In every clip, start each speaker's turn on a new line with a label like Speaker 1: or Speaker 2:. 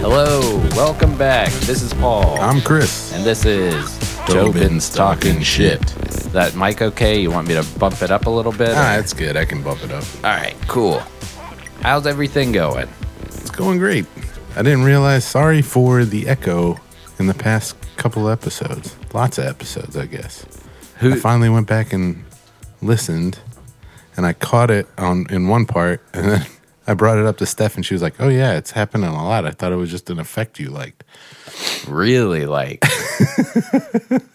Speaker 1: Hello, welcome back. This is Paul,
Speaker 2: I'm Chris.
Speaker 1: and this is
Speaker 2: Tobin's Talking Shit.
Speaker 1: Is that mic okay? You want me to bump it up a little bit?
Speaker 2: Ah, that's good. I can bump it up.
Speaker 1: All right, cool. How's everything going?
Speaker 2: It's going great. I didn't realize. Sorry for the echo in the past couple episodes. Lots of episodes, I guess. I
Speaker 1: Who?
Speaker 2: finally went back and listened, and I caught it on in one part, and then I brought it up to Steph, and she was like, "Oh yeah, it's happening a lot. I thought it was just an effect you liked."
Speaker 1: really like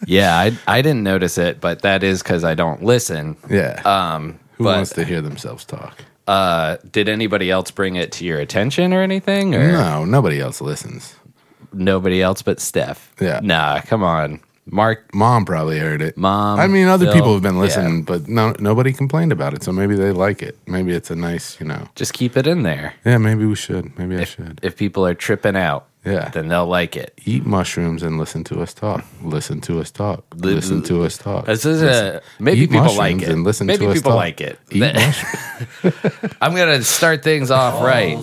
Speaker 1: yeah I, I didn't notice it but that is because i don't listen
Speaker 2: Yeah.
Speaker 1: um
Speaker 2: Who
Speaker 1: but
Speaker 2: wants to hear themselves talk?
Speaker 1: uh did anybody else bring it to your attention or anything or
Speaker 2: No, nobody else listens.
Speaker 1: nobody else but steph
Speaker 2: Yeah.
Speaker 1: nah come on mark
Speaker 2: Mom probably heard it.
Speaker 1: Mom,
Speaker 2: I mean, other
Speaker 1: Phil,
Speaker 2: people have been
Speaker 1: yeah.
Speaker 2: listening, but no, nobody complained about it. So maybe they like it. Maybe it's a nice, you know.
Speaker 1: just keep it in there
Speaker 2: Yeah, maybe we should. Maybe I should.
Speaker 1: if people are tripping out
Speaker 2: Yeah.
Speaker 1: then they'll like it
Speaker 2: Eat mushrooms and listen to us talk. Listen to us talk.
Speaker 1: the-
Speaker 2: Listen to us talk.
Speaker 1: this is a, maybe
Speaker 2: Eat
Speaker 1: people
Speaker 2: mushrooms
Speaker 1: like it
Speaker 2: and listen
Speaker 1: maybe
Speaker 2: to us
Speaker 1: people
Speaker 2: talk.
Speaker 1: like it
Speaker 2: Eat mushrooms.
Speaker 1: i'm gonna start things off right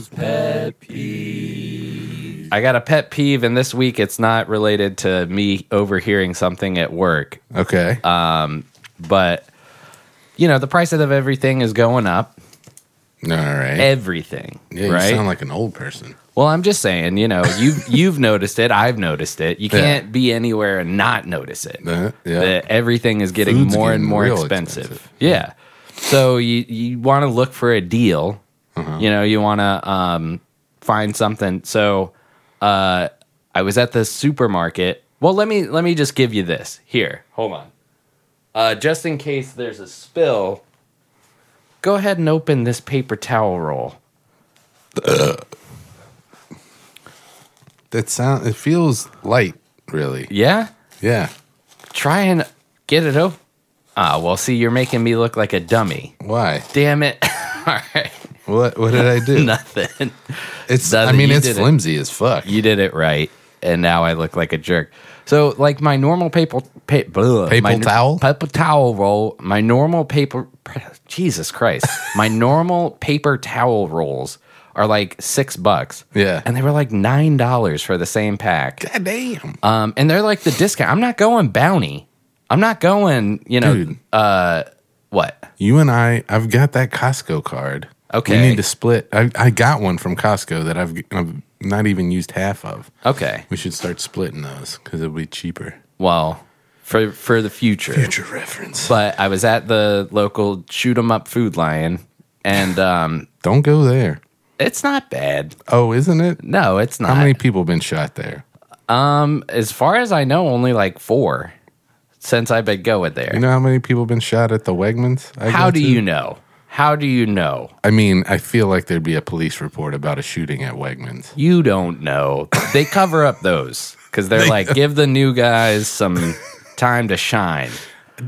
Speaker 1: i got a pet peeve and this week it's not related to me overhearing something at work
Speaker 2: Okay.
Speaker 1: Uh, but you know the price of everything is going up
Speaker 2: All right.
Speaker 1: everything
Speaker 2: yeah,
Speaker 1: right
Speaker 2: you sound like an old person.
Speaker 1: well i'm just saying you know you you've noticed it i've noticed it you
Speaker 2: Yeah.
Speaker 1: can't be anywhere and not notice it
Speaker 2: Uh, yeah.
Speaker 1: that everything is getting
Speaker 2: Food's
Speaker 1: more and
Speaker 2: getting
Speaker 1: more
Speaker 2: real
Speaker 1: expensive.
Speaker 2: expensive.
Speaker 1: yeah so you you want to look for a deal
Speaker 2: Uh-huh.
Speaker 1: you know you want to um find something so uh i was at the supermarket well let me let me just give you this here hold on uh, just in case there's a spill, go ahead and open this paper towel roll.
Speaker 2: That sound. It feels light, really.
Speaker 1: Yeah?
Speaker 2: Yeah.
Speaker 1: Try and get it open. Ah, well, see, you're making me look like a dummy.
Speaker 2: Why?
Speaker 1: Damn it. All right.
Speaker 2: What? What did I do?
Speaker 1: Nothing.
Speaker 2: it's. I
Speaker 1: nothing.
Speaker 2: mean,
Speaker 1: You
Speaker 2: it's
Speaker 1: did it.
Speaker 2: flimsy as fuck.
Speaker 1: You did it right. And now I look like a jerk. So, like my normal paper, pa- blah,
Speaker 2: Paper
Speaker 1: my-
Speaker 2: towel?
Speaker 1: paper towel roll, my normal paper, Jesus Christ, my normal paper towel rolls are like six bucks.
Speaker 2: Yeah.
Speaker 1: and they were like nine dollars for the same pack.
Speaker 2: God damn.
Speaker 1: Um, and they're like the discount. I'm not going bounty. I'm not going. You know,
Speaker 2: Dude.
Speaker 1: uh, what?
Speaker 2: You and I, I've got that Costco card.
Speaker 1: Okay.
Speaker 2: We need to split. I, I got one from Costco that I've, I've not even used half of.
Speaker 1: Okay,
Speaker 2: We should start splitting those because it'll be cheaper.
Speaker 1: well, for for the future.
Speaker 2: Future reference.
Speaker 1: But I was at the local shoot 'em up food lion, and um,
Speaker 2: Don't go there.
Speaker 1: it's not bad.
Speaker 2: Oh, isn't it?
Speaker 1: No, it's not.
Speaker 2: How many people have been shot there?
Speaker 1: As far as I know, only like four since I've been going there.
Speaker 2: You know how many people have been shot at the Wegmans? I
Speaker 1: How
Speaker 2: go
Speaker 1: do
Speaker 2: to?
Speaker 1: you know? How do you know?
Speaker 2: I mean, I feel like there'd be a police report about a shooting at Wegmans.
Speaker 1: You don't know. They cover up those because they're like, give the new guys some time to shine.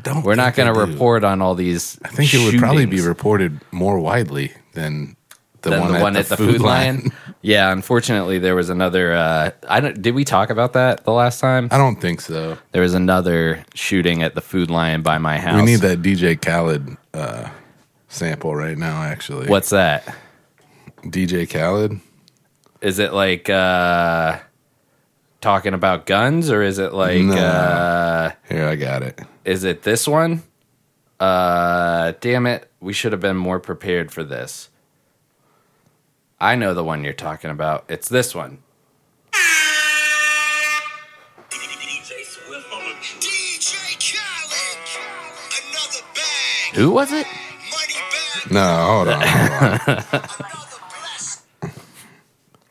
Speaker 2: Don't
Speaker 1: We're not going to report on all these.
Speaker 2: I think it would probably be
Speaker 1: shootings
Speaker 2: reported more widely than the,
Speaker 1: than
Speaker 2: one,
Speaker 1: the
Speaker 2: at,
Speaker 1: one
Speaker 2: the
Speaker 1: at the food, line. yeah, unfortunately, there was another. Uh, I don't. Did we talk about that the last time?
Speaker 2: I don't think so.
Speaker 1: There was another shooting at the food line by my house.
Speaker 2: We need that DJ Khaled uh, sample right now, actually.
Speaker 1: What's that?
Speaker 2: DJ Khaled?
Speaker 1: Is it like uh, talking about guns, or is it like?
Speaker 2: No.
Speaker 1: Uh,
Speaker 2: Here, I got it.
Speaker 1: Is it this one? Uh, damn it. We should have been more prepared for this. I know the one you're talking about. It's this one.
Speaker 3: DJ Swift on the DJ Khaled. Another bag.
Speaker 1: Who was it?
Speaker 3: Money bag.
Speaker 2: No, hold on. Hold on.
Speaker 3: Another blessing.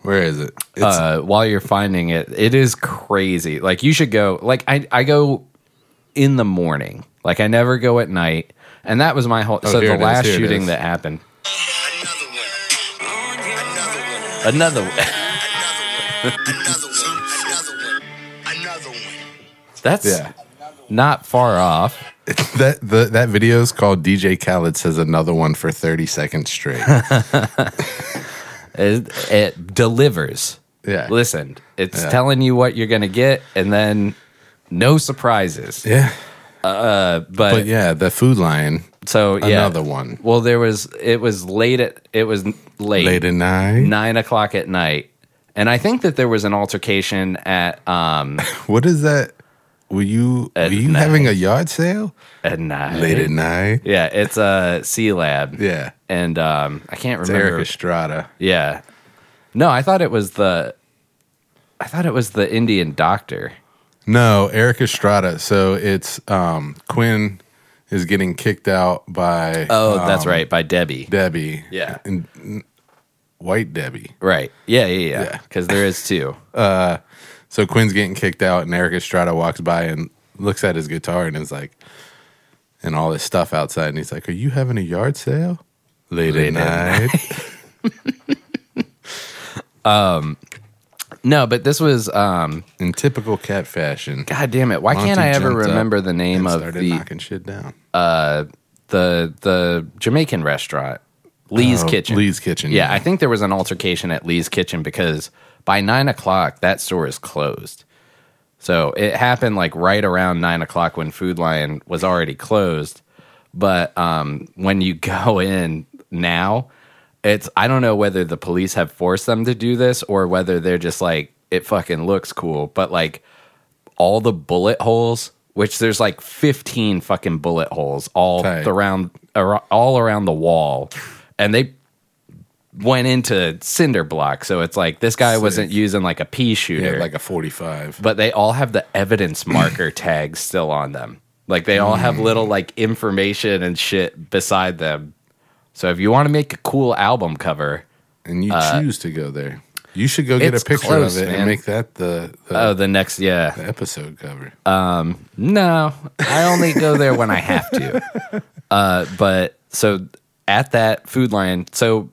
Speaker 2: Where is it? It's,
Speaker 1: Uh, while you're finding it, it is crazy. Like you should go. Like I, I go in the morning. Like I never go at night. And that was my whole. so
Speaker 2: Oh, here
Speaker 1: the
Speaker 2: it is,
Speaker 1: last
Speaker 2: here it
Speaker 1: shooting
Speaker 2: is.
Speaker 1: that happened.
Speaker 3: Another one. Another one.
Speaker 1: Another.
Speaker 3: Another one. Another one. Another one. Another one.
Speaker 1: That's
Speaker 2: yeah.
Speaker 1: not far off.
Speaker 2: That the that video is called DJ Khaled says another one for 30 seconds straight.
Speaker 1: It, it delivers.
Speaker 2: Yeah.
Speaker 1: Listen, it's
Speaker 2: Yeah.
Speaker 1: telling you what you're going to get and then no surprises.
Speaker 2: Yeah.
Speaker 1: Uh, but,
Speaker 2: But yeah, the food line,
Speaker 1: so yeah,
Speaker 2: another one.
Speaker 1: Well, there was it was late at it was late,
Speaker 2: late at night.
Speaker 1: nine o'clock at night, and I think that there was an altercation at um
Speaker 2: What is that? Were you
Speaker 1: At
Speaker 2: were
Speaker 1: night.
Speaker 2: you
Speaker 1: Mm-hmm.
Speaker 2: having a yard sale
Speaker 1: at night.
Speaker 2: late at night?
Speaker 1: Yeah, it's a uh, C Lab.
Speaker 2: Yeah,
Speaker 1: and um I can't
Speaker 2: it's
Speaker 1: remember.
Speaker 2: Eric Estrada.
Speaker 1: Yeah, no, I thought it was the, I thought it was the Indian doctor.
Speaker 2: No, Eric Estrada. So it's um, Quinn is getting kicked out by
Speaker 1: Oh,
Speaker 2: um,
Speaker 1: that's right, by Debbie.
Speaker 2: Debbie.
Speaker 1: Yeah.
Speaker 2: and, n- White Debbie.
Speaker 1: Right. Yeah, yeah, yeah.
Speaker 2: Yeah.
Speaker 1: Because there is two.
Speaker 2: So Quinn's getting kicked out, and Eric Estrada walks by and looks at his guitar and is like, and all this stuff outside, and he's like, "Are you having a yard sale late,
Speaker 1: Late at
Speaker 2: at night?"
Speaker 1: No, but this was um
Speaker 2: In typical cat fashion,
Speaker 1: god damn it. Why
Speaker 2: Monty
Speaker 1: can't I ever
Speaker 2: jumped up
Speaker 1: remember the name
Speaker 2: and
Speaker 1: of
Speaker 2: started
Speaker 1: the
Speaker 2: knocking shit down.
Speaker 1: the the Jamaican restaurant? Lee's
Speaker 2: Oh,
Speaker 1: Kitchen.
Speaker 2: Lee's Kitchen.
Speaker 1: Yeah, I think there was an altercation at Lee's Kitchen because by nine o'clock that store is closed. So it happened like right around nine o'clock when Food Lion was already closed. But um, when you go in now, it's I don't know whether the police have forced them to do this or whether they're just like it fucking looks cool. But like all the bullet holes, which there's like 15 fucking bullet holes all
Speaker 2: Tight.
Speaker 1: around ar- all around the wall, and they went into cinder block. So it's like this guy
Speaker 2: Sick.
Speaker 1: wasn't using like a pea
Speaker 2: Yeah,
Speaker 1: shooter,
Speaker 2: like a forty-five.
Speaker 1: but they all have the evidence marker tags still on them. Like they all have little like information and shit beside them. So if you want to make a cool album cover,
Speaker 2: and you choose to go there. You should go get a
Speaker 1: Uh, it's
Speaker 2: picture
Speaker 1: close,
Speaker 2: of it
Speaker 1: man.
Speaker 2: and make that the, the
Speaker 1: oh, the next yeah,
Speaker 2: episode cover.
Speaker 1: No, I only go there when I have to. Uh, but so at that food line, so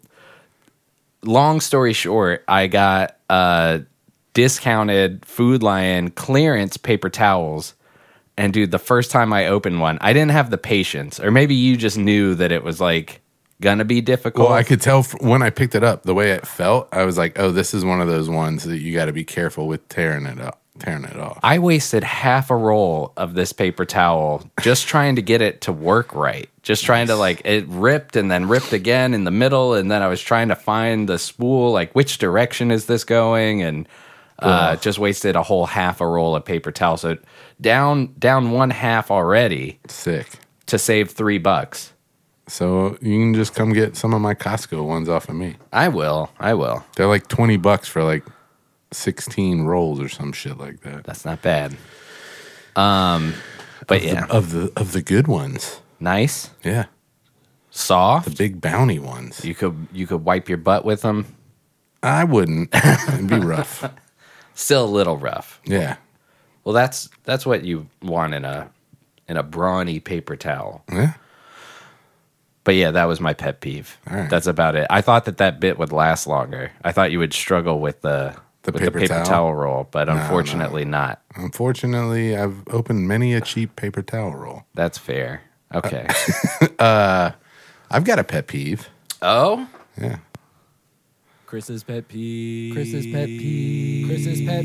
Speaker 1: long story short, I got uh, discounted Food Lion clearance paper towels. And dude, the first time I opened one, I didn't have the patience, or maybe you just knew that it was like gonna be difficult.
Speaker 2: well, I could tell f- when I picked it up the way it felt. I was like, "Oh, this is one of those ones that you got to be careful with tearing it up, tearing it off."
Speaker 1: I wasted half a roll of this paper towel just trying to get it to work right. Just trying to like it ripped and then ripped again in the middle, and then I was trying to find the spool, like which direction is this going, and uh, just wasted a whole half a roll of paper towel. So down down one half already
Speaker 2: Sick.
Speaker 1: to save three bucks.
Speaker 2: So you can just come get some of my Costco ones off of me.
Speaker 1: I will, I will.
Speaker 2: They're like twenty bucks for like sixteen rolls or some shit like that.
Speaker 1: That's not bad. Um, but yeah,
Speaker 2: Of the of the good ones,
Speaker 1: nice
Speaker 2: yeah,
Speaker 1: soft.
Speaker 2: big bounty ones.
Speaker 1: You could you could wipe your butt with them.
Speaker 2: I wouldn't. It'd be rough.
Speaker 1: Still a little rough.
Speaker 2: Yeah,
Speaker 1: Well, that's that's what you want in a in a brawny paper towel.
Speaker 2: yeah.
Speaker 1: But yeah, that was my pet peeve.
Speaker 2: All right.
Speaker 1: That's about it. I thought that that bit would last longer. I thought you would struggle with the
Speaker 2: The
Speaker 1: with
Speaker 2: paper
Speaker 1: the paper
Speaker 2: towel?
Speaker 1: towel, roll, but unfortunately not.
Speaker 2: Unfortunately, I've opened many a cheap paper towel roll.
Speaker 1: That's fair. Okay.
Speaker 2: I've got a pet peeve.
Speaker 1: oh,
Speaker 2: Yeah.
Speaker 4: Chris's pet peeve. Chris's pet peeve. Chris's pet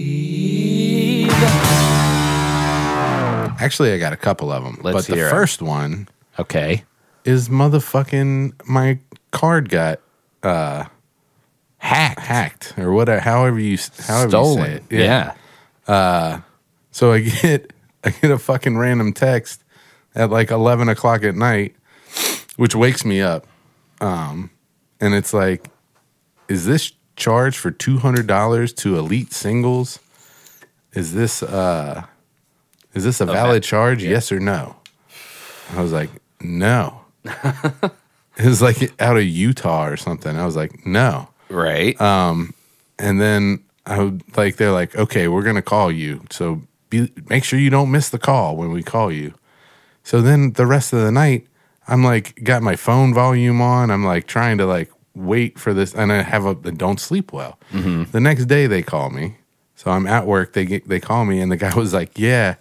Speaker 4: peeve.
Speaker 2: Actually, I got a couple of them.
Speaker 1: Let's
Speaker 2: but the
Speaker 1: hear 'em.
Speaker 2: first one
Speaker 1: okay.
Speaker 2: is motherfucking my card got uh,
Speaker 1: Hack.
Speaker 2: hacked or whatever. However you s- however you say
Speaker 1: Stolen.
Speaker 2: it.
Speaker 1: Yeah.
Speaker 2: So I get I get a fucking random text at like eleven o'clock at night, which wakes me up. Um, and it's like, is this charge for two hundred dollars to elite singles? Is this uh is this a valid charge? Yes or no? I was like, no. it was like out of Utah or something. I was like, no.
Speaker 1: Right.
Speaker 2: Uh, And then I would like they're like, okay, we're gonna call you, so be, make sure you don't miss the call when we call you. So then the rest of the night, I'm like, got my phone volume on. I'm like trying to like wait for this, and I have a I don't sleep well. The next day they call me, so I'm at work. They get they call me, and the guy was like, yeah,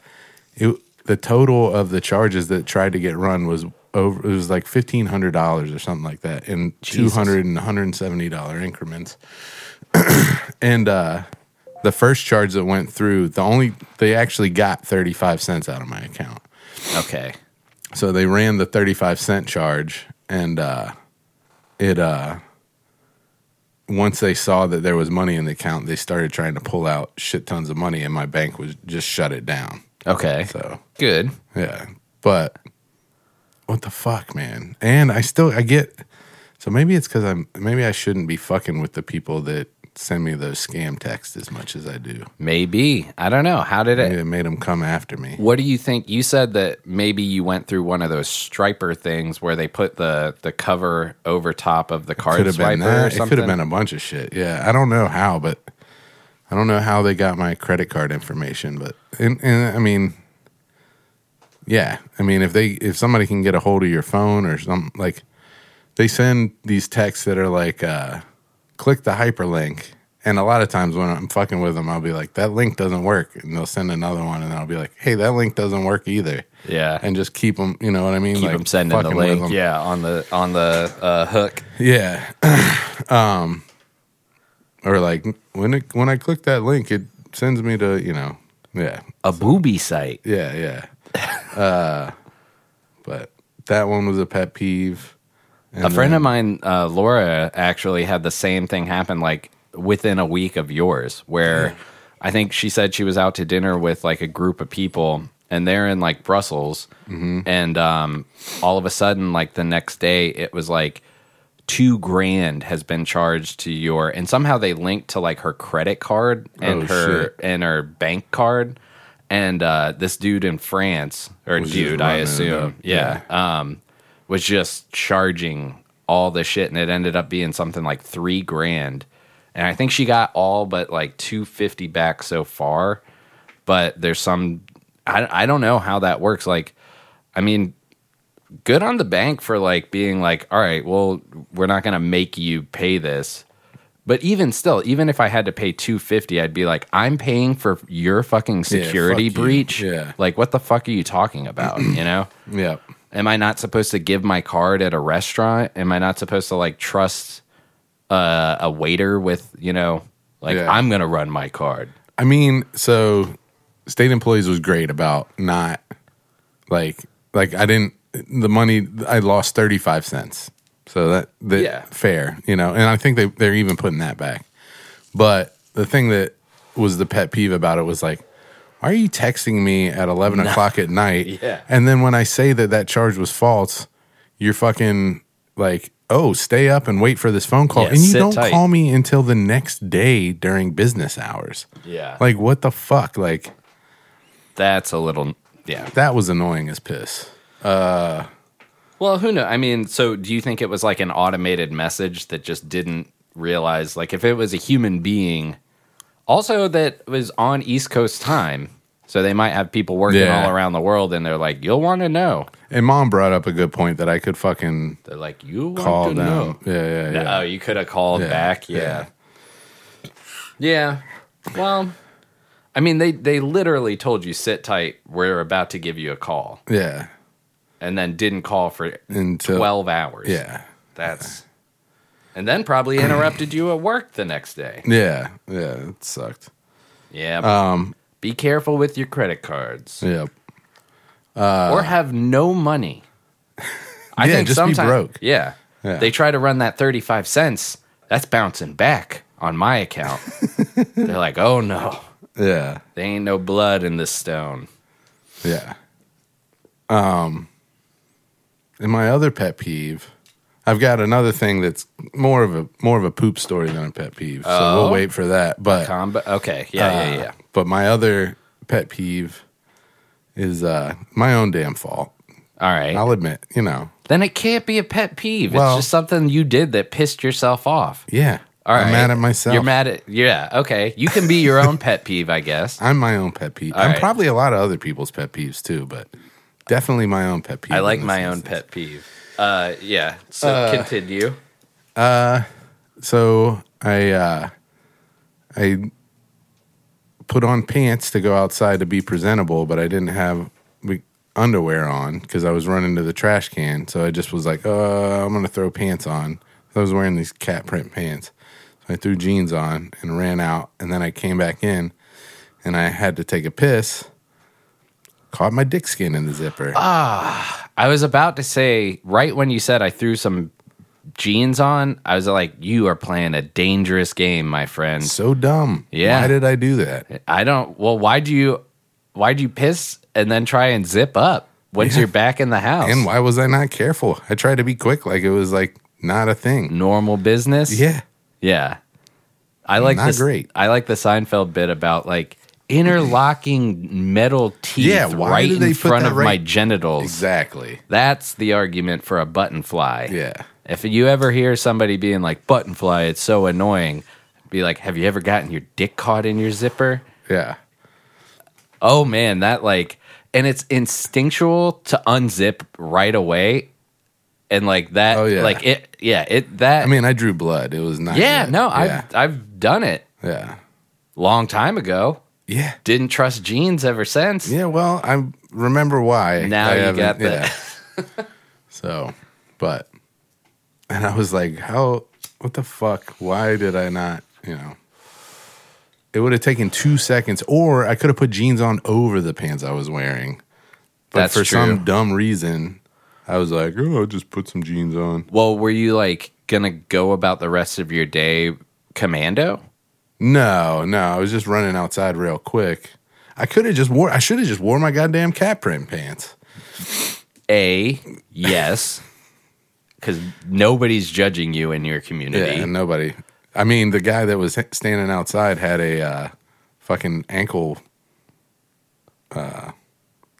Speaker 2: it, the total of the charges that tried to get run was over. It was like fifteen hundred dollars or something like that, in two hundred and one hundred and seventy dollar increments and uh the first charge that went through, the only they actually got 35 cents out of my account.
Speaker 1: Okay.
Speaker 2: So they ran the 35 cent charge and uh it uh once they saw that there was money in the account, they started trying to pull out shit tons of money and my bank was just shut it down.
Speaker 1: Okay.
Speaker 2: So,
Speaker 1: Good.
Speaker 2: yeah. But what the fuck, man? And I still I get so maybe it's cuz I'm maybe I shouldn't be fucking with the people that send me those scam texts as much as I do.
Speaker 1: Maybe. I don't know. How did it?
Speaker 2: Maybe it made them come after me.
Speaker 1: What do you think? You said that maybe you went through one of those striper things where they put the the cover over top of the card
Speaker 2: Could have
Speaker 1: swiper
Speaker 2: been
Speaker 1: or
Speaker 2: that. It
Speaker 1: something.
Speaker 2: could have been a bunch of shit. Yeah, I don't know how, but I don't know how they got my credit card information. But and, and I mean, yeah, I mean if they if somebody can get a hold of your phone or some like they send these texts that are like uh, click the hyperlink. And a lot of times when I'm fucking with them, I'll be like, that link doesn't work. And they'll send another one, and I'll be like, hey, that link doesn't work either.
Speaker 1: yeah.
Speaker 2: And just keep them, you know what I mean?
Speaker 1: keep
Speaker 2: Like,
Speaker 1: them sending the
Speaker 2: fucking with
Speaker 1: link.
Speaker 2: 'em.
Speaker 1: Yeah, on the on the uh, hook.
Speaker 2: Yeah. um, or like when it when I click that link, it sends me to you know, yeah,
Speaker 1: A booby site.
Speaker 2: yeah, yeah. uh, but that one was a pet peeve. And
Speaker 1: a friend
Speaker 2: then-
Speaker 1: of mine, uh, Laura, actually had the same thing happen like within a week of yours, where I think she said she was out to dinner with like a group of people and they're in like Brussels.
Speaker 2: Mm-hmm.
Speaker 1: And um, all of a sudden, like the next day, it was like two grand has been charged to your, and somehow they linked to like her credit card and
Speaker 2: Oh,
Speaker 1: her
Speaker 2: shit.
Speaker 1: and her bank card. And uh, this dude in France, or
Speaker 2: Was just
Speaker 1: dude, I
Speaker 2: running it up.
Speaker 1: assume, yeah, um, was just charging all the shit, and it ended up being something like three grand. And I think she got all but like two fifty back so far. But there's some, I I don't know how that works. Like, I mean, good on the bank for like being like, all right, well, we're not gonna make you pay this. But even still, even if I had to pay two fifty, I'd be like, I'm paying for your fucking
Speaker 2: fuck
Speaker 1: security
Speaker 2: you.
Speaker 1: breach.
Speaker 2: Yeah.
Speaker 1: Like, what the fuck are you talking about? you know?
Speaker 2: yeah,
Speaker 1: Am I not supposed to give my card at a restaurant? Am I not supposed to like trust uh, a waiter with, you know, like
Speaker 2: Yeah.
Speaker 1: I'm gonna run my card.
Speaker 2: I mean, so state employees was great about not like like I didn't the money I lost thirty five cents. So that that
Speaker 1: Yeah.
Speaker 2: fair, you know, and I think they they're even putting that back. But the thing that was the pet peeve about it was like, why are you texting me at eleven o'clock at night?
Speaker 1: Yeah.
Speaker 2: and then when I say that that charge was false, you're fucking like, oh, stay up and wait for this phone call,
Speaker 1: Yeah,
Speaker 2: and you
Speaker 1: sit
Speaker 2: don't
Speaker 1: tight.
Speaker 2: call me until the next day during business hours.
Speaker 1: Yeah. Like
Speaker 2: Like what the fuck? Like
Speaker 1: that's a little yeah.
Speaker 2: that was annoying as piss.
Speaker 1: Well, who knows? I mean, so do you think it was like an automated message that just didn't realize, like, if it was a human being, also that was on East Coast time, so they might have people working
Speaker 2: Yeah.
Speaker 1: all around the world, and they're like, "You'll want to know."
Speaker 2: And mom brought up a good point that I could fucking
Speaker 1: They're like, "You want
Speaker 2: call
Speaker 1: to
Speaker 2: them.
Speaker 1: know?"
Speaker 2: Yeah, yeah, yeah.
Speaker 1: Oh, you could have called
Speaker 2: Yeah,
Speaker 1: back. Yeah. yeah, Well, I mean, they they literally told you sit tight. We're about to give you a call,
Speaker 2: Yeah.
Speaker 1: and then didn't call for
Speaker 2: Until
Speaker 1: twelve hours.
Speaker 2: Yeah.
Speaker 1: That's and then probably interrupted you at work the next day.
Speaker 2: Yeah. Yeah. It sucked.
Speaker 1: Yeah.
Speaker 2: Um
Speaker 1: be careful with your credit cards
Speaker 2: yeah.
Speaker 1: or have no money. I
Speaker 2: uh, Yeah, just be
Speaker 1: sometime-
Speaker 2: broke.
Speaker 1: Yeah.
Speaker 2: Yeah.
Speaker 1: They try to run that 35 cents. That's bouncing back on my account. They're like, "Oh no.
Speaker 2: Yeah.
Speaker 1: There ain't no blood in this stone."
Speaker 2: Yeah. Um and my other pet peeve, I've got another thing that's more of a more of a poop story than a pet peeve. So we'll wait for that. But
Speaker 1: Combo. Okay. Oh. Yeah, yeah,
Speaker 2: Uh,
Speaker 1: yeah.
Speaker 2: But my other pet peeve is uh, my own damn fault.
Speaker 1: All right.
Speaker 2: I'll admit, you know,
Speaker 1: then it can't be a pet peeve.
Speaker 2: Well-
Speaker 1: it's just something you did that pissed yourself off.
Speaker 2: yeah.
Speaker 1: All right.
Speaker 2: I'm mad at myself.
Speaker 1: You're mad at yeah. Okay, you can be your own pet peeve, I guess.
Speaker 2: I'm my own pet peeve.
Speaker 1: All
Speaker 2: I'm
Speaker 1: right.
Speaker 2: probably a lot of other people's pet peeves too, but definitely my own pet peeve.
Speaker 1: I like
Speaker 2: in this
Speaker 1: my own
Speaker 2: instance.
Speaker 1: pet peeve. Uh, yeah. So continue.
Speaker 2: So I uh, I put on pants to go outside to be presentable, but I didn't have we- underwear on because I was running to the trash can. So I just was like, uh, I'm gonna throw pants on. I was wearing these cat print pants. So I threw jeans on and ran out, and then I came back in, and I had to take a piss. Caught my dick skin in the zipper.
Speaker 1: I was about to say right when you said I threw some jeans on, I was like, "You are playing a dangerous game, my friend."
Speaker 2: so dumb.
Speaker 1: Yeah.
Speaker 2: Why did I do that?
Speaker 1: I don't. Well, why do you? Why do you piss and then try and zip up once you're back in the house?
Speaker 2: And why was I not careful? I tried to be quick, like it was like not a thing.
Speaker 1: Normal business.
Speaker 2: Yeah.
Speaker 1: Yeah. I like
Speaker 2: Not
Speaker 1: this.
Speaker 2: great.
Speaker 1: I like the Seinfeld bit about like interlocking metal teeth
Speaker 2: Yeah, why
Speaker 1: right
Speaker 2: do
Speaker 1: in
Speaker 2: they put
Speaker 1: front
Speaker 2: that
Speaker 1: of
Speaker 2: right-
Speaker 1: my genitals.
Speaker 2: Exactly.
Speaker 1: That's the argument for a button fly.
Speaker 2: Yeah.
Speaker 1: If you ever hear somebody being like button fly, it's so annoying. Be like, have you ever gotten your dick caught in your zipper?
Speaker 2: Yeah.
Speaker 1: Oh man, that like, and it's instinctual to unzip right away, and like that,
Speaker 2: Oh, yeah.
Speaker 1: like it, yeah, it that.
Speaker 2: I mean, I drew blood. It was not.
Speaker 1: yeah,
Speaker 2: good.
Speaker 1: no,
Speaker 2: yeah.
Speaker 1: I've I've done it
Speaker 2: yeah.
Speaker 1: long time ago.
Speaker 2: Yeah.
Speaker 1: Didn't trust jeans ever since.
Speaker 2: Yeah, well, I remember why.
Speaker 1: Now
Speaker 2: I
Speaker 1: you got
Speaker 2: haven't-
Speaker 1: the
Speaker 2: so, but, and I was like, how, what the fuck? Why did I not, you know? It would have taken two seconds, or I could have put jeans on over the pants I was wearing. But
Speaker 1: That's
Speaker 2: for
Speaker 1: true.
Speaker 2: some dumb reason, I was like, oh, I'll just put some jeans on.
Speaker 1: Well, were you like gonna go about the rest of your day commando?
Speaker 2: No, no, I was just running outside real quick. I could have just wore, I should have just wore my goddamn cat print pants.
Speaker 1: A, yes, because nobody's judging you in your community.
Speaker 2: Yeah, and nobody. I mean, the guy that was h- standing outside had a uh, fucking ankle uh,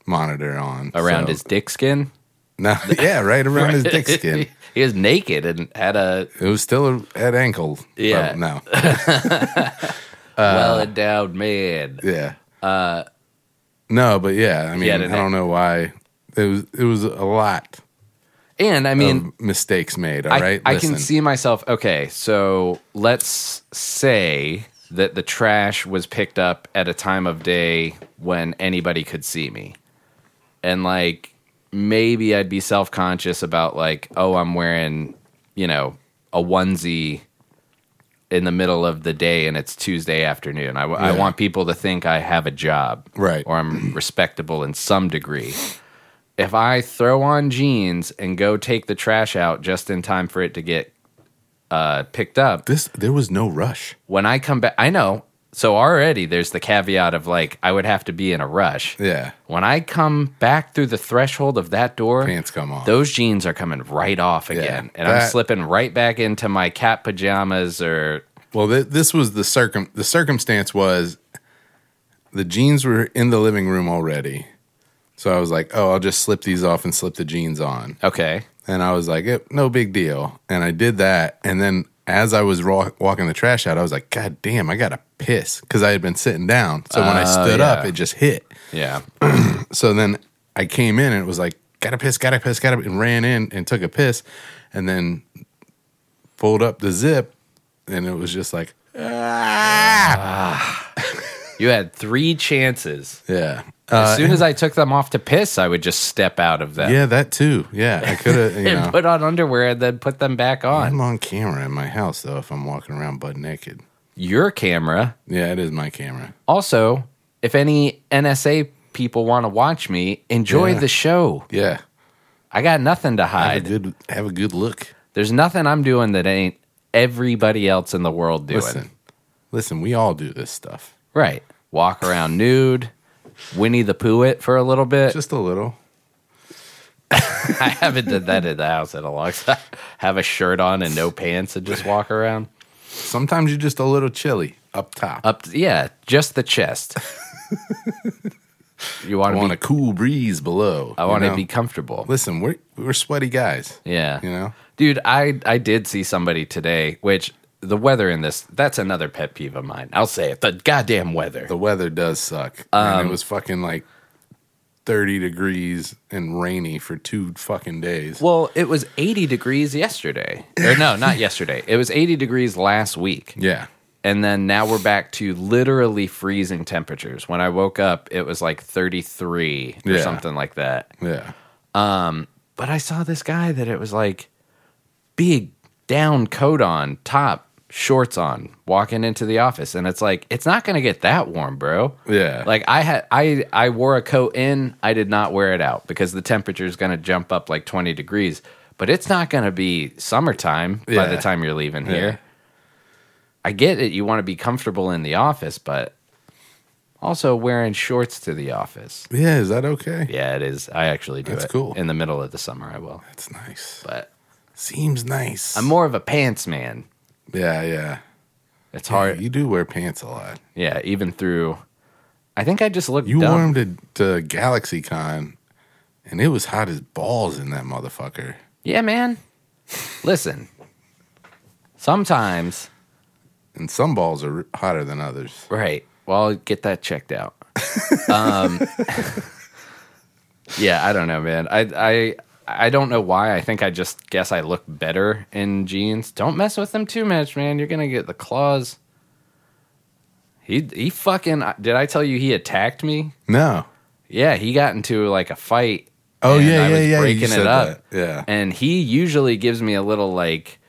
Speaker 2: monitor on
Speaker 1: around
Speaker 2: so-
Speaker 1: his dick skin.
Speaker 2: No, yeah, right around his dick skin.
Speaker 1: he was naked and had a
Speaker 2: It was still a, at ankle. but
Speaker 1: Yeah.
Speaker 2: no. Uh,
Speaker 1: well endowed man.
Speaker 2: Yeah. Uh, no, but yeah. I mean,
Speaker 1: Yeah,
Speaker 2: I
Speaker 1: the-
Speaker 2: don't know why. It was it was a lot
Speaker 1: And I mean,
Speaker 2: of mistakes made. All
Speaker 1: I,
Speaker 2: right,
Speaker 1: I can
Speaker 2: Listen.
Speaker 1: see myself. Okay, so let's say that the trash was picked up at a time of day when anybody could see me. And like maybe I'd be self conscious about like, oh, I'm wearing, you know, a onesie in the middle of the day and it's Tuesday afternoon. I, w- I
Speaker 2: Yeah.
Speaker 1: want people to think I have a job.
Speaker 2: Right.
Speaker 1: Or I'm respectable in some degree if I throw on jeans and go take the trash out just in time for it to get uh, picked up,
Speaker 2: this. There was no rush.
Speaker 1: when I come back, I know. So already there's the caveat of like, I would have to be in a rush.
Speaker 2: Yeah,
Speaker 1: When I come back through the threshold of that door,
Speaker 2: pants come off.
Speaker 1: those jeans are coming right off again. and I'm
Speaker 2: that-
Speaker 1: slipping right back into my cat pajamas or.
Speaker 2: Well, th- this was the circum the circumstance was the jeans were in the living room already. So I was like, "Oh, I'll just slip these off and slip the jeans on."
Speaker 1: Okay.
Speaker 2: And I was like, eh, "No big deal." And I did that, and then as I was ro- walking the trash out, I was like, "God damn, I got to piss" cuz I had been sitting down. So when I stood up,
Speaker 1: yeah.
Speaker 2: it just hit.
Speaker 1: Yeah.
Speaker 2: So then I came in and it was like, gotta piss, gotta piss, gotta piss, and ran in and took a piss and then pulled up the zip and it was just like, ah.
Speaker 1: You had three chances.
Speaker 2: Yeah.
Speaker 1: As
Speaker 2: Uh,
Speaker 1: soon as I took them off to piss, I would just step out of them.
Speaker 2: yeah, that too. Yeah. I could have, you
Speaker 1: And
Speaker 2: know.
Speaker 1: put on underwear and then put them back on.
Speaker 2: I'm on camera in my house though if I'm walking around butt naked.
Speaker 1: your camera.
Speaker 2: Yeah, it is my camera.
Speaker 1: Also, if any NSA people want to watch me, enjoy
Speaker 2: Yeah.
Speaker 1: the show.
Speaker 2: Yeah.
Speaker 1: I got nothing to
Speaker 2: Have a
Speaker 1: hide.
Speaker 2: good have a good look.
Speaker 1: There's nothing I'm doing that ain't everybody else in the world doing.
Speaker 2: Listen. Listen, we all do this stuff.
Speaker 1: Right. Walk around nude, Winnie the Pooh it for a little bit.
Speaker 2: Just a little.
Speaker 1: I haven't done that at the house in a long time. Have a shirt on and no pants and just walk around.
Speaker 2: Sometimes you're just a little chilly up top.
Speaker 1: Up yeah, just the chest. you
Speaker 2: I
Speaker 1: want to
Speaker 2: want
Speaker 1: be
Speaker 2: a cool breeze below.
Speaker 1: I want to
Speaker 2: to
Speaker 1: be comfortable.
Speaker 2: listen, we're we're sweaty guys.
Speaker 1: Yeah.
Speaker 2: You know?
Speaker 1: Dude, I I did see somebody today, which the weather in this that's another pet peeve of mine. I'll say it. The goddamn weather.
Speaker 2: The weather does suck. and
Speaker 1: Um,
Speaker 2: it was fucking like thirty degrees and rainy for two fucking days.
Speaker 1: well, it was 80 degrees yesterday. Or no, not yesterday. It was 80 degrees last week.
Speaker 2: yeah.
Speaker 1: And then now we're back to literally freezing temperatures. When I woke up, it was like 33 or
Speaker 2: Yeah.
Speaker 1: something like that.
Speaker 2: Yeah.
Speaker 1: But I saw this guy that it was like big down coat on, top, shorts on walking into the office and it's like it's not going to get that warm, bro.
Speaker 2: Yeah.
Speaker 1: Like I had I I wore a coat in, I did not wear it out because the temperature is going to jump up like 20 degrees, but it's not going to be summertime by the
Speaker 2: Yeah.
Speaker 1: time you're leaving
Speaker 2: Yeah.
Speaker 1: here. I get it you want to be comfortable in the office, but also wearing shorts to the office.
Speaker 2: Yeah, is that okay?
Speaker 1: Yeah, it is. I actually do
Speaker 2: That's
Speaker 1: it.
Speaker 2: cool.
Speaker 1: In the middle of the summer, I will.
Speaker 2: That's nice.
Speaker 1: But
Speaker 2: Seems nice.
Speaker 1: I'm more of a pants man.
Speaker 2: yeah, yeah.
Speaker 1: It's
Speaker 2: All right,
Speaker 1: hard.
Speaker 2: you do wear pants a lot.
Speaker 1: Yeah, even through. I think I just look
Speaker 2: You
Speaker 1: dumb.
Speaker 2: wore 'em to, to GalaxyCon, and it was hot as balls in that motherfucker.
Speaker 1: Yeah, man. Listen. Sometimes,
Speaker 2: And some balls are hotter than others.
Speaker 1: right. Well, I'll get that checked out. um, yeah, I don't know, man. I I I don't know why. I think I just guess I look better in jeans. Don't mess with them too much, man. You're gonna get the claws. He he fucking did I tell you he attacked me?
Speaker 2: No.
Speaker 1: Yeah, he got into like a fight.
Speaker 2: Oh
Speaker 1: and
Speaker 2: yeah,
Speaker 1: I
Speaker 2: yeah,
Speaker 1: was
Speaker 2: yeah. you
Speaker 1: Breaking
Speaker 2: said
Speaker 1: it up.
Speaker 2: that. Yeah.
Speaker 1: and he usually gives me a little like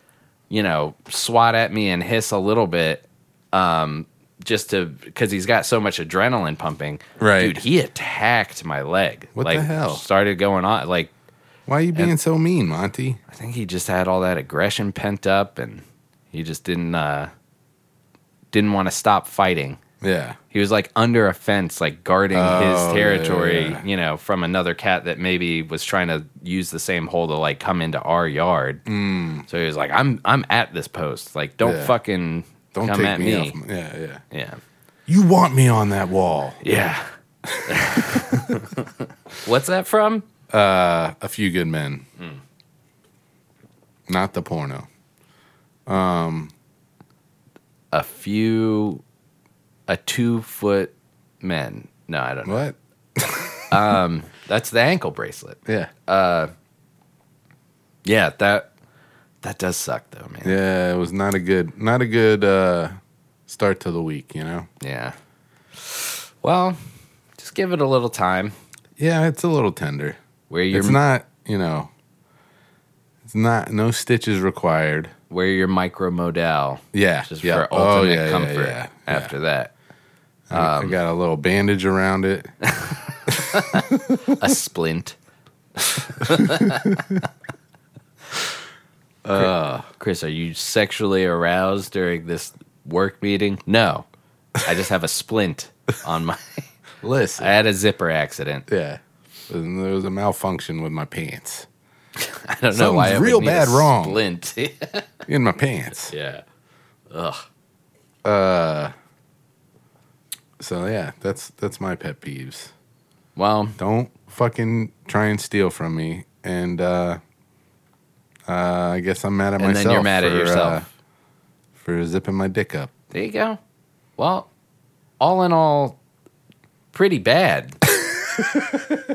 Speaker 1: you know swat at me and hiss a little bit um just to because he's got so much adrenaline pumping
Speaker 2: Right.
Speaker 1: dude he attacked my leg
Speaker 2: What the
Speaker 1: like
Speaker 2: hell?
Speaker 1: started going on like
Speaker 2: Why are you being so mean, Monty?
Speaker 1: i think he just had all that aggression pent up and he just didn't uh didn't want to stop fighting
Speaker 2: Yeah.
Speaker 1: he was like under a fence like guarding
Speaker 2: Oh,
Speaker 1: his territory
Speaker 2: yeah.
Speaker 1: you know from another cat that maybe was trying to use the same hole to like come into our yard so he was like i'm i'm at this post like don't
Speaker 2: Mm. Yeah.
Speaker 1: fucking
Speaker 2: Don't
Speaker 1: come
Speaker 2: take
Speaker 1: at
Speaker 2: me,
Speaker 1: me
Speaker 2: off. My, yeah, yeah.
Speaker 1: yeah
Speaker 2: You want me on that wall?
Speaker 1: yeah what's that from
Speaker 2: A few good men.
Speaker 1: Hmm.
Speaker 2: Not the porno.
Speaker 1: a few a two foot men no i don't know
Speaker 2: What?
Speaker 1: that's the ankle bracelet
Speaker 2: Yeah.
Speaker 1: yeah that that does suck though man
Speaker 2: yeah, it was not a good, not a good uh, start to the week. You know.
Speaker 1: yeah. well just give it a little time
Speaker 2: Yeah, it's a little tender.
Speaker 1: Wear your
Speaker 2: it's not, you know, it's not no stitches required.
Speaker 1: wear your micro modal
Speaker 2: Yeah,
Speaker 1: just
Speaker 2: yeah. Oh,
Speaker 1: for ultimate
Speaker 2: yeah, yeah,
Speaker 1: comfort
Speaker 2: yeah, yeah.
Speaker 1: after that.
Speaker 2: I- I got a little bandage around it.
Speaker 1: A splint. uh, Chris, are you sexually aroused during this work meeting? No. I just have a splint on my I
Speaker 2: Listen,
Speaker 1: had a zipper accident.
Speaker 2: yeah, And there was a malfunction with my pants
Speaker 1: I don't know why. I
Speaker 2: Something's
Speaker 1: would
Speaker 2: real
Speaker 1: need a
Speaker 2: bad wrong.
Speaker 1: Splint.
Speaker 2: in my pants.
Speaker 1: yeah.
Speaker 2: So yeah, that's that's my pet peeves.
Speaker 1: Well,
Speaker 2: Don't fucking try and steal from me. And uh, uh, I guess I'm mad at
Speaker 1: and
Speaker 2: myself.
Speaker 1: then you're mad at
Speaker 2: for,
Speaker 1: yourself.
Speaker 2: uh, for zipping my dick up.
Speaker 1: There you go. Well, all in all, pretty bad.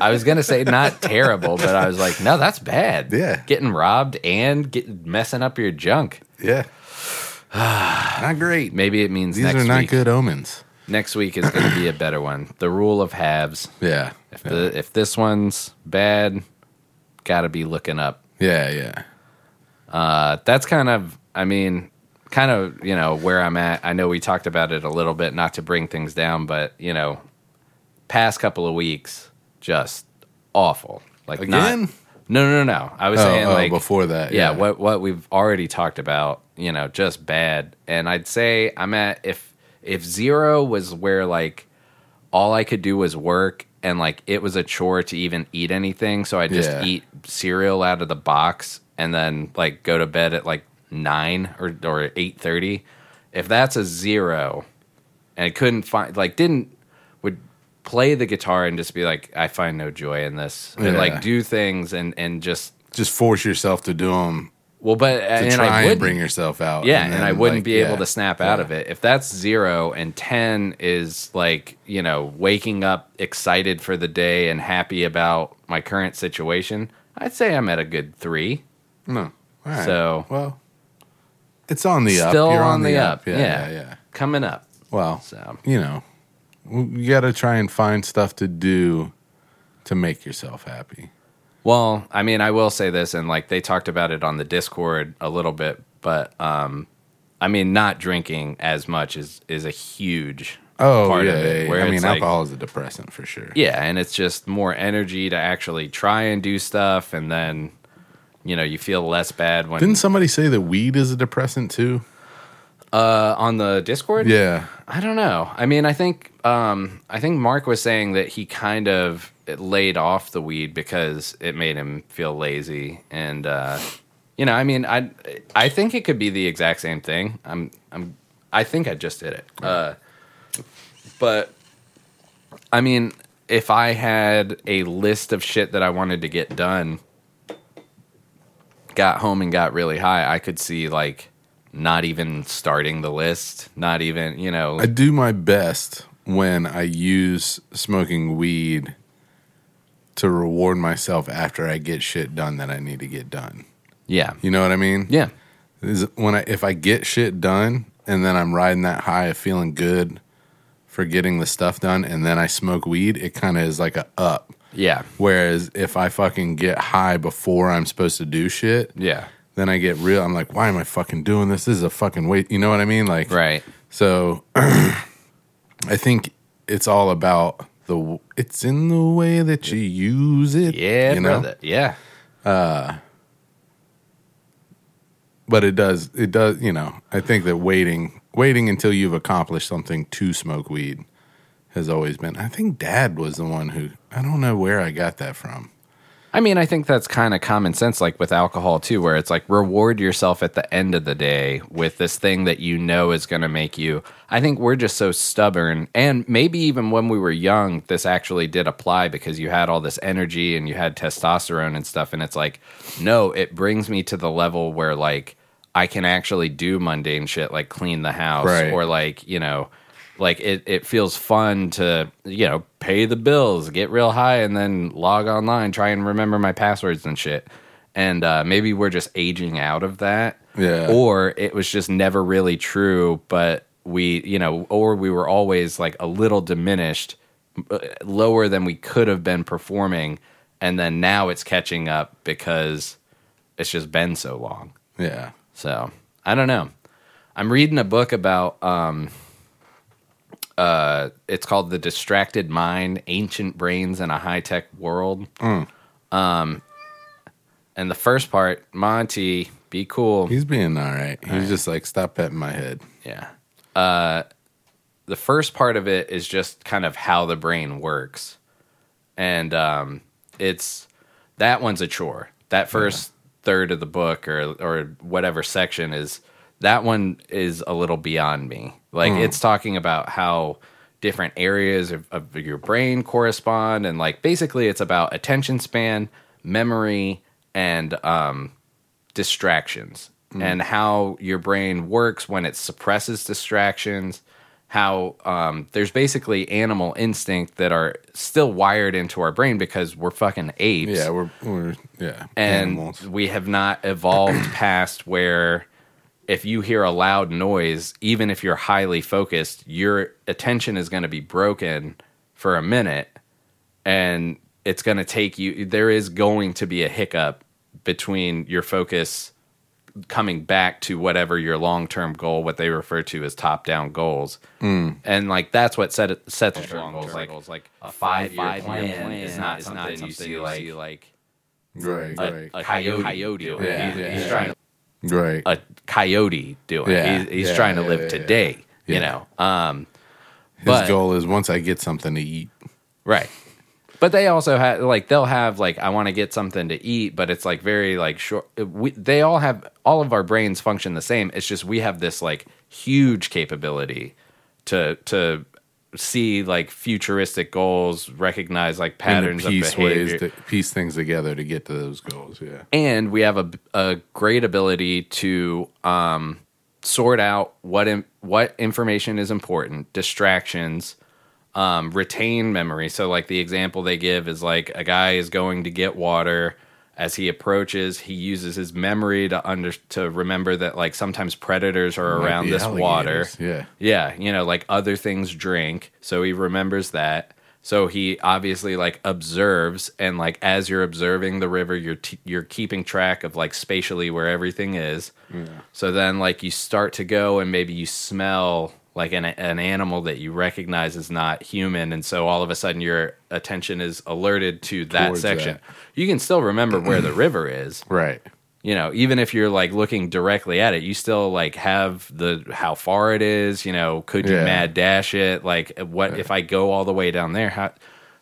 Speaker 1: I was gonna say not terrible, but I was like, no, that's bad.
Speaker 2: Yeah.
Speaker 1: getting robbed and get, messing up your junk.
Speaker 2: Yeah, not great.
Speaker 1: Maybe it means
Speaker 2: These
Speaker 1: next
Speaker 2: are not
Speaker 1: week.
Speaker 2: good omens.
Speaker 1: Next week is gonna be a better one. The rule of halves.
Speaker 2: Yeah.
Speaker 1: If
Speaker 2: yeah.
Speaker 1: the if this one's bad, gotta be looking up.
Speaker 2: yeah, yeah.
Speaker 1: Uh, that's kind of, I mean, kind of, you know, where I'm at. I know we talked about it a little bit, not to bring things down, but you know, past couple of weeks, just awful. Like
Speaker 2: Again?
Speaker 1: Not, no, no, no. I was
Speaker 2: Oh,
Speaker 1: saying
Speaker 2: oh,
Speaker 1: like
Speaker 2: before that.
Speaker 1: yeah, what what we've already talked about, you know, just bad. And I'd say I'm at if if zero was where like all I could do was work and like it was a chore to even eat anything, so I just
Speaker 2: Yeah.
Speaker 1: eat cereal out of the box and then like go to bed at like nine or or eight thirty. If that's a zero, and couldn't find like didn't would play the guitar and just be like, I find no joy in this, and
Speaker 2: Yeah.
Speaker 1: like do things and and just
Speaker 2: Just force yourself to do them
Speaker 1: well, but uh,
Speaker 2: to
Speaker 1: and
Speaker 2: try
Speaker 1: I
Speaker 2: and
Speaker 1: wouldn't.
Speaker 2: bring yourself out.
Speaker 1: yeah, and,
Speaker 2: then,
Speaker 1: I wouldn't
Speaker 2: like,
Speaker 1: be able
Speaker 2: yeah.
Speaker 1: to snap out of it. If that's zero and ten is like you know waking up excited for the day and happy about my current situation, I'd say I'm at a good three.
Speaker 2: No. All right.
Speaker 1: So-
Speaker 2: well, it's on the up.
Speaker 1: Still
Speaker 2: You're
Speaker 1: on, the, up.
Speaker 2: Yeah, yeah, yeah.
Speaker 1: coming up.
Speaker 2: Well,
Speaker 1: So
Speaker 2: you know, you got to try and find stuff to do to make yourself happy.
Speaker 1: Well, I mean, I will say this, and like they talked about it on the Discord a little bit, but um, I mean, not drinking as much is is a huge
Speaker 2: Oh,
Speaker 1: part
Speaker 2: yeah.
Speaker 1: of it.
Speaker 2: yeah,
Speaker 1: where
Speaker 2: yeah. I mean,
Speaker 1: it's like-
Speaker 2: alcohol is a depressant for sure.
Speaker 1: yeah, and it's just more energy to actually try and do stuff, and then you know you feel less bad when
Speaker 2: Didn't somebody say that weed is a depressant too?
Speaker 1: uh, on the Discord.
Speaker 2: Yeah.
Speaker 1: I don't know. I mean, I think um, I think Mark was saying that he kind of laid off the weed because it made him feel lazy, and uh, you know, I mean, I I think it could be the exact same thing. I'm I'm I think I just did it, uh, but I mean, if I had a list of shit that I wanted to get done, got home and got really high, I could see like. Not even starting the list, not even, you know.
Speaker 2: I do my best when I use smoking weed to reward myself after I get shit done that I need to get done.
Speaker 1: Yeah.
Speaker 2: You know what I mean?
Speaker 1: Yeah.
Speaker 2: Is when I if I get shit done and then I'm riding that high of feeling good for getting the stuff done and then I smoke weed, it kind of is like a up.
Speaker 1: Yeah.
Speaker 2: Whereas if I fucking get high before I'm supposed to do shit,
Speaker 1: Yeah.
Speaker 2: then I get real. I'm like, why am I fucking doing this? This is a fucking waste. You know what I mean? Like,
Speaker 1: Right.
Speaker 2: So I think it's all about the. It's in the way that you use it.
Speaker 1: Yeah,
Speaker 2: you know.
Speaker 1: brother. Yeah.
Speaker 2: But it does. It does. You know. I think that waiting, waiting until you've accomplished something to smoke weed, has always been. I think Dad was the one who. I don't know where I got that from.
Speaker 1: I mean, I think that's kind of common sense, like with alcohol too, where it's like reward yourself at the end of the day with this thing that you know is going to make you. I think we're just so stubborn. And maybe even when we were young, this actually did apply because you had all this energy and you had testosterone and stuff. And it's like, no, it brings me to the level where like I can actually do mundane shit like clean the house
Speaker 2: Right.
Speaker 1: or like, you know, like it, it feels fun to you know pay the bills get real high and then log online try and remember my passwords and shit and uh, maybe we're just aging out of that
Speaker 2: Yeah.
Speaker 1: or it was just never really true but we you know or we were always like a little diminished uh, lower than we could have been performing and then now it's catching up because it's just been so long
Speaker 2: Yeah.
Speaker 1: so I don't know. I'm reading a book about um uh it's called The Distracted Mind, Ancient Brains in a High Tech World. Um and the first part, Monty, be cool.
Speaker 2: He's being all right. He's just like, stop petting my head.
Speaker 1: Yeah. Uh, the first part of it is just kind of how the brain works. And um, it's that one's a chore. That first third of the book or or whatever section is that one is a little beyond me. Like it's talking about how different areas of, of your brain correspond and like basically it's about attention span, memory, and um, distractions and how your brain works when it suppresses distractions. How um, there's basically animal instinct that are still wired into our brain because we're fucking apes
Speaker 2: Yeah, we're we're yeah
Speaker 1: and
Speaker 2: animals.
Speaker 1: we have not evolved past where if you hear a loud noise even if you're highly focused your attention is going to be broken for a minute and it's going to take you there is going to be a hiccup between your focus coming back to whatever your long-term goal what they refer to as top-down goals and like that's what set it sets goals like, like a five-year plan, is not something, you see like
Speaker 2: Right, right,
Speaker 1: a coyote, doing it.
Speaker 2: Yeah,
Speaker 1: he's,
Speaker 2: yeah,
Speaker 1: he's
Speaker 2: yeah.
Speaker 1: trying to,
Speaker 2: right.
Speaker 1: a coyote doing it.
Speaker 2: Yeah,
Speaker 1: he's, he's
Speaker 2: yeah,
Speaker 1: trying to
Speaker 2: yeah,
Speaker 1: live
Speaker 2: yeah,
Speaker 1: today
Speaker 2: Yeah.
Speaker 1: you know um
Speaker 2: His
Speaker 1: but-
Speaker 2: goal is once I get something to eat.
Speaker 1: right but they also have like they'll have like i want to get something to eat but it's like very like short we, they all have all of our brains function the same it's just we have this like huge capability to to see like futuristic goals recognize like
Speaker 2: and
Speaker 1: patterns
Speaker 2: to piece
Speaker 1: of behavior
Speaker 2: ways to piece things together to get to those goals. Yeah,
Speaker 1: and we have a, a great ability to um, sort out what in, what information is important, distractions, um, retain memory. So, like the example they give is like a guy is going to get water. As he approaches, he uses his memory to under to remember that like sometimes predators are
Speaker 2: Like
Speaker 1: around
Speaker 2: the
Speaker 1: this water.
Speaker 2: alligators. Yeah,
Speaker 1: Yeah, you know, like other things drink, so he remembers that. So he obviously like observes, and like as you're observing the river, you're t- you're keeping track of like spatially where everything is. So then like you start to go, and maybe you smell like an an animal that you recognize as not human, and so all of a sudden your attention is alerted to that
Speaker 2: Towards
Speaker 1: section.
Speaker 2: that.
Speaker 1: You can still remember where the river is,
Speaker 2: Right.
Speaker 1: you know even if you're like looking directly at it you still like have the how far it is you know could you
Speaker 2: Yeah.
Speaker 1: mad dash it like what if i go all the way down there how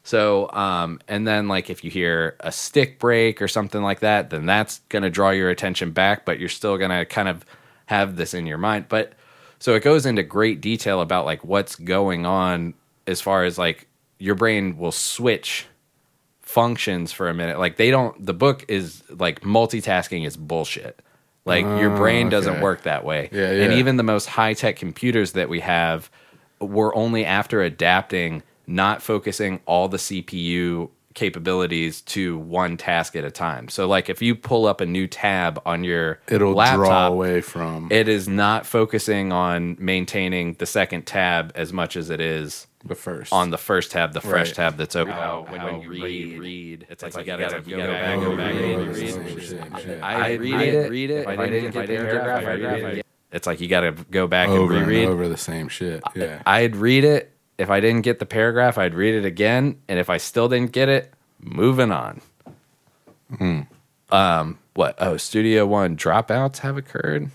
Speaker 1: so um and then like if you hear a stick break or something like that then that's going to draw your attention back but you're still going to kind of have this in your mind but so it goes into great detail about like what's going on as far as like your brain will switch functions for a minute. Like they don't. The book is like multitasking is bullshit. Like your brain doesn't
Speaker 2: Oh, okay.
Speaker 1: work that way.
Speaker 2: Yeah,
Speaker 1: And
Speaker 2: yeah.
Speaker 1: even the most high tech computers that we have were only after adapting, not focusing all the CPU capabilities to one task at a time. So like if you pull up a new tab on your
Speaker 2: It'll
Speaker 1: laptop,
Speaker 2: draw away from
Speaker 1: It is not focusing on maintaining the second tab as much as it is
Speaker 2: the first.
Speaker 1: on the first tab, the fresh
Speaker 2: Right.
Speaker 1: tab that's open. when, you read, read, it's like, you gotta, go back, go back, and read. I read it, read it. If I didn't get the paragraph, I read it. It's like you gotta go back and
Speaker 2: over
Speaker 1: reread.
Speaker 2: and over the same shit. Yeah.
Speaker 1: I'd read it. If I didn't get the paragraph, I'd read it again. And if I still didn't get it, moving on. Hmm. Um, what? Oh, Studio One dropouts have occurred.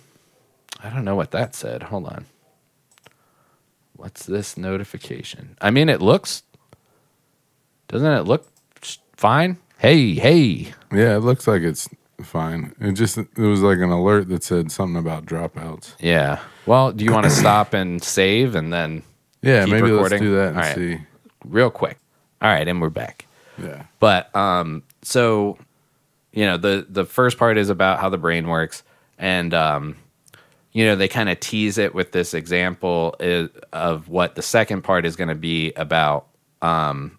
Speaker 1: I don't know what that said. Hold on. What's this notification? I mean, it looks. Doesn't it look s- fine? Hey, hey.
Speaker 2: yeah, it looks like it's fine. It just it was like an alert that said something about dropouts.
Speaker 1: Yeah. Well, do you want to stop and save and then
Speaker 2: Yeah,
Speaker 1: Keep
Speaker 2: maybe
Speaker 1: recording?
Speaker 2: let's do that and
Speaker 1: All right.
Speaker 2: see.
Speaker 1: real quick? All right, and we're back.
Speaker 2: Yeah.
Speaker 1: But um, so you know the the first part is about how the brain works, and um, you know they kind of tease it with this example i of what the second part is going to be about, um,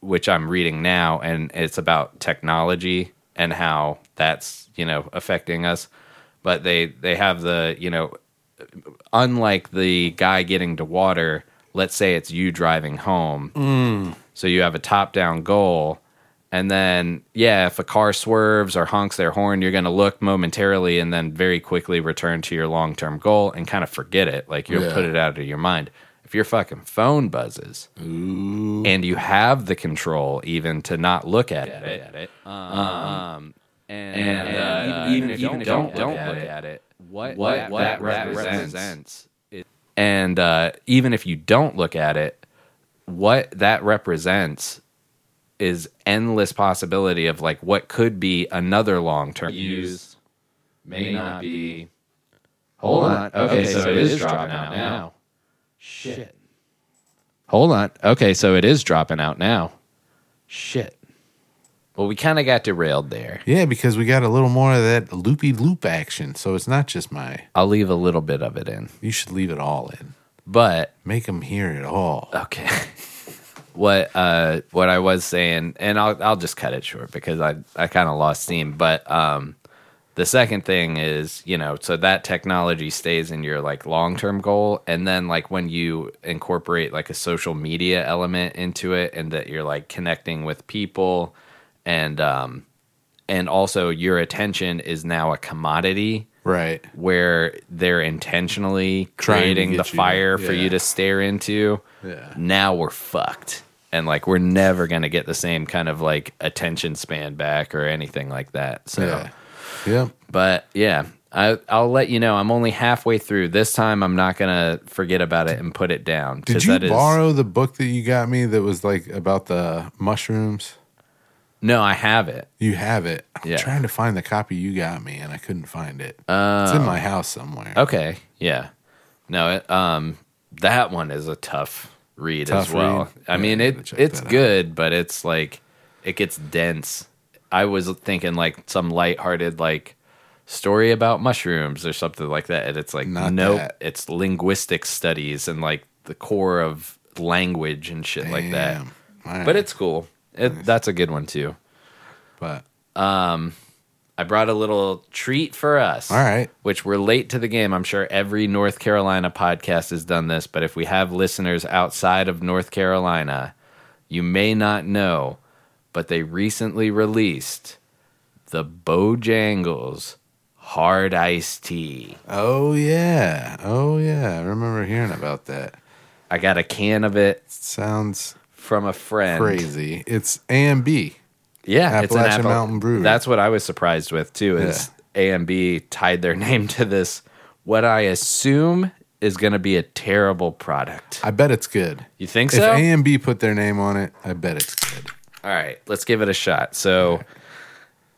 Speaker 1: which I'm reading now, and it's about technology and how that's you know affecting us. But they they have the you know unlike the guy getting to water, let's say it's you driving home. So you have a top down goal. And then, yeah, if a car swerves or honks their horn, you're going to look momentarily and then very quickly return to your long term goal and kind of forget it. Like you'll
Speaker 2: Yeah.
Speaker 1: put it out of your mind. If your fucking phone buzzes and you have the control even to not look at it, um, and, uh, even, if you don't, don't, look at it, what, what, that, represents. and uh, even if you don't look at it, what that represents is endless possibility of like what could be another long term use may not be. Hold on. Okay, so it is dropping out now. Shit. Hold on. Okay, so it is dropping out now. Shit. Well, we kind of got derailed there.
Speaker 2: Yeah, because we got a little more of that loopy loop action. So it's not just my.
Speaker 1: I'll leave a little bit of it in.
Speaker 2: You should leave it all in.
Speaker 1: But
Speaker 2: Make them hear it all.
Speaker 1: okay. what uh what I was saying and I'll I'll just cut it short because I I kind of lost steam, but um the second thing is, you know, so that technology stays in your like long-term goal and then like when you incorporate like a social media element into it and that you're like connecting with people and um and also your attention is now a commodity
Speaker 2: Right.
Speaker 1: where they're intentionally
Speaker 2: Trying to
Speaker 1: creating
Speaker 2: get
Speaker 1: the
Speaker 2: you.
Speaker 1: fire for
Speaker 2: Yeah.
Speaker 1: you to stare into.
Speaker 2: Yeah.
Speaker 1: Now we're fucked. And like we're never gonna get the same kind of like attention span back or anything like that. So
Speaker 2: Yeah. Yep.
Speaker 1: but yeah. I, I'll let you know. I'm only halfway through. This time, I'm not gonna forget about it and put it down. 'cause
Speaker 2: Did you
Speaker 1: that is-
Speaker 2: borrow the book that you got me that was like about the mushrooms?
Speaker 1: No, I have it.
Speaker 2: You have it. I'm
Speaker 1: Yeah.
Speaker 2: trying to find the copy you got me, and I couldn't find it. it's
Speaker 1: Um,
Speaker 2: in my house somewhere.
Speaker 1: Okay, yeah. No, it, um, that one is a tough read as
Speaker 2: Tough
Speaker 1: well.
Speaker 2: read.
Speaker 1: I
Speaker 2: Yeah,
Speaker 1: mean,
Speaker 2: I gotta
Speaker 1: it
Speaker 2: check
Speaker 1: it's
Speaker 2: that out.
Speaker 1: good, but it's like it gets dense. I was thinking like some lighthearted like story about mushrooms or something like that, and it's like
Speaker 2: Not
Speaker 1: nope,
Speaker 2: that.
Speaker 1: it's linguistic studies and like the core of language and shit like that.
Speaker 2: Damn. All right.
Speaker 1: But it's cool. It, That's a good one too.
Speaker 2: but
Speaker 1: I brought a little treat for us.
Speaker 2: All right.
Speaker 1: Which we're late to the game. I'm sure every North Carolina podcast has done this, but if we have listeners outside of North Carolina, You may not know, but they recently released the Bojangles Hard Iced Tea.
Speaker 2: Oh yeah. Oh yeah. I remember hearing about that.
Speaker 1: I got a can of it
Speaker 2: Sounds
Speaker 1: from a friend.
Speaker 2: crazy. It's A and B.
Speaker 1: Yeah, it's an
Speaker 2: Appalachian
Speaker 1: Appa-
Speaker 2: Mountain Brewery.
Speaker 1: That's what I was surprised with too. Is A and B tied their name to this? What I assume is going to be a terrible product.
Speaker 2: I bet it's good.
Speaker 1: You think
Speaker 2: if
Speaker 1: so?
Speaker 2: A and B put their name on it, I bet it's good.
Speaker 1: All right, let's give it a shot. So,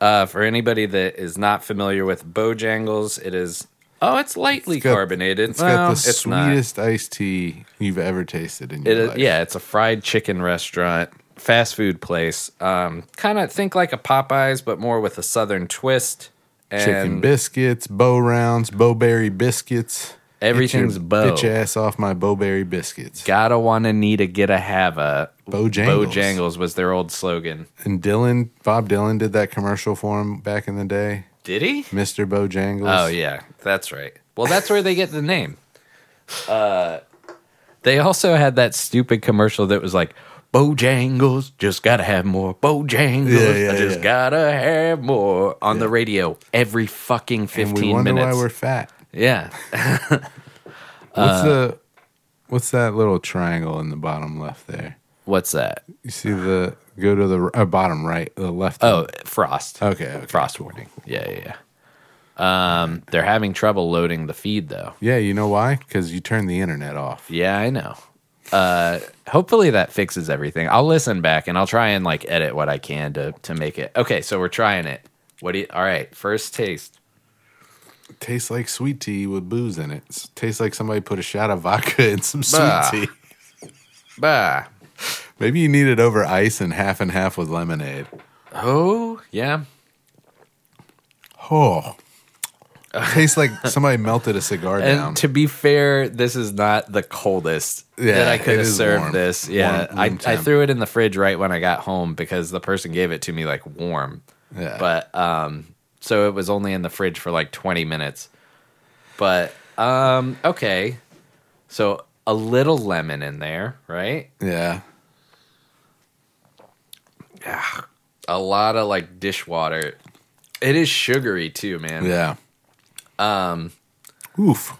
Speaker 1: uh, for anybody that is not familiar with Bojangles, it is oh, it's lightly
Speaker 2: got-
Speaker 1: carbonated.
Speaker 2: It's got
Speaker 1: Well,
Speaker 2: the
Speaker 1: it's
Speaker 2: sweetest iced tea you've ever tasted in
Speaker 1: Not. It
Speaker 2: your
Speaker 1: is-
Speaker 2: life.
Speaker 1: yeah, it's a fried chicken restaurant, fast food place. Um, kind of think like a Popeyes, but more with a southern twist. And
Speaker 2: Chicken biscuits, bow rounds, bowberry biscuits. Get your
Speaker 1: Everything's bow.
Speaker 2: Bitch ass off my bowberry biscuits.
Speaker 1: gotta wanna need a get a have a.
Speaker 2: Bojangles.
Speaker 1: Bojangles was their old slogan.
Speaker 2: And Dylan, Bob Dylan did that commercial for him back in the day.
Speaker 1: Did he?
Speaker 2: Mr. Bojangles.
Speaker 1: Oh yeah, that's right. Well, that's where they get the name. Uh, they also had that stupid commercial that was like Bojangles, just gotta have more Bojangles.
Speaker 2: Yeah, yeah,
Speaker 1: I just
Speaker 2: yeah.
Speaker 1: gotta have more on the radio every fucking
Speaker 2: And we
Speaker 1: fifteen
Speaker 2: wonder
Speaker 1: minutes.
Speaker 2: why we're fat.
Speaker 1: yeah,
Speaker 2: What's
Speaker 1: Uh,
Speaker 2: the what's that little triangle in the bottom left there?
Speaker 1: what's that?
Speaker 2: You see the go to the r- uh, bottom right, the left.
Speaker 1: Oh, Frost.
Speaker 2: okay, okay.
Speaker 1: Frost warning. Yeah, yeah, yeah. Um, they're having trouble loading the feed though.
Speaker 2: Yeah, you know why? Because you turned the internet off.
Speaker 1: Yeah, I know. Uh, hopefully that fixes everything. I'll listen back and I'll try and like edit what I can to to make it. Okay, so we're trying it. What do you? All right, first taste.
Speaker 2: tastes like sweet tea with booze in it. S- tastes like somebody put a shot of vodka in some
Speaker 1: Bah.
Speaker 2: sweet tea.
Speaker 1: Bah.
Speaker 2: Maybe you need it over ice and half and half with lemonade.
Speaker 1: Oh yeah.
Speaker 2: Oh. tastes like somebody melted a cigar
Speaker 1: And
Speaker 2: down.
Speaker 1: to be fair, this is not the coldest that
Speaker 2: Yeah,
Speaker 1: I could
Speaker 2: it
Speaker 1: have
Speaker 2: is
Speaker 1: served
Speaker 2: warm.
Speaker 1: this. Yeah,
Speaker 2: Warm- warm
Speaker 1: I, I
Speaker 2: temp.
Speaker 1: threw it in the fridge right when I got home because the person gave it to me like warm.
Speaker 2: Yeah.
Speaker 1: But um, so it was only in the fridge for like 20 minutes. But um, okay, so a little lemon in there, right?
Speaker 2: yeah.
Speaker 1: A lot of like dishwater. It is sugary too, man.
Speaker 2: Yeah. Um Oof.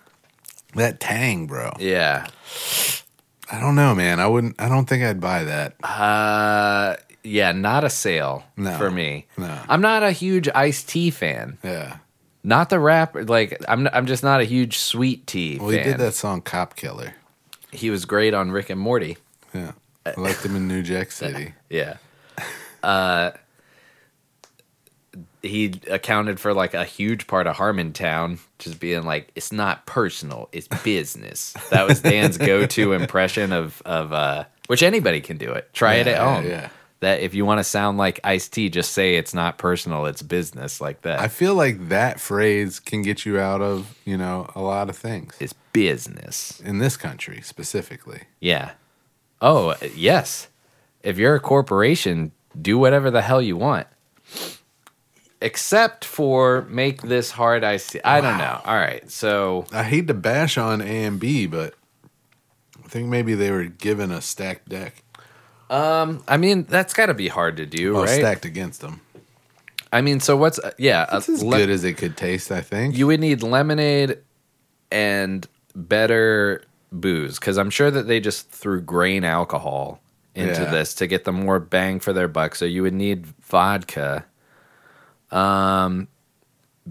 Speaker 2: That tang, bro.
Speaker 1: Yeah.
Speaker 2: I don't know, man. I wouldn't I don't think I'd buy that.
Speaker 1: Uh, yeah, not a sale
Speaker 2: No.
Speaker 1: for me.
Speaker 2: No.
Speaker 1: I'm not a huge iced tea fan.
Speaker 2: Yeah.
Speaker 1: Not the rapper. Like I'm. I'm just not a huge sweet tea.
Speaker 2: Well,
Speaker 1: fan.
Speaker 2: he did that song Cop Killer.
Speaker 1: He was great on Rick and Morty.
Speaker 2: Yeah. I liked him in New Jack City.
Speaker 1: Yeah. Uh, he accounted for like a huge part of Harmontown, just being like, "It's not personal, it's business." that was Dan's go-to impression of of uh, which anybody can do it. Try it
Speaker 2: Yeah,
Speaker 1: at
Speaker 2: yeah,
Speaker 1: home.
Speaker 2: yeah.
Speaker 1: That if you want to sound like Ice T, just say it's not personal, it's business, like that.
Speaker 2: I feel like that phrase can get you out of, you know, a lot of things.
Speaker 1: it's business.
Speaker 2: in this country specifically.
Speaker 1: Yeah. Oh, yes. If you're a corporation, do whatever the hell you want. Except for make this hard ice. tea. I don't know. All right. So,
Speaker 2: I hate to bash on A and B, but I think maybe they were given a stacked deck,
Speaker 1: I mean, that's got to be hard to do,
Speaker 2: well,
Speaker 1: right?
Speaker 2: stacked against them.
Speaker 1: I mean, so what's, yeah.
Speaker 2: It's
Speaker 1: a
Speaker 2: as
Speaker 1: le-
Speaker 2: good as it could taste, I think.
Speaker 1: Uh, you would need lemonade and better booze because I'm sure that they just threw grain alcohol into
Speaker 2: Yeah.
Speaker 1: this to get the more bang for their buck. So you would need vodka. Um,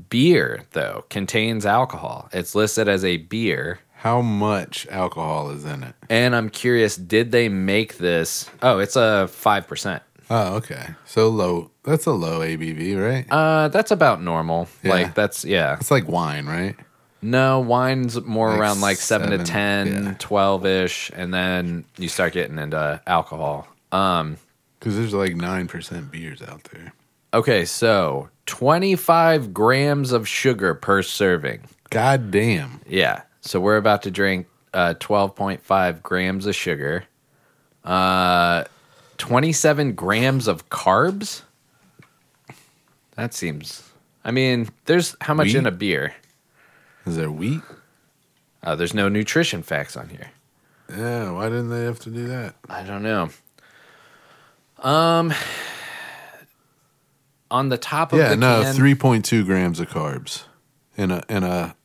Speaker 1: beer though contains alcohol. It's listed as a beer.
Speaker 2: How much alcohol is in it?
Speaker 1: And I'm curious, did they make this? Oh, it's a five percent.
Speaker 2: Oh, okay. So low. That's a low ABV, right?
Speaker 1: Uh, that's about normal.
Speaker 2: Yeah.
Speaker 1: Like that's yeah.
Speaker 2: it's like wine, right?
Speaker 1: No, wine's more
Speaker 2: Like
Speaker 1: around like 7, to
Speaker 2: seven,
Speaker 1: 10,
Speaker 2: yeah.
Speaker 1: 12 ish. And then you start getting into alcohol. Um,
Speaker 2: Because there's like nine percent beers out there.
Speaker 1: okay, so 25 grams of sugar per serving.
Speaker 2: God damn.
Speaker 1: Yeah. So we're about to drink uh, 12.5 grams of sugar, uh, 27 grams of carbs. That seems, I mean, there's how much
Speaker 2: Wheat?
Speaker 1: in a beer?
Speaker 2: Is there wheat?
Speaker 1: Uh, there's no nutrition facts on here.
Speaker 2: Yeah. Why didn't they have to do that?
Speaker 1: I don't know. Um, on the top of
Speaker 2: Yeah,
Speaker 1: the
Speaker 2: no,
Speaker 1: can
Speaker 2: three point two grams of carbs in a in a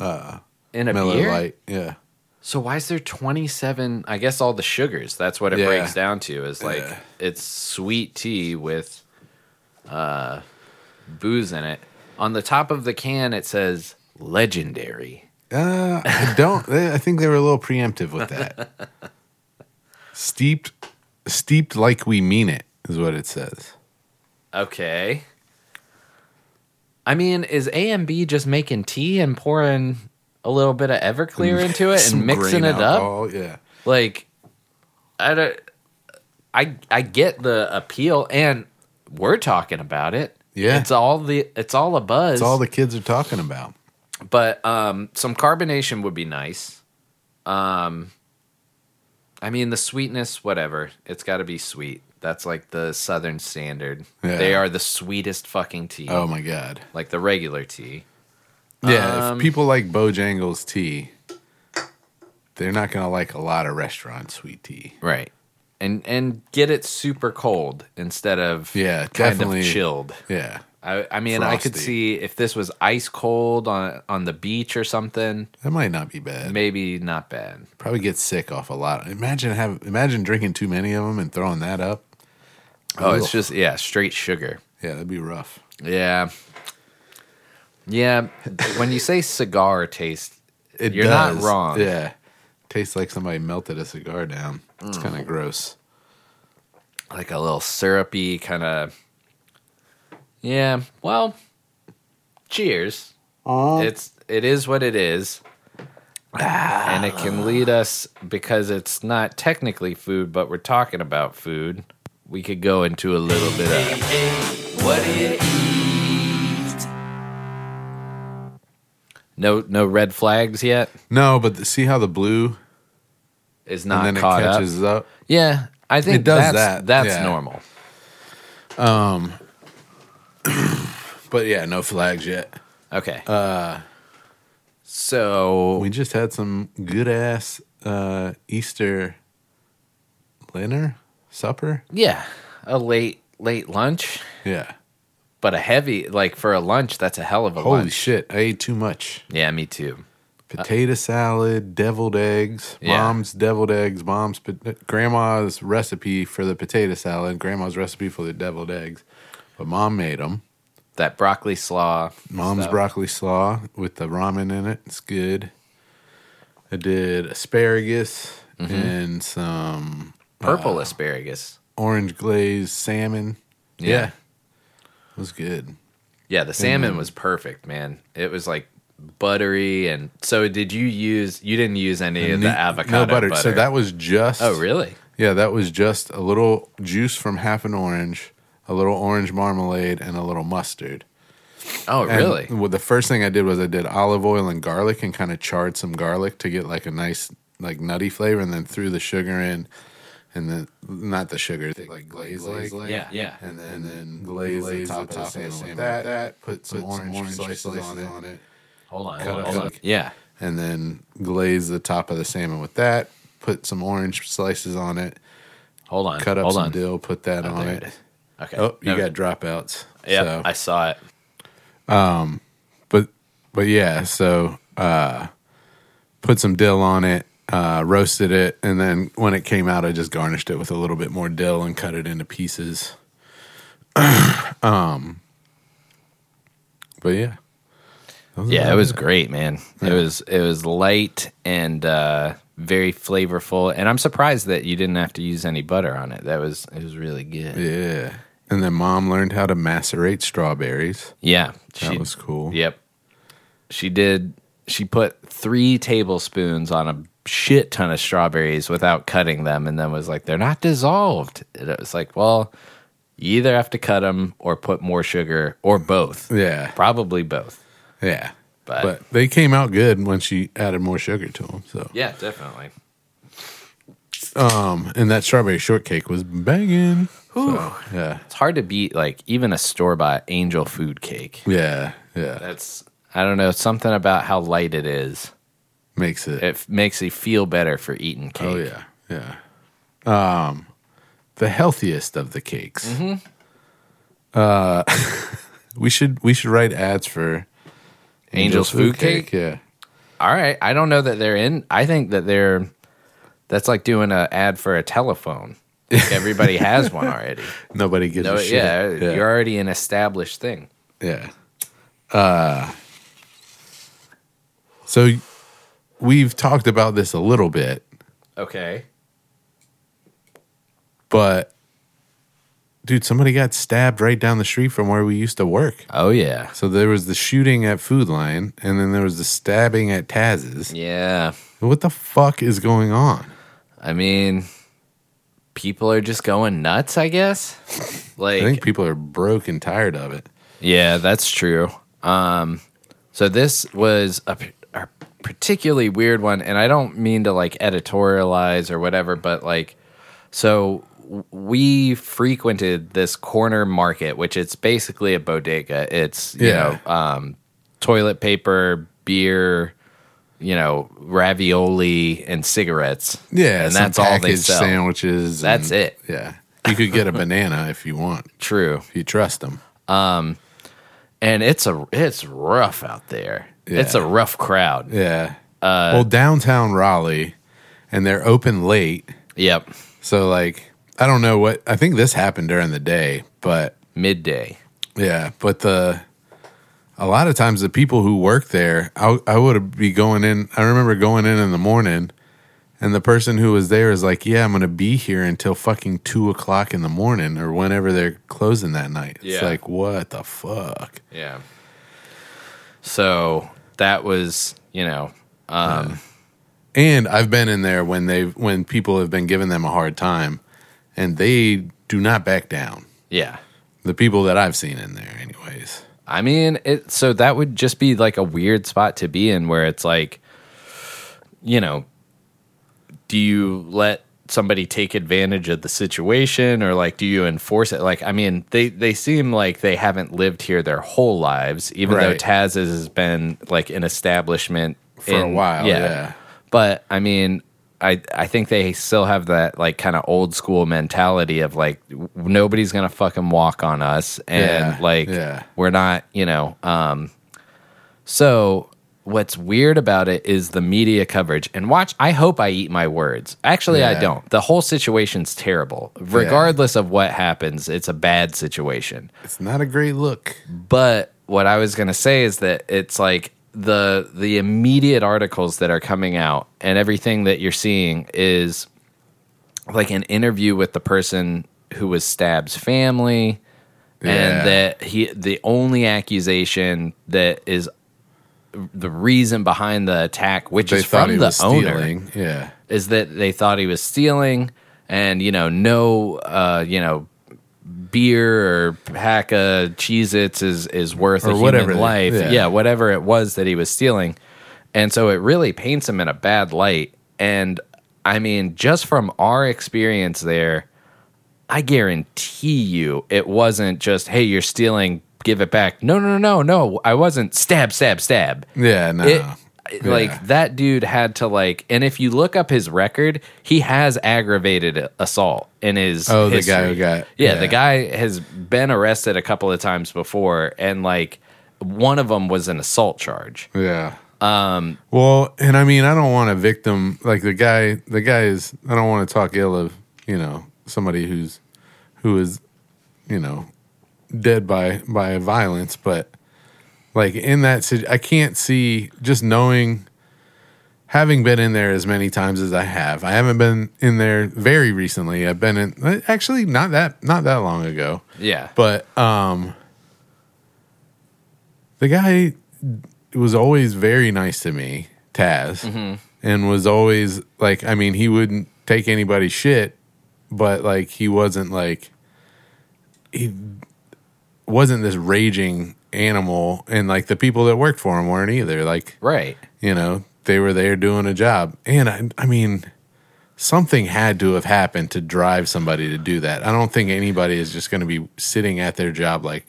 Speaker 2: uh,
Speaker 1: in a
Speaker 2: Miller
Speaker 1: beer.
Speaker 2: Lite. Yeah,
Speaker 1: So why is there 27? I guess all the sugars. That's what it
Speaker 2: Yeah.
Speaker 1: breaks down to is like
Speaker 2: Yeah.
Speaker 1: it's sweet tea with uh, booze in it. On the top of the can, it says legendary.
Speaker 2: uh, I don't. they- I think they were a little preemptive with that. steeped, steeped like we mean it is what it says.
Speaker 1: Okay. I mean, is AMB just making tea and pouring a little bit of Everclear into it
Speaker 2: Mm, Some
Speaker 1: and mixing
Speaker 2: grain
Speaker 1: it up?
Speaker 2: alcohol, Yeah,
Speaker 1: Like, I don't. I I get the appeal, and we're talking about it.
Speaker 2: Yeah.
Speaker 1: it's all the it's all a buzz.
Speaker 2: it's all the kids are talking about.
Speaker 1: but um, some carbonation would be nice. Um, I mean the sweetness, whatever. It's got to be sweet. That's like the Southern standard.
Speaker 2: Yeah.
Speaker 1: They are the sweetest fucking tea
Speaker 2: Oh my god.
Speaker 1: like the regular tea.
Speaker 2: Yeah,
Speaker 1: Um,
Speaker 2: if people like Bojangles tea, they're not gonna like a lot of restaurant sweet tea.
Speaker 1: Right. And and get it super cold instead of
Speaker 2: Yeah,
Speaker 1: kind
Speaker 2: definitely.
Speaker 1: of chilled.
Speaker 2: Yeah,
Speaker 1: I, I mean, I could
Speaker 2: Frosty.
Speaker 1: see if this was ice cold on on the beach or something,
Speaker 2: that might not be bad.
Speaker 1: maybe not bad.
Speaker 2: Probably get sick off a lot. Imagine have imagine drinking too many of them and throwing that up.
Speaker 1: Oh, it's
Speaker 2: Ugh.
Speaker 1: just yeah, straight sugar.
Speaker 2: yeah, that'd be rough.
Speaker 1: Yeah. Yeah, when you say cigar taste,
Speaker 2: It
Speaker 1: You're not wrong.
Speaker 2: Yeah, tastes like somebody melted a cigar down. It's kind
Speaker 1: Mm.
Speaker 2: of gross.
Speaker 1: like a little syrupy kind of yeah well cheers
Speaker 2: Uh-huh.
Speaker 1: it's it is what it is
Speaker 2: Ah.
Speaker 1: and it can lead us because it's not technically food but we're talking about food we could go into a little bit of what do you eat no no red flags yet
Speaker 2: No, but the, see how the blue
Speaker 1: is
Speaker 2: and
Speaker 1: not
Speaker 2: then it
Speaker 1: caught up
Speaker 2: catches up.
Speaker 1: yeah i think
Speaker 2: It does
Speaker 1: that's,
Speaker 2: that,
Speaker 1: that's
Speaker 2: yeah.
Speaker 1: normal
Speaker 2: But yeah, no flags yet.
Speaker 1: okay uh so
Speaker 2: We just had some good ass uh, Easter dinner supper.
Speaker 1: Yeah, a late late lunch,
Speaker 2: Yeah.
Speaker 1: but a heavy like for a lunch. That's a hell of a
Speaker 2: Holy
Speaker 1: lunch.
Speaker 2: shit! I ate too much.
Speaker 1: Yeah, me too.
Speaker 2: Potato salad, deviled eggs,
Speaker 1: Yeah.
Speaker 2: mom's deviled eggs, mom's pot- grandma's recipe for the potato salad, grandma's recipe for the deviled eggs, but mom made them.
Speaker 1: That broccoli slaw. uh,
Speaker 2: Mom's uh,
Speaker 1: stuff.
Speaker 2: broccoli slaw with the ramen in it. It's good. I did asparagus
Speaker 1: Mm-hmm.
Speaker 2: and some
Speaker 1: purple asparagus.
Speaker 2: orange glazed salmon.
Speaker 1: Yeah.
Speaker 2: It was good.
Speaker 1: Yeah, the salmon was perfect, man. It was like buttery and so did you use you didn't use any of the
Speaker 2: Ne-
Speaker 1: avocado butter.
Speaker 2: So that was just
Speaker 1: Oh, really?
Speaker 2: Yeah, that was just a little juice from half an orange, a little orange marmalade, and a little mustard.
Speaker 1: Oh,
Speaker 2: And
Speaker 1: really?
Speaker 2: Well, the first thing I did was I did olive oil and garlic and kind of charred some garlic to get like a nice like nutty flavor, and then threw the sugar in, and then not the sugar, like glaze, glaze,
Speaker 1: Yeah, yeah.
Speaker 2: and then, and then glaze, the top, top salmon with that, that, put some orange, slices, on it.
Speaker 1: Hold on.
Speaker 2: Cut
Speaker 1: Hold
Speaker 2: it
Speaker 1: on.
Speaker 2: like-
Speaker 1: Yeah.
Speaker 2: and then glaze the top of the salmon with that. Put some orange slices on it.
Speaker 1: Hold on.
Speaker 2: Cut up
Speaker 1: hold
Speaker 2: some
Speaker 1: on.
Speaker 2: dill. Put that Uh, on Oh,
Speaker 1: there it
Speaker 2: it.
Speaker 1: is. Okay.
Speaker 2: Oh, you
Speaker 1: No,
Speaker 2: got dropouts.
Speaker 1: Yeah,
Speaker 2: So-
Speaker 1: I saw it.
Speaker 2: but but yeah. So uh, put some dill on it. Uh, roasted it, and then when it came out, I just garnished it with a little bit more dill and cut it into pieces. um, but yeah, Mm-hmm.
Speaker 1: Yeah, it was great, man. It was it was light and uh, very flavorful, and I'm surprised that you didn't have to use any butter on it. That was it was really good. Yeah,
Speaker 2: yeah. And then mom learned how to macerate strawberries. That
Speaker 1: she-
Speaker 2: was cool.
Speaker 1: Yep, she did. She put three tablespoons on a shit ton of strawberries without cutting them, and then was like, "They're not dissolved." And it was like, well, you either have to cut them or put more sugar or both.
Speaker 2: Yeah,
Speaker 1: Probably both.
Speaker 2: Yeah.
Speaker 1: But-
Speaker 2: But, they came out good when she added more sugar to them. So,
Speaker 1: Yeah, definitely.
Speaker 2: Um, and that strawberry shortcake was banging. So, yeah.
Speaker 1: It's hard to beat like even a store bought angel food cake.
Speaker 2: Yeah. Yeah.
Speaker 1: That's I don't know something about how light it is.
Speaker 2: Makes it.
Speaker 1: Oh, It f- makes you feel better for eating cake.
Speaker 2: oh, yeah. Yeah. Um, the healthiest of the cakes. Uh,
Speaker 1: Mm-hmm.
Speaker 2: we should we should write ads for
Speaker 1: Angel's Food Cake?
Speaker 2: Yeah,
Speaker 1: All right. I don't know that they're in. I think that they're. That's like doing an ad for a telephone. Like, everybody has one already.
Speaker 2: nobody gives
Speaker 1: No,
Speaker 2: a shit.
Speaker 1: yeah,
Speaker 2: yeah.
Speaker 1: you're already an established thing.
Speaker 2: Yeah. Uh, so we've talked about this a little bit,
Speaker 1: Okay.
Speaker 2: but dude, somebody got stabbed right down the street from where we used to work.
Speaker 1: Oh yeah.
Speaker 2: So there was the shooting at Food Lion, and then there was the stabbing at Taz's.
Speaker 1: Yeah.
Speaker 2: What the fuck is going on?
Speaker 1: I mean, people are just going nuts. I guess. Like
Speaker 2: I think people are broke and tired of it.
Speaker 1: Yeah, that's true. Um, so this was a, p- a particularly weird one, and I don't mean to like editorialize or whatever, but like, so w- we frequented this corner market, which it's basically a bodega. It's you
Speaker 2: Yeah.
Speaker 1: know, um, toilet paper, beer, you know, ravioli, and cigarettes.
Speaker 2: Yeah,
Speaker 1: and
Speaker 2: some
Speaker 1: that's all they
Speaker 2: packaged
Speaker 1: sell.
Speaker 2: Sandwiches.
Speaker 1: That's
Speaker 2: and-
Speaker 1: it.
Speaker 2: Yeah, you could get a banana if you want,
Speaker 1: True.
Speaker 2: if you trust them.
Speaker 1: and it's a it's rough out there.
Speaker 2: Yeah.
Speaker 1: It's a rough crowd.
Speaker 2: Yeah.
Speaker 1: Uh,
Speaker 2: well, downtown Raleigh, and they're open late.
Speaker 1: Yep.
Speaker 2: So, like, I don't know what, I think this happened during the day, but
Speaker 1: Midday.
Speaker 2: yeah, but the, a lot of times the people who work there, I, I would be going in, I remember going in in the morning, and the person who was there is like, yeah, I'm going to be here until fucking two o'clock in the morning or whenever they're closing that night. It's
Speaker 1: Yeah.
Speaker 2: like, what the fuck?
Speaker 1: Yeah. So that was, you know, um,
Speaker 2: And I've been in there when they when people have been giving them a hard time, and they do not back down.
Speaker 1: yeah.
Speaker 2: The people that I've seen in there, anyways.
Speaker 1: I mean, it. So that would just be like a weird spot to be in, where it's like, you know, do you let somebody take advantage of the situation, or like, do you enforce it? Like, I mean, they they seem like they haven't lived here their whole lives, even though
Speaker 2: Right.
Speaker 1: Taz has been like an establishment
Speaker 2: For a
Speaker 1: in-
Speaker 2: while, yeah.
Speaker 1: But I mean, I I think they still have that like kind of old school mentality of like w- nobody's gonna fucking walk on us, and
Speaker 2: Yeah,
Speaker 1: like
Speaker 2: yeah.
Speaker 1: we're not, you know. Um, so what's weird about it is the media coverage. And watch, I hope I eat my words. Actually, I
Speaker 2: Yeah.
Speaker 1: don't. The whole situation's terrible. Regardless of what happens, it's a bad situation.
Speaker 2: It's not a great look.
Speaker 1: But what I was gonna say is that it's like the the immediate articles that are coming out and everything that you're seeing is like an interview with the person who was Stab's family,
Speaker 2: Yeah.
Speaker 1: and that he the only accusation that is the reason behind the attack, which
Speaker 2: They
Speaker 1: is
Speaker 2: thought
Speaker 1: from
Speaker 2: he
Speaker 1: the
Speaker 2: was
Speaker 1: owner,
Speaker 2: stealing. Yeah,
Speaker 1: is that they thought he was stealing and you know no uh you know beer or pack of Cheez Its is is worth
Speaker 2: Or
Speaker 1: a
Speaker 2: whatever,
Speaker 1: human life.
Speaker 2: yeah.
Speaker 1: Yeah. whatever it was that he was stealing. And so it really paints him in a bad light. And I mean, just from our experience there, I guarantee you it wasn't just, hey, you're stealing, give it back. No, no, no, no, no. I wasn't stab, stab, stab
Speaker 2: yeah, no,
Speaker 1: it,
Speaker 2: Oh, Yeah.
Speaker 1: like that dude had to like and if you look up his record he has aggravated a- assault in his
Speaker 2: Oh, the
Speaker 1: history.
Speaker 2: guy who got-
Speaker 1: yeah,
Speaker 2: yeah.
Speaker 1: the guy has been arrested a couple of times before and like one of them was an assault charge
Speaker 2: yeah. Um. Well, and I mean, I don't want a victim like the guy. The guy is. I don't want to talk ill of you know somebody who's who is you know dead by by violence but like in that sit- i can't see just knowing having been in there as many times as i have i haven't been in there very recently i've been in actually not that not that long ago
Speaker 1: yeah
Speaker 2: but um the guy was always very nice to me taz and was always like i mean he wouldn't take anybody's shit but like he wasn't like he wasn't this raging animal and like the people that worked for him weren't either like
Speaker 1: right
Speaker 2: you know they were there doing a job and i, I mean something had to have happened to drive somebody to do that i don't think anybody is just going to be sitting at their job like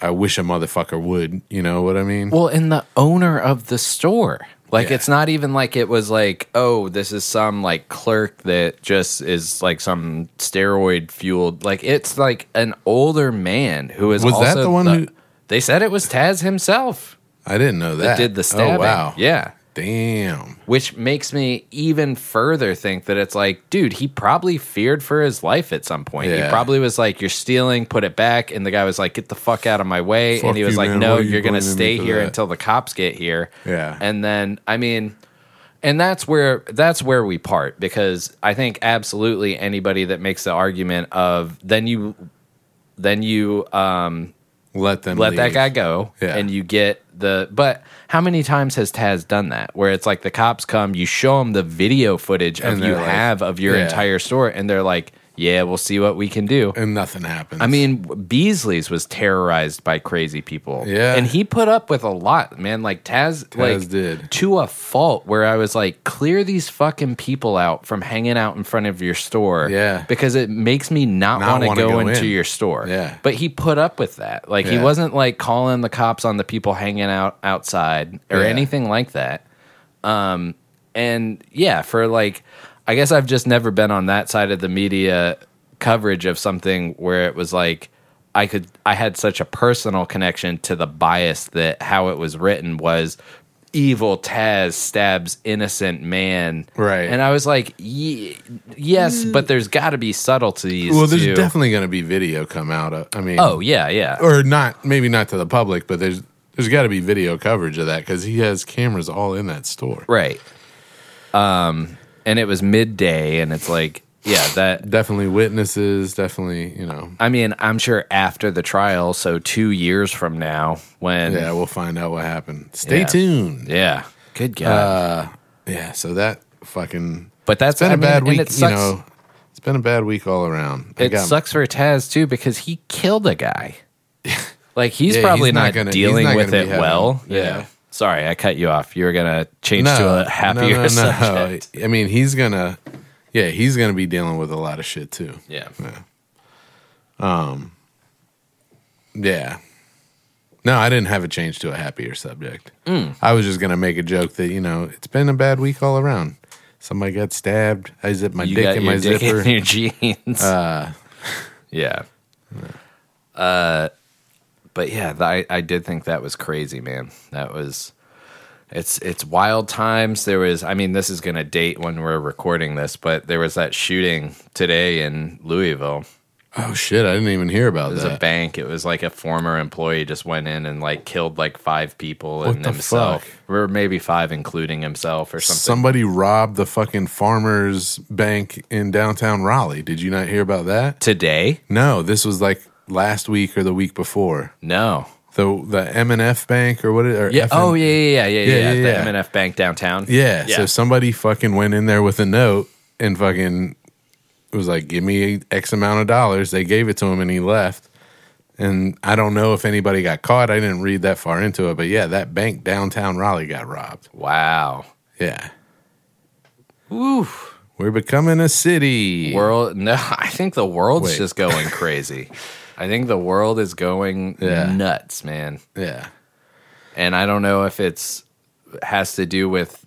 Speaker 2: I wish a motherfucker would. You know what I mean?
Speaker 1: Well, and the owner of the store. Like
Speaker 2: Yeah.
Speaker 1: it's not even like it was like, oh, this is some like clerk that just is like some steroid fueled. Like it's like an older man who is
Speaker 2: Was that
Speaker 1: also
Speaker 2: the one who-
Speaker 1: they said it was Taz himself
Speaker 2: I didn't know that.
Speaker 1: that did the stabbing.
Speaker 2: Oh wow!
Speaker 1: Yeah.
Speaker 2: Damn.
Speaker 1: Which makes me even further think that it's like, dude, he probably feared for his life at some point.
Speaker 2: Yeah.
Speaker 1: He probably was like, You're stealing, put it back. And the guy was like, Get the fuck out of my way.
Speaker 2: Fuck
Speaker 1: and he was
Speaker 2: you,
Speaker 1: like,
Speaker 2: man.
Speaker 1: No,
Speaker 2: Why are you
Speaker 1: you're going to
Speaker 2: blaming me
Speaker 1: stay
Speaker 2: for
Speaker 1: here
Speaker 2: that?"
Speaker 1: until the cops get here.
Speaker 2: Yeah.
Speaker 1: And then, I mean, and that's where that's where we part because I think absolutely anybody that makes the argument of then you then you um
Speaker 2: Let them
Speaker 1: let that
Speaker 2: leave.
Speaker 1: guy go
Speaker 2: Yeah.
Speaker 1: and you get the but how many times has taz done that where it's like the cops come you show them the video footage of
Speaker 2: And
Speaker 1: you
Speaker 2: they're like,
Speaker 1: have of your
Speaker 2: yeah.
Speaker 1: entire store and they're like yeah we'll see what we can do
Speaker 2: and nothing happens.
Speaker 1: i mean beasley's was terrorized by crazy people
Speaker 2: Yeah.
Speaker 1: and he put up with a lot man like taz, like
Speaker 2: did.
Speaker 1: to a fault where i was like clear these fucking people out from hanging out in front of your store
Speaker 2: Yeah.
Speaker 1: because it makes me not,
Speaker 2: Not
Speaker 1: want to
Speaker 2: wanna
Speaker 1: go,
Speaker 2: go
Speaker 1: into
Speaker 2: in.
Speaker 1: your store
Speaker 2: Yeah.
Speaker 1: but he put up with that. Like he
Speaker 2: Yeah.
Speaker 1: wasn't like calling the cops on the people hanging out outside or
Speaker 2: Yeah.
Speaker 1: anything like that. Um, and yeah, for like, I guess I've just never been on that side of the media coverage of something where it was like I could I had such a personal connection to the bias that how it was written was evil Taz stabs innocent man
Speaker 2: Right. Mm.
Speaker 1: and I was like "Ye- yes but there's got to be subtleties
Speaker 2: well, there's
Speaker 1: to-
Speaker 2: definitely going to be video come out. Of, I mean,
Speaker 1: oh yeah yeah
Speaker 2: or not. Maybe not to the public, but there's there's got to be video coverage of that because he has cameras all in that store.
Speaker 1: Right. Um, and it was midday, and it's like, yeah, that.
Speaker 2: Definitely witnesses. Definitely, you know.
Speaker 1: I mean, I'm sure after the trial, so two years from now, when
Speaker 2: Yeah, we'll find out what happened. Stay
Speaker 1: Yeah.
Speaker 2: tuned.
Speaker 1: yeah, good God.
Speaker 2: Yeah. So that fucking.
Speaker 1: but that's
Speaker 2: Uh, It's been
Speaker 1: I
Speaker 2: a
Speaker 1: mean,
Speaker 2: bad
Speaker 1: and
Speaker 2: week.
Speaker 1: It sucks.
Speaker 2: You know, it's been a bad week all around. I
Speaker 1: it
Speaker 2: got-
Speaker 1: sucks for Taz too because he killed a guy. Like he's
Speaker 2: Yeah, he's
Speaker 1: probably
Speaker 2: not
Speaker 1: not,
Speaker 2: gonna- he's
Speaker 1: dealing
Speaker 2: not
Speaker 1: with
Speaker 2: gonna
Speaker 1: it
Speaker 2: be having-
Speaker 1: well.
Speaker 2: Yeah.
Speaker 1: Sorry, I cut you off. You were gonna change to a happier subject.
Speaker 2: I mean, he's gonna, yeah, he's gonna be dealing with a lot of shit too.
Speaker 1: Yeah.
Speaker 2: Yeah. No, I didn't have it changed to a happier subject.
Speaker 1: Mm.
Speaker 2: I was just gonna make a joke that you know it's been a bad week all around. Somebody got stabbed. I zipped my
Speaker 1: you
Speaker 2: dick
Speaker 1: got
Speaker 2: in
Speaker 1: your
Speaker 2: my
Speaker 1: dick
Speaker 2: zipper. Uh,
Speaker 1: in your jeans. yeah. Uh, but yeah, th- I I did think that was crazy, man. That was. It's it's wild times. There was, I mean, this is gonna date when we're recording this, but there was that shooting today in Louisville.
Speaker 2: oh shit! I didn't even hear about
Speaker 1: It was a
Speaker 2: that.
Speaker 1: bank. It was like a former employee just went in and like killed like five people and
Speaker 2: the
Speaker 1: himself,
Speaker 2: fuck?
Speaker 1: or maybe five, including himself or something.
Speaker 2: Somebody robbed the fucking farmers bank in downtown Raleigh. Did you not hear about that?
Speaker 1: Today?
Speaker 2: No, this was like last week or the week before.
Speaker 1: No.
Speaker 2: the the M and F Bank or what? it- Or
Speaker 1: Yeah.
Speaker 2: FN
Speaker 1: Oh yeah, yeah, yeah, yeah,
Speaker 2: Yeah,
Speaker 1: yeah.
Speaker 2: yeah, yeah.
Speaker 1: The M&F Bank downtown.
Speaker 2: yeah.
Speaker 1: Yeah.
Speaker 2: So somebody fucking went in there with a note and fucking was like, "Give me X amount of dollars." They gave it to him and he left. And I don't know if anybody got caught. I didn't read that far into it, but yeah, that bank downtown Raleigh got robbed.
Speaker 1: Wow.
Speaker 2: Yeah,
Speaker 1: Woo.
Speaker 2: we're becoming a city.
Speaker 1: World. No, I think the world's
Speaker 2: Wait.
Speaker 1: just going crazy. I think the world is going
Speaker 2: Yeah.
Speaker 1: nuts, man.
Speaker 2: yeah,
Speaker 1: And I don't know if it's has to do with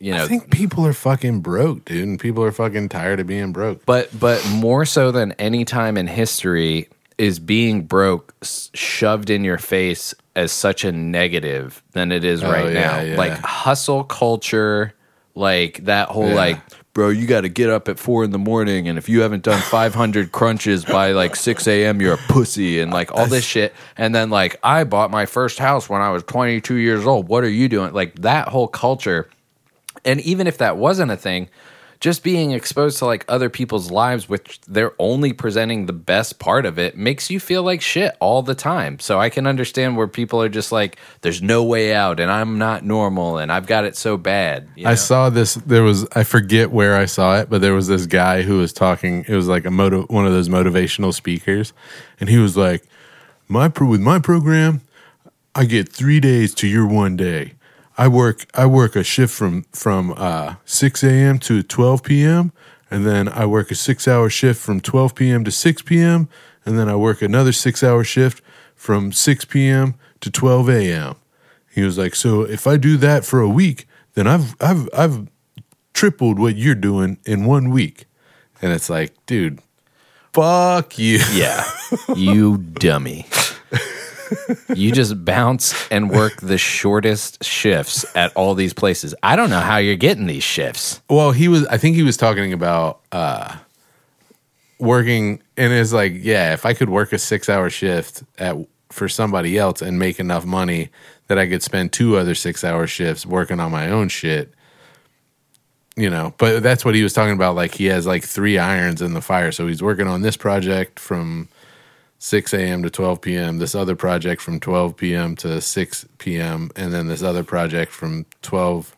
Speaker 1: you know
Speaker 2: I think people are fucking broke, dude, and people are fucking tired of being broke.
Speaker 1: but but more so than any time in history is being broke s- shoved in your face as such a negative than it is right
Speaker 2: Oh, yeah,
Speaker 1: now
Speaker 2: yeah.
Speaker 1: like hustle culture like that whole
Speaker 2: Yeah.
Speaker 1: like bro you got to get up at four in the morning and if you haven't done 500 crunches by like 6 a.m you're a pussy and like all this shit and then like i bought my first house when i was 22 years old what are you doing like that whole culture and even if that wasn't a thing just being exposed to like other people's lives which they're only presenting the best part of it makes you feel like shit all the time so i can understand where people are just like there's no way out and i'm not normal and i've got it so bad you
Speaker 2: I
Speaker 1: know?
Speaker 2: saw this. There was I forget where I saw it, but there was this guy who was talking. It was like a motiv- one of those motivational speakers, and he was like, "My pro- with my program, I get three days to your one day. I work I work a shift from from uh, six a.m. to twelve p.m. and then I work a six hour shift from twelve p.m. to six p.m. and then I work another six hour shift from 6 p.m. to 12 a.m. He was like, so if I do that for a week, then I've I've I've tripled what you're doing in one week. And it's like, dude, fuck you.
Speaker 1: Yeah. you dummy. You just bounce and work the shortest shifts at all these places. I don't know how you're getting these shifts.
Speaker 2: Well, he was. I think he was talking about uh, working, and it's like, yeah, if I could work a six-hour shift at for somebody else and make enough money that I could spend two other six-hour shifts working on my own shit, you know. But that's what he was talking about. Like he has like three irons in the fire, so he's working on this project from. 6 a.m. to 12 p.m., this other project from 12 p.m. to 6 p.m., and then this other project from 12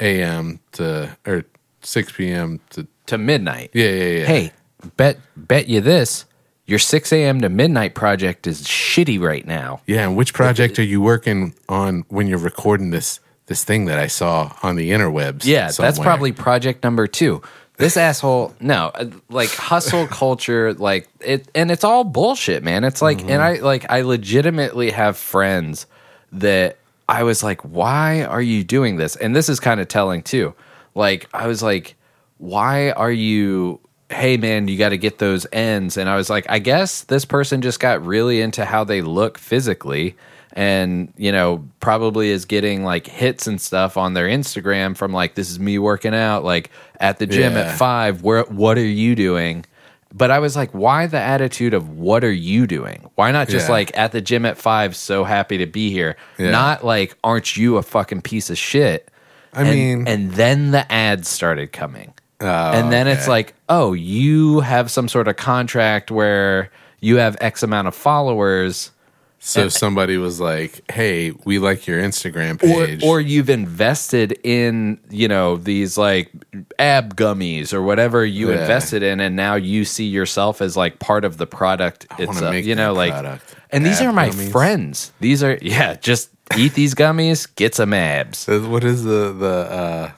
Speaker 2: a.m. to or 6 p.m. to
Speaker 1: To midnight.
Speaker 2: yeah yeah yeah.
Speaker 1: Hey, bet bet you this. Your 6 a.m. to midnight project is shitty right now.
Speaker 2: yeah. And which project are you working on when you're recording this this thing that I saw on the interwebs?
Speaker 1: Yeah, that's
Speaker 2: somewhere?
Speaker 1: probably project number two. This asshole, no, uh, like hustle culture, like it, and it's all bullshit, man. It's like, and
Speaker 2: Mm-hmm.
Speaker 1: I like, I legitimately have friends that I was like, why are you doing this? And this is kind of telling too. Like, I was like, why are you, hey man, you got to get those ends. And I was like, I guess this person just got really into how they look physically and, you know, probably is getting like hits and stuff on their Instagram from like, this is me working out, like at the gym
Speaker 2: Yeah.
Speaker 1: at five. Where, what are you doing? But I was like, why the attitude of what are you doing? Why not just
Speaker 2: Yeah.
Speaker 1: like at the gym at five, so happy to be here?
Speaker 2: Yeah.
Speaker 1: Not like, aren't you a fucking piece of shit?
Speaker 2: I
Speaker 1: And-
Speaker 2: mean-
Speaker 1: and then the ads started coming.
Speaker 2: Uh,
Speaker 1: and then it's like, oh, you have some sort of contract where you have X amount of followers,
Speaker 2: so somebody was like, "Hey, we like your Instagram
Speaker 1: or,
Speaker 2: page."
Speaker 1: or you've invested in, you know, these like ab gummies or whatever you
Speaker 2: Yeah.
Speaker 1: invested in, and now you see yourself as like part of the product
Speaker 2: wanna
Speaker 1: itself.
Speaker 2: make
Speaker 1: You know,
Speaker 2: that
Speaker 1: like,
Speaker 2: product.
Speaker 1: and these
Speaker 2: Ab
Speaker 1: are my
Speaker 2: gummies.
Speaker 1: friends. These are yeah, just eat these gummies, get some abs.
Speaker 2: So what is the the uh,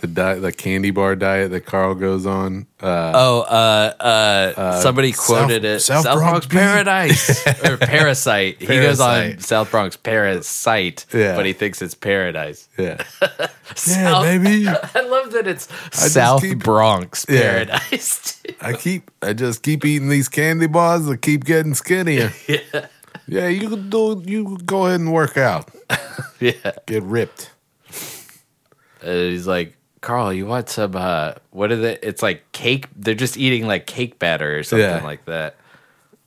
Speaker 2: the diet the candy bar diet that Carl goes on? Uh,
Speaker 1: Oh, uh, uh, somebody quoted it.
Speaker 2: South
Speaker 1: South
Speaker 2: Bronx
Speaker 1: Bronx,
Speaker 2: Beauty.
Speaker 1: Paradise or Parasite. He goes on
Speaker 2: Parasite.
Speaker 1: South Bronx Parasite,
Speaker 2: Yeah.
Speaker 1: but he thinks it's Paradise.
Speaker 2: yeah, yeah,
Speaker 1: South-
Speaker 2: baby.
Speaker 1: I love that it's
Speaker 2: just
Speaker 1: South
Speaker 2: keep-
Speaker 1: Bronx
Speaker 2: Yeah.
Speaker 1: Paradise. dude.
Speaker 2: I keep I just keep eating these candy bars. I keep getting skinnier. yeah. Yeah, you could do you could go ahead and work out.
Speaker 1: yeah.
Speaker 2: Get ripped.
Speaker 1: Uh, he's like, Carl, you want some? Uh, what are they? It's like cake. They're just eating like cake batter or something
Speaker 2: Yeah.
Speaker 1: like that.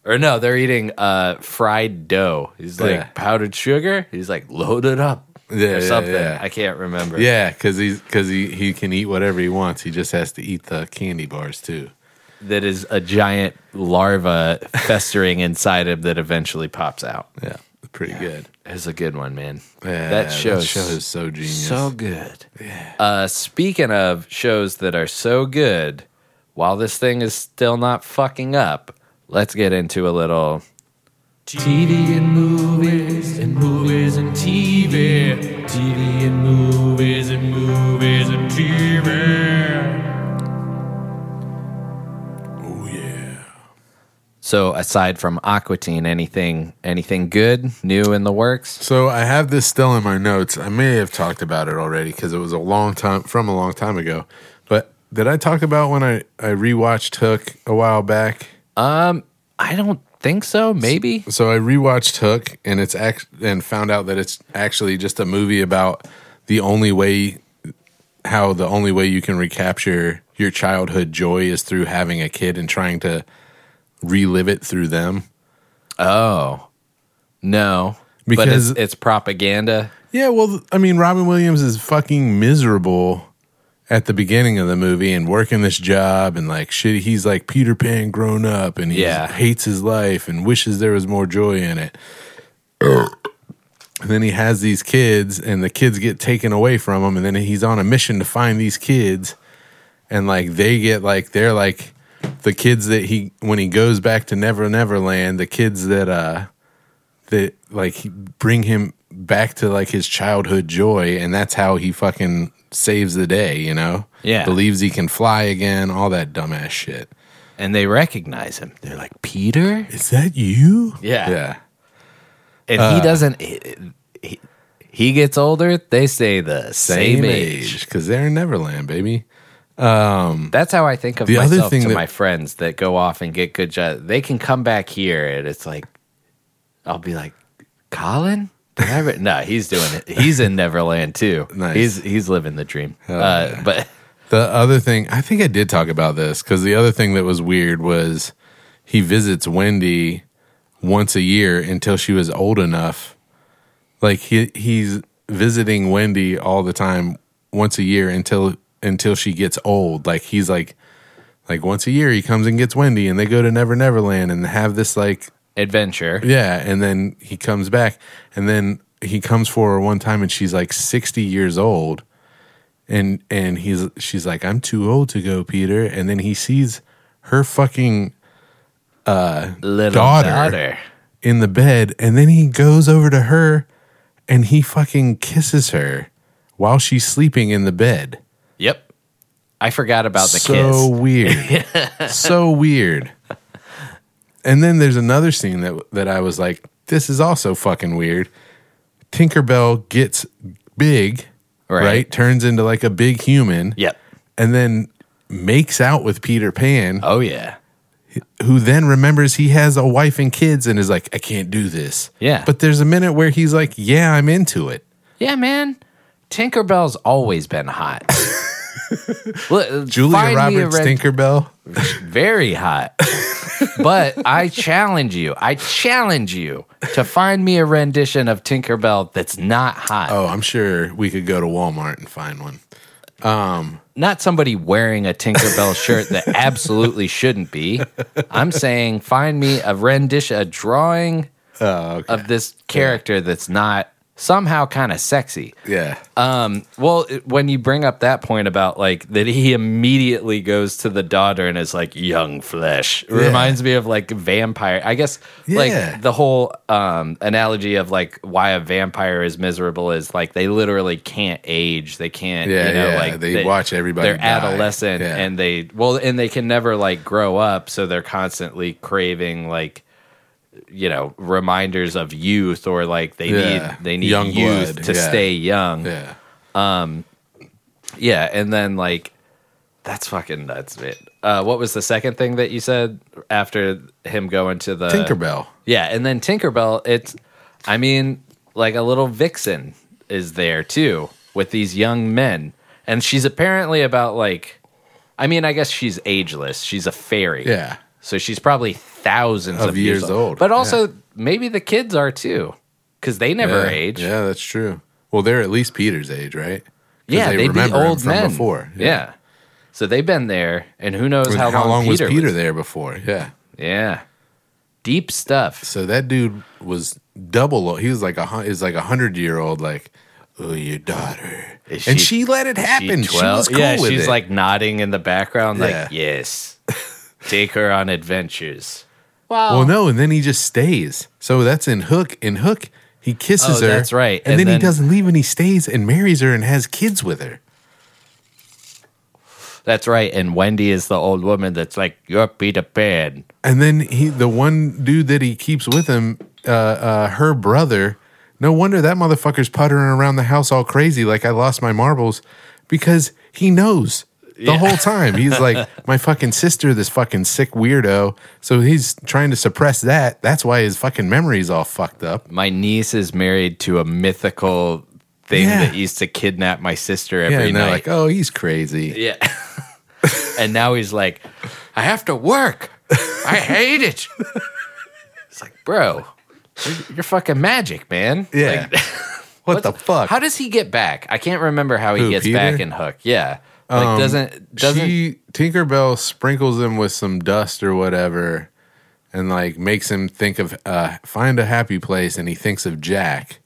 Speaker 1: Or no, they're eating uh, fried dough. He's like
Speaker 2: Yeah.
Speaker 1: powdered sugar. He's like load it up
Speaker 2: Yeah,
Speaker 1: or
Speaker 2: yeah,
Speaker 1: something.
Speaker 2: yeah.
Speaker 1: I can't remember.
Speaker 2: Yeah, because he's because he, he can eat whatever he wants. He just has to eat the candy bars too.
Speaker 1: that is a giant larva festering inside him that eventually pops out.
Speaker 2: Yeah, pretty good.
Speaker 1: It's a good one, man.
Speaker 2: Yeah,
Speaker 1: that shows
Speaker 2: show is so genius.
Speaker 1: so good. Uh, speaking of shows that are so good, while this thing is still not fucking up, let's get into a little
Speaker 4: TV and movies and movies and TV. TV and movies and movies and TV.
Speaker 2: oh yeah,
Speaker 1: so aside from Aquatine, anything anything good, new in the works?
Speaker 2: So I have this still in my notes. I may have talked about it already because it was a long time from a long time ago. But did I talk about when I I rewatched Hook a while back?
Speaker 1: I don't think so, maybe.
Speaker 2: So I rewatched Hook, and it's act- and found out that it's actually just a movie about the only way, how the only way you can recapture your childhood joy is through having a kid and trying to relive it through them.
Speaker 1: Oh. No.
Speaker 2: Because-
Speaker 1: but it's, it's propaganda.
Speaker 2: Yeah, well, I mean, Robin Williams is fucking miserable at the beginning of the movie and working this job and like shit. He's like Peter Pan grown up and he
Speaker 1: Yeah.
Speaker 2: hates his life and wishes there was more joy in it. and then he has these kids and the kids get taken away from him and then he's on a mission to find these kids and like they get like they're like the kids that he when he goes back to Never Never Land, the kids that uh that like he- bring him back to like his childhood joy and that's how he fucking saves the day you know
Speaker 1: Yeah.
Speaker 2: believes he can fly again all that dumbass shit
Speaker 1: and they recognize him. They're like, Peter?
Speaker 2: is that you
Speaker 1: Yeah.
Speaker 2: yeah
Speaker 1: and
Speaker 2: Uh.
Speaker 1: he doesn't. He, he- he gets older. They stay the same, age. Mm.
Speaker 2: because they're in Neverland, baby.
Speaker 1: That's how I think of
Speaker 2: The other
Speaker 1: myself
Speaker 2: thing
Speaker 1: to
Speaker 2: that-
Speaker 1: my friends that go off and get good jobs. They can come back here, and it's like I'll be like, Colin. Did I ever-" no, he's doing it. He's in Neverland too.
Speaker 2: Nice.
Speaker 1: He's he's living the dream. uh, But
Speaker 2: The other thing, I think I did talk about this because the other thing that was weird was he visits Wendy once a year until she was old enough. Like he he's visiting Wendy all the time once a year until until she gets old. Like he's like like once a year he comes and gets Wendy and they go to Never Neverland and have this like
Speaker 1: adventure.
Speaker 2: yeah, and then he comes back, and then he comes for her one time, and she's like sixty years old, and and he's she's like, "I'm too old to go, Peter." And then he sees her fucking
Speaker 1: Little
Speaker 2: Daughter.
Speaker 1: daughter.
Speaker 2: in the bed, and then he goes over to her, and he fucking kisses her while she's sleeping in the bed.
Speaker 1: Yep. I forgot about the
Speaker 2: so
Speaker 1: kiss.
Speaker 2: weird, so weird. And then there's another scene that that I was like, this is also fucking weird. Tinkerbell gets big, right?
Speaker 1: Right.
Speaker 2: Turns into like a big human,
Speaker 1: Yep.
Speaker 2: and then makes out with Peter Pan,
Speaker 1: Oh yeah.
Speaker 2: who then remembers he has a wife and kids and is like, I can't do this.
Speaker 1: Yeah.
Speaker 2: But there's a minute where he's like, Yeah, I'm into it.
Speaker 1: Yeah, man. Tinkerbell's always been hot. Look,
Speaker 2: Julia
Speaker 1: find me a
Speaker 2: Roberts,
Speaker 1: red-
Speaker 2: Tinkerbell.
Speaker 1: very hot. but I challenge you. I challenge you to find me a rendition of Tinkerbell that's not hot.
Speaker 2: Oh, I'm sure we could go to Walmart and find one.
Speaker 1: Not somebody wearing a Tinkerbell shirt that absolutely shouldn't be. I'm saying find me a rendition, a drawing
Speaker 2: Oh,
Speaker 1: of this character that's not somehow kind of sexy.
Speaker 2: Yeah.
Speaker 1: Um, well, it- when you bring up that point about like that, he immediately goes to the daughter and is like, "Young flesh." It Reminds me of like vampire. I guess
Speaker 2: Yeah.
Speaker 1: like the whole um analogy of like why a vampire is miserable is like they literally can't age. They can't.
Speaker 2: Yeah,
Speaker 1: you know,
Speaker 2: yeah,
Speaker 1: Like
Speaker 2: they watch everybody
Speaker 1: They're
Speaker 2: die.
Speaker 1: adolescent
Speaker 2: Yeah.
Speaker 1: and they well, and they can never like grow up, so they're constantly craving like you know reminders of youth or like they
Speaker 2: Yeah.
Speaker 1: need they need
Speaker 2: Young
Speaker 1: youth
Speaker 2: blood,
Speaker 1: to
Speaker 2: yeah.
Speaker 1: stay young
Speaker 2: yeah.
Speaker 1: yeah, and then like that's fucking nuts, man. Uh, what was the second thing that you said after him going to the
Speaker 2: Tinkerbell.
Speaker 1: Yeah, and then Tinkerbell, it's I mean, like a little vixen is there too with these young men. And she's apparently about like I mean, I guess she's ageless. She's a fairy.
Speaker 2: Yeah.
Speaker 1: So she's probably thousands
Speaker 2: Of
Speaker 1: of,
Speaker 2: years old,
Speaker 1: But also maybe the kids are too. Because they never
Speaker 2: yeah.
Speaker 1: age.
Speaker 2: Yeah, that's true. Well, they're at least Peter's age, right? 'Cause
Speaker 1: Yeah, they would be
Speaker 2: him
Speaker 1: old men
Speaker 2: before.
Speaker 1: Yeah. So they've been there, and who knows
Speaker 2: And
Speaker 1: how, long, Peter
Speaker 2: was Peter there before? Yeah.
Speaker 1: Yeah, deep stuff.
Speaker 2: So that dude was double. He was like a hun- is like a hundred year old. Like, oh, your daughter,
Speaker 1: Is
Speaker 2: and
Speaker 1: she-
Speaker 2: she let it happen. She, was cool
Speaker 1: yeah,
Speaker 2: with
Speaker 1: she's
Speaker 2: it.
Speaker 1: like nodding in the background,
Speaker 2: Yeah.
Speaker 1: like yes, take her on adventures. "Oh."
Speaker 2: well, no, and then he just stays. So that's in Hook. In Hook, he kisses
Speaker 1: Oh,
Speaker 2: her.
Speaker 1: that's right.
Speaker 2: And,
Speaker 1: And
Speaker 2: then,
Speaker 1: then-
Speaker 2: he doesn't leave, and he stays and marries her and has kids with her.
Speaker 1: That's right. And Wendy is the old woman that's like, "You're Peter Pan."
Speaker 2: And then he, the one dude that he keeps with him, uh, uh, her brother. No wonder that motherfucker's puttering around the house all crazy, like I lost my marbles, because he knows the whole time. He's like, my fucking sister, this fucking sick weirdo. So he's trying to suppress that. That's why his fucking memory's all fucked up.
Speaker 1: My niece is married to a mythical thing
Speaker 2: Yeah.
Speaker 1: that used to kidnap my sister
Speaker 2: Yeah,
Speaker 1: every
Speaker 2: and they're
Speaker 1: night.
Speaker 2: like, oh, he's crazy.
Speaker 1: Yeah. and now he's like, I have to work. I hate it. It's like, bro, you're fucking magic, man.
Speaker 2: Yeah.
Speaker 1: Like,
Speaker 2: what the fuck?
Speaker 1: how does he get back? I can't remember how he
Speaker 2: Who,
Speaker 1: gets
Speaker 2: Peter? Um,
Speaker 1: back in Hook. Yeah. Like doesn't doesn't
Speaker 2: she Tinkerbell sprinkles him with some dust or whatever and like makes him think of uh find a happy place and he thinks of Jack.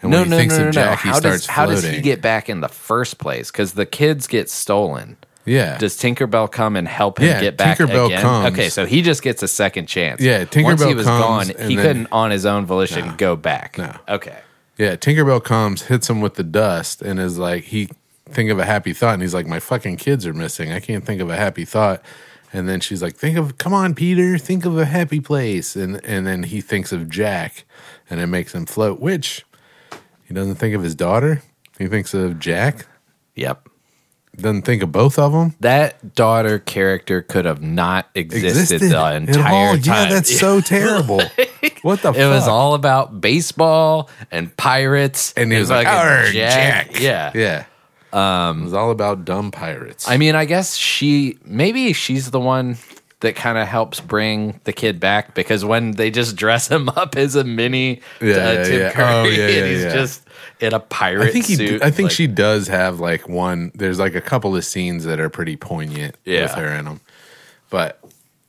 Speaker 2: And
Speaker 1: no, no, no,
Speaker 2: thinks
Speaker 1: no, no.
Speaker 2: he
Speaker 1: How
Speaker 2: starts
Speaker 1: does, how does he
Speaker 2: floating.
Speaker 1: get back in the first place? Because the kids get stolen.
Speaker 2: Yeah.
Speaker 1: Does Tinkerbell come and help him
Speaker 2: Yeah,
Speaker 1: get back
Speaker 2: Tinkerbell
Speaker 1: again?
Speaker 2: comes.
Speaker 1: Okay, so he just gets a second chance.
Speaker 2: Yeah,
Speaker 1: Once
Speaker 2: Tinkerbell
Speaker 1: he was
Speaker 2: comes
Speaker 1: gone,
Speaker 2: and
Speaker 1: he
Speaker 2: then-
Speaker 1: couldn't on his own volition go back.
Speaker 2: No.
Speaker 1: Okay.
Speaker 2: yeah, Tinkerbell comes, hits him with the dust and is like he think of a happy thought and he's like my fucking kids are missing. I can't think of a happy thought. And then she's like think of come on Peter, think of a happy place and and then he thinks of Jack and it makes him float. Which he doesn't think of his daughter. He thinks of Jack.
Speaker 1: Yep.
Speaker 2: Doesn't think of both of them.
Speaker 1: That daughter character could have not existed, the
Speaker 2: at
Speaker 1: entire
Speaker 2: all.
Speaker 1: time.
Speaker 2: Yeah, that's so terrible. What the?
Speaker 1: It was
Speaker 2: fuck?
Speaker 1: all about baseball and pirates
Speaker 2: And he was like,
Speaker 1: fucking
Speaker 2: "Arr, Jack.
Speaker 1: Yeah.
Speaker 2: yeah. Um, it was all about dumb pirates.
Speaker 1: I mean, I guess she maybe she's the one that kind of helps bring the kid back because when they just dress him up as a mini
Speaker 2: Yeah,
Speaker 1: uh,
Speaker 2: yeah,
Speaker 1: Tim
Speaker 2: yeah.
Speaker 1: Curry,
Speaker 2: Oh, yeah,
Speaker 1: and
Speaker 2: yeah,
Speaker 1: he's
Speaker 2: yeah.
Speaker 1: just in a pirate
Speaker 2: I think he.
Speaker 1: suit.
Speaker 2: d- I think
Speaker 1: like-
Speaker 2: she does have like one. There's like a couple of scenes that are pretty poignant with
Speaker 1: Yeah.
Speaker 2: her in them, but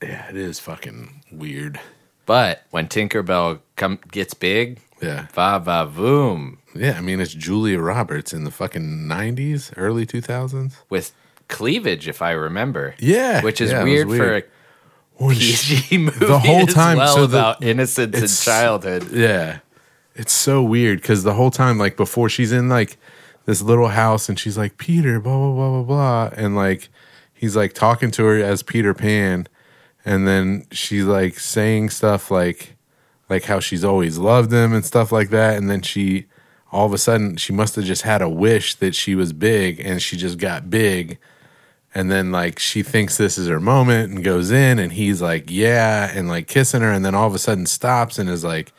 Speaker 2: yeah, it is fucking weird.
Speaker 1: But when Tinkerbell come gets big,
Speaker 2: Yeah,
Speaker 1: va va voom
Speaker 2: yeah. I mean, it's Julia Roberts in the fucking '90s, early 2000s.
Speaker 1: with cleavage, if I remember.
Speaker 2: Yeah,
Speaker 1: which is
Speaker 2: yeah, it was
Speaker 1: weird, for a
Speaker 2: When she-
Speaker 1: PG movie.
Speaker 2: the whole
Speaker 1: as
Speaker 2: time,
Speaker 1: well
Speaker 2: so the-
Speaker 1: about innocence and
Speaker 2: it's-
Speaker 1: childhood.
Speaker 2: Yeah. It's so weird because the whole time, like before she's in like this little house and she's like, Peter, blah, blah, blah, blah, blah. And like he's like talking to her as Peter Pan. And then she's like saying stuff like, like how she's always loved him and stuff like that. And then she, all of a sudden, she must have just had a wish that she was big and she just got big. And then like she thinks this is her moment and goes in and he's like, yeah, and like kissing her. And then all of a sudden stops and is like,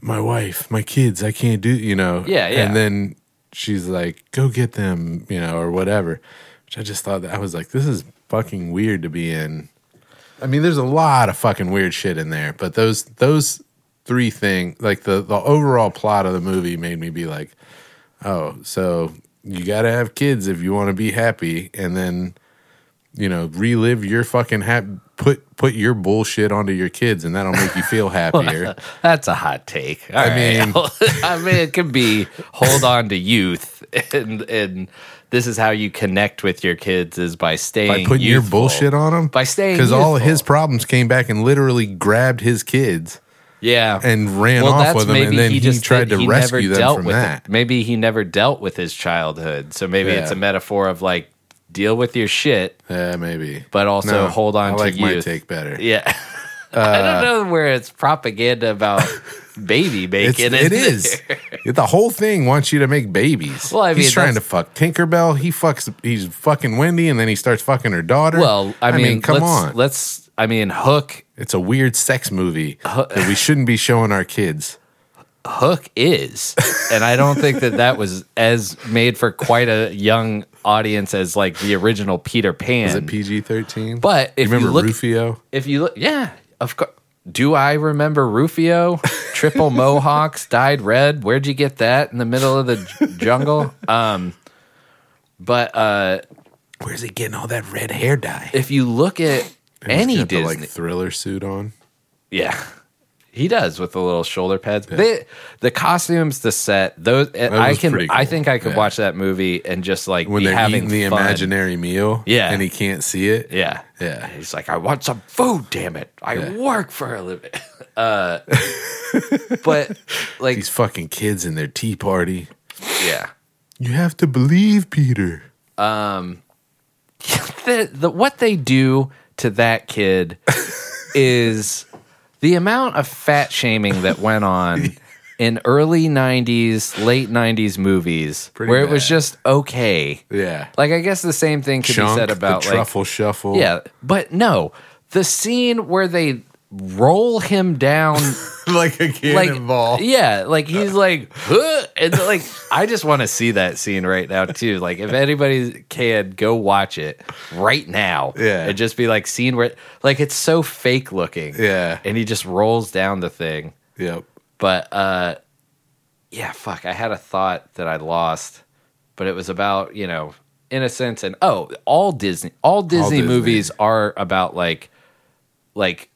Speaker 2: my wife, my kids, I can't do, you know.
Speaker 1: Yeah, yeah.
Speaker 2: And then she's like, go get them, you know, or whatever. Which I just thought that I was like, this is fucking weird to be in. I mean, there's a lot of fucking weird shit in there, but those those three things, like the the overall plot of the movie, made me be like, oh, so you gotta have kids if you want to be happy, and then you know relive your fucking hap put put your bullshit onto your kids, and that'll make you feel happier.
Speaker 1: That's a hot take. All
Speaker 2: I
Speaker 1: right. I mean, it could be hold on to youth, and and this is how you connect with your kids is by
Speaker 2: by
Speaker 1: staying
Speaker 2: putting your
Speaker 1: youthful.
Speaker 2: bullshit on them
Speaker 1: By staying
Speaker 2: because all of
Speaker 1: youthful.
Speaker 2: his problems came back and literally grabbed his kids
Speaker 1: Yeah,
Speaker 2: and ran
Speaker 1: well,
Speaker 2: off
Speaker 1: that's
Speaker 2: with them,
Speaker 1: maybe
Speaker 2: and then he,
Speaker 1: just did-
Speaker 2: tried to
Speaker 1: he
Speaker 2: rescue them
Speaker 1: dealt
Speaker 2: from
Speaker 1: with
Speaker 2: that.
Speaker 1: It. Maybe he never dealt with his childhood, so maybe
Speaker 2: Yeah.
Speaker 1: it's a metaphor of like deal with your shit,
Speaker 2: Yeah, maybe.
Speaker 1: but also
Speaker 2: No,
Speaker 1: hold on
Speaker 2: I like
Speaker 1: to
Speaker 2: my
Speaker 1: youth.
Speaker 2: take better.
Speaker 1: Yeah. I don't know where it's propaganda about baby
Speaker 2: Uh, It's,
Speaker 1: making.
Speaker 2: it is. the whole thing wants you to make babies.
Speaker 1: Well, I mean,
Speaker 2: he's trying to
Speaker 1: that's-
Speaker 2: fuck Tinkerbell. He fucks. He's fucking Wendy, and then he starts fucking her daughter.
Speaker 1: Well, I, mean,
Speaker 2: come
Speaker 1: let's,
Speaker 2: on.
Speaker 1: Let's. I mean, Hook.
Speaker 2: It's a weird sex movie that we shouldn't be showing our kids.
Speaker 1: Hook is, and I don't think that that was as made for quite a young audience as like the original Peter Pan.
Speaker 2: Is it PG thirteen?
Speaker 1: But if you
Speaker 2: remember
Speaker 1: look-
Speaker 2: Rufio,
Speaker 1: if you look, yeah, of course. Do I remember Rufio? Triple mohawks, dyed red. Where'd you get that in the middle of the j- jungle? Um, but uh,
Speaker 2: where's he getting all that red hair dye?
Speaker 1: if you look at any
Speaker 2: He's got the,
Speaker 1: Disney,
Speaker 2: like thriller suit on.
Speaker 1: yeah, he does with the little shoulder pads. They, the costumes, the set, those. I
Speaker 2: was
Speaker 1: can,
Speaker 2: pretty
Speaker 1: I
Speaker 2: cool.
Speaker 1: think I could
Speaker 2: Yeah.
Speaker 1: watch that movie and just like
Speaker 2: when
Speaker 1: be
Speaker 2: they're
Speaker 1: having
Speaker 2: eating the
Speaker 1: fun.
Speaker 2: imaginary meal.
Speaker 1: Yeah.
Speaker 2: and he can't see it.
Speaker 1: Yeah.
Speaker 2: Yeah.
Speaker 1: He's like, I want some food, damn it. I
Speaker 2: Yeah.
Speaker 1: work for a living. Uh, but like,
Speaker 2: These fucking kids and their tea party.
Speaker 1: yeah.
Speaker 2: You have to believe Peter.
Speaker 1: the, the what they do to that kid is the amount of fat shaming that went on in early 90s late 90s movies
Speaker 2: Pretty
Speaker 1: where it was
Speaker 2: bad.
Speaker 1: just okay
Speaker 2: Yeah.
Speaker 1: like i guess the same thing could
Speaker 2: Chunk,
Speaker 1: be said
Speaker 2: the
Speaker 1: about like
Speaker 2: truffle shuffle.
Speaker 1: yeah but no the scene where they roll him down
Speaker 2: like a
Speaker 1: like
Speaker 2: cannonball.
Speaker 1: yeah like he's like huh, and like i just want to see that scene right now too like if anybody can go watch it right now
Speaker 2: Yeah.
Speaker 1: and just be like scene where like it's so fake looking
Speaker 2: Yeah.
Speaker 1: and he just rolls down the thing
Speaker 2: Yep.
Speaker 1: but uh yeah fuck i had a thought that i lost but it was about you know innocence and oh all disney all disney,
Speaker 2: Disney.
Speaker 1: movies are about like like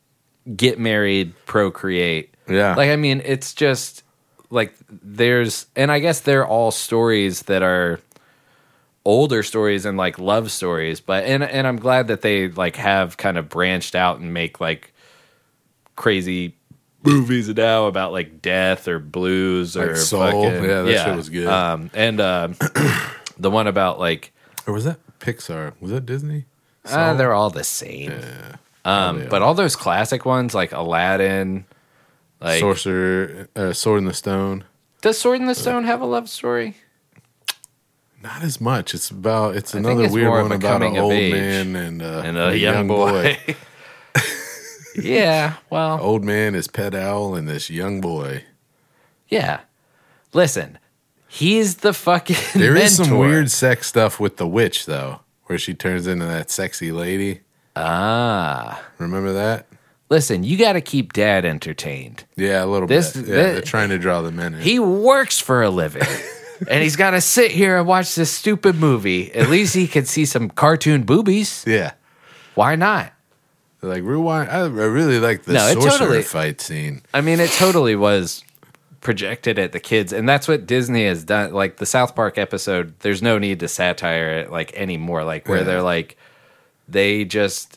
Speaker 1: get married procreate
Speaker 2: Yeah.
Speaker 1: like i mean it's just like there's and i guess they're all stories that are older stories and like love stories but and and i'm glad that they like have kind of branched out and make like crazy movies now about like death or blues or
Speaker 2: Like Soul.
Speaker 1: fucking-
Speaker 2: Yeah, that shit was good.
Speaker 1: Um, and um, the one about like
Speaker 2: Or was that Pixar? Was that Disney?
Speaker 1: ah,
Speaker 2: Soul?
Speaker 1: they're all the same.
Speaker 2: Yeah.
Speaker 1: um,
Speaker 2: they
Speaker 1: but all those classic ones like Aladdin, Like,
Speaker 2: Sorcerer, uh, Sword in the Stone.
Speaker 1: does Sword in the
Speaker 2: Uh,
Speaker 1: Stone have a love story?
Speaker 2: Not as much. It's about it's
Speaker 1: I think
Speaker 2: another
Speaker 1: it's
Speaker 2: weird
Speaker 1: more of
Speaker 2: one
Speaker 1: a
Speaker 2: about an
Speaker 1: coming of
Speaker 2: old
Speaker 1: age
Speaker 2: man and, uh,
Speaker 1: And a young, boy. yeah. Well.
Speaker 2: old man is pet owl and this young boy.
Speaker 1: Yeah. Listen, he's the fucking.
Speaker 2: There is some
Speaker 1: mentor.
Speaker 2: weird sex stuff with the witch though, where she turns into that sexy lady.
Speaker 1: Ah.
Speaker 2: Remember that?
Speaker 1: Listen, you got to keep dad entertained.
Speaker 2: Yeah, a little
Speaker 1: This-
Speaker 2: bit. Yeah,
Speaker 1: thi-
Speaker 2: they're trying to draw them in.
Speaker 1: He works for a living. and he's got to sit here and watch this stupid movie. At least he can see some cartoon boobies.
Speaker 2: yeah.
Speaker 1: Why not?
Speaker 2: They're like rewind. I, I really like the
Speaker 1: No, it
Speaker 2: sorcerer
Speaker 1: totally-
Speaker 2: fight scene.
Speaker 1: I mean, it totally was projected at the kids, and that's what Disney has done. Like the South Park episode, there's no need to satire it like anymore. Like where
Speaker 2: Yeah.
Speaker 1: they're like, they just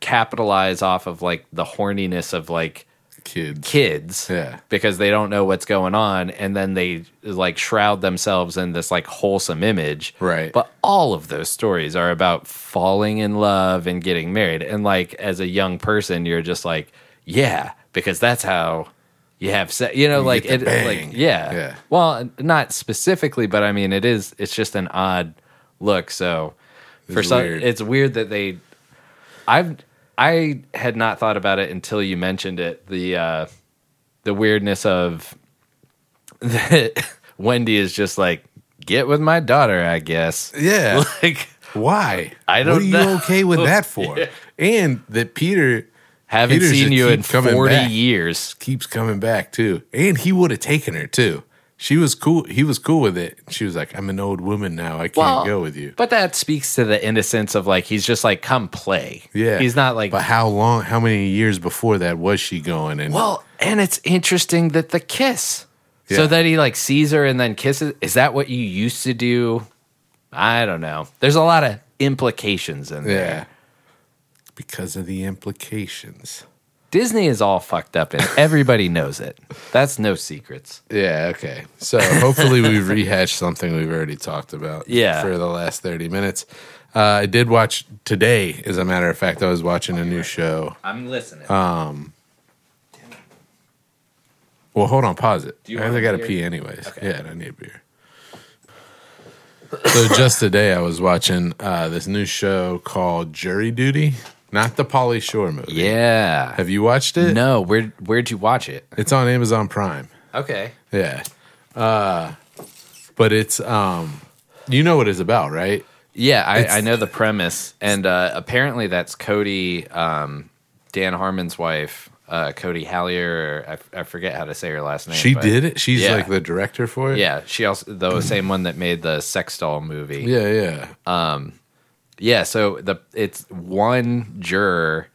Speaker 1: capitalize off of like the horniness of like
Speaker 2: Kids.
Speaker 1: kids
Speaker 2: Yeah.
Speaker 1: because they don't know what's going on and then they like shroud themselves in this like wholesome image
Speaker 2: Right.
Speaker 1: but all of those stories are about falling in love and getting married and like as a young person you're just like yeah because that's how you have sex you know like
Speaker 2: get
Speaker 1: it
Speaker 2: the
Speaker 1: like
Speaker 2: bang.
Speaker 1: yeah
Speaker 2: Yeah.
Speaker 1: well not specifically but i mean it is it's just an odd look so for
Speaker 2: It's
Speaker 1: some
Speaker 2: weird.
Speaker 1: it's weird that they I've I had not thought about it until you mentioned it. The uh, the weirdness of that Wendy is just like get with my daughter, I guess.
Speaker 2: Yeah.
Speaker 1: Like
Speaker 2: Why?
Speaker 1: I
Speaker 2: What
Speaker 1: don't
Speaker 2: are you
Speaker 1: know.
Speaker 2: okay with that for? And that Peter
Speaker 1: haven't
Speaker 2: Peter
Speaker 1: seen
Speaker 2: should
Speaker 1: you
Speaker 2: keep
Speaker 1: in
Speaker 2: coming
Speaker 1: forty
Speaker 2: back.
Speaker 1: years.
Speaker 2: keeps coming back too. And he would have taken her too. She was cool. He was cool with it. She was like, "I'm an old woman now. I can't
Speaker 1: Well,
Speaker 2: go with you."
Speaker 1: But that speaks to the innocence of like he's just like come play.
Speaker 2: Yeah,
Speaker 1: he's not like
Speaker 2: But how long? How many years before that was she going? And
Speaker 1: Well, and it's interesting that the kiss. So
Speaker 2: Yeah.
Speaker 1: that he like sees her and then kisses. Is that what you used to do? I don't know. There's a lot of implications in there.
Speaker 2: yeah, because of the implications.
Speaker 1: Disney is all fucked up and everybody knows it. That's no secrets.
Speaker 2: Yeah. Okay. So hopefully we've rehashed something we've already talked about.
Speaker 1: Yeah.
Speaker 2: For the last thirty minutes, uh, I did watch today. As a matter of fact, I was watching a new show.
Speaker 1: I'm listening.
Speaker 2: Uh, Well, hold on, pause it.
Speaker 1: you
Speaker 2: I
Speaker 1: want a
Speaker 2: got to
Speaker 1: beer?
Speaker 2: pee anyways. Yeah, and I need a beer. so just today, I was watching uh, this new show called Jury Duty, not the Polly Shore movie.
Speaker 1: yeah.
Speaker 2: Have you watched it?
Speaker 1: No, where where'd you watch it?
Speaker 2: It's on Amazon Prime.
Speaker 1: Okay.
Speaker 2: Yeah. Uh, but it's um, you know what it's about, right?
Speaker 1: Yeah,
Speaker 2: It's-
Speaker 1: I, I know the premise, and uh, apparently that's Cody, um, Dan Harmon's wife, uh, Cody Hallier. Or I, I forget how to say her last name.
Speaker 2: She
Speaker 1: but-
Speaker 2: did it. She's
Speaker 1: Yeah.
Speaker 2: like the director for it.
Speaker 1: Yeah, she also the same one that made the sex doll movie.
Speaker 2: Yeah. Yeah.
Speaker 1: Yeah, so the it's one juror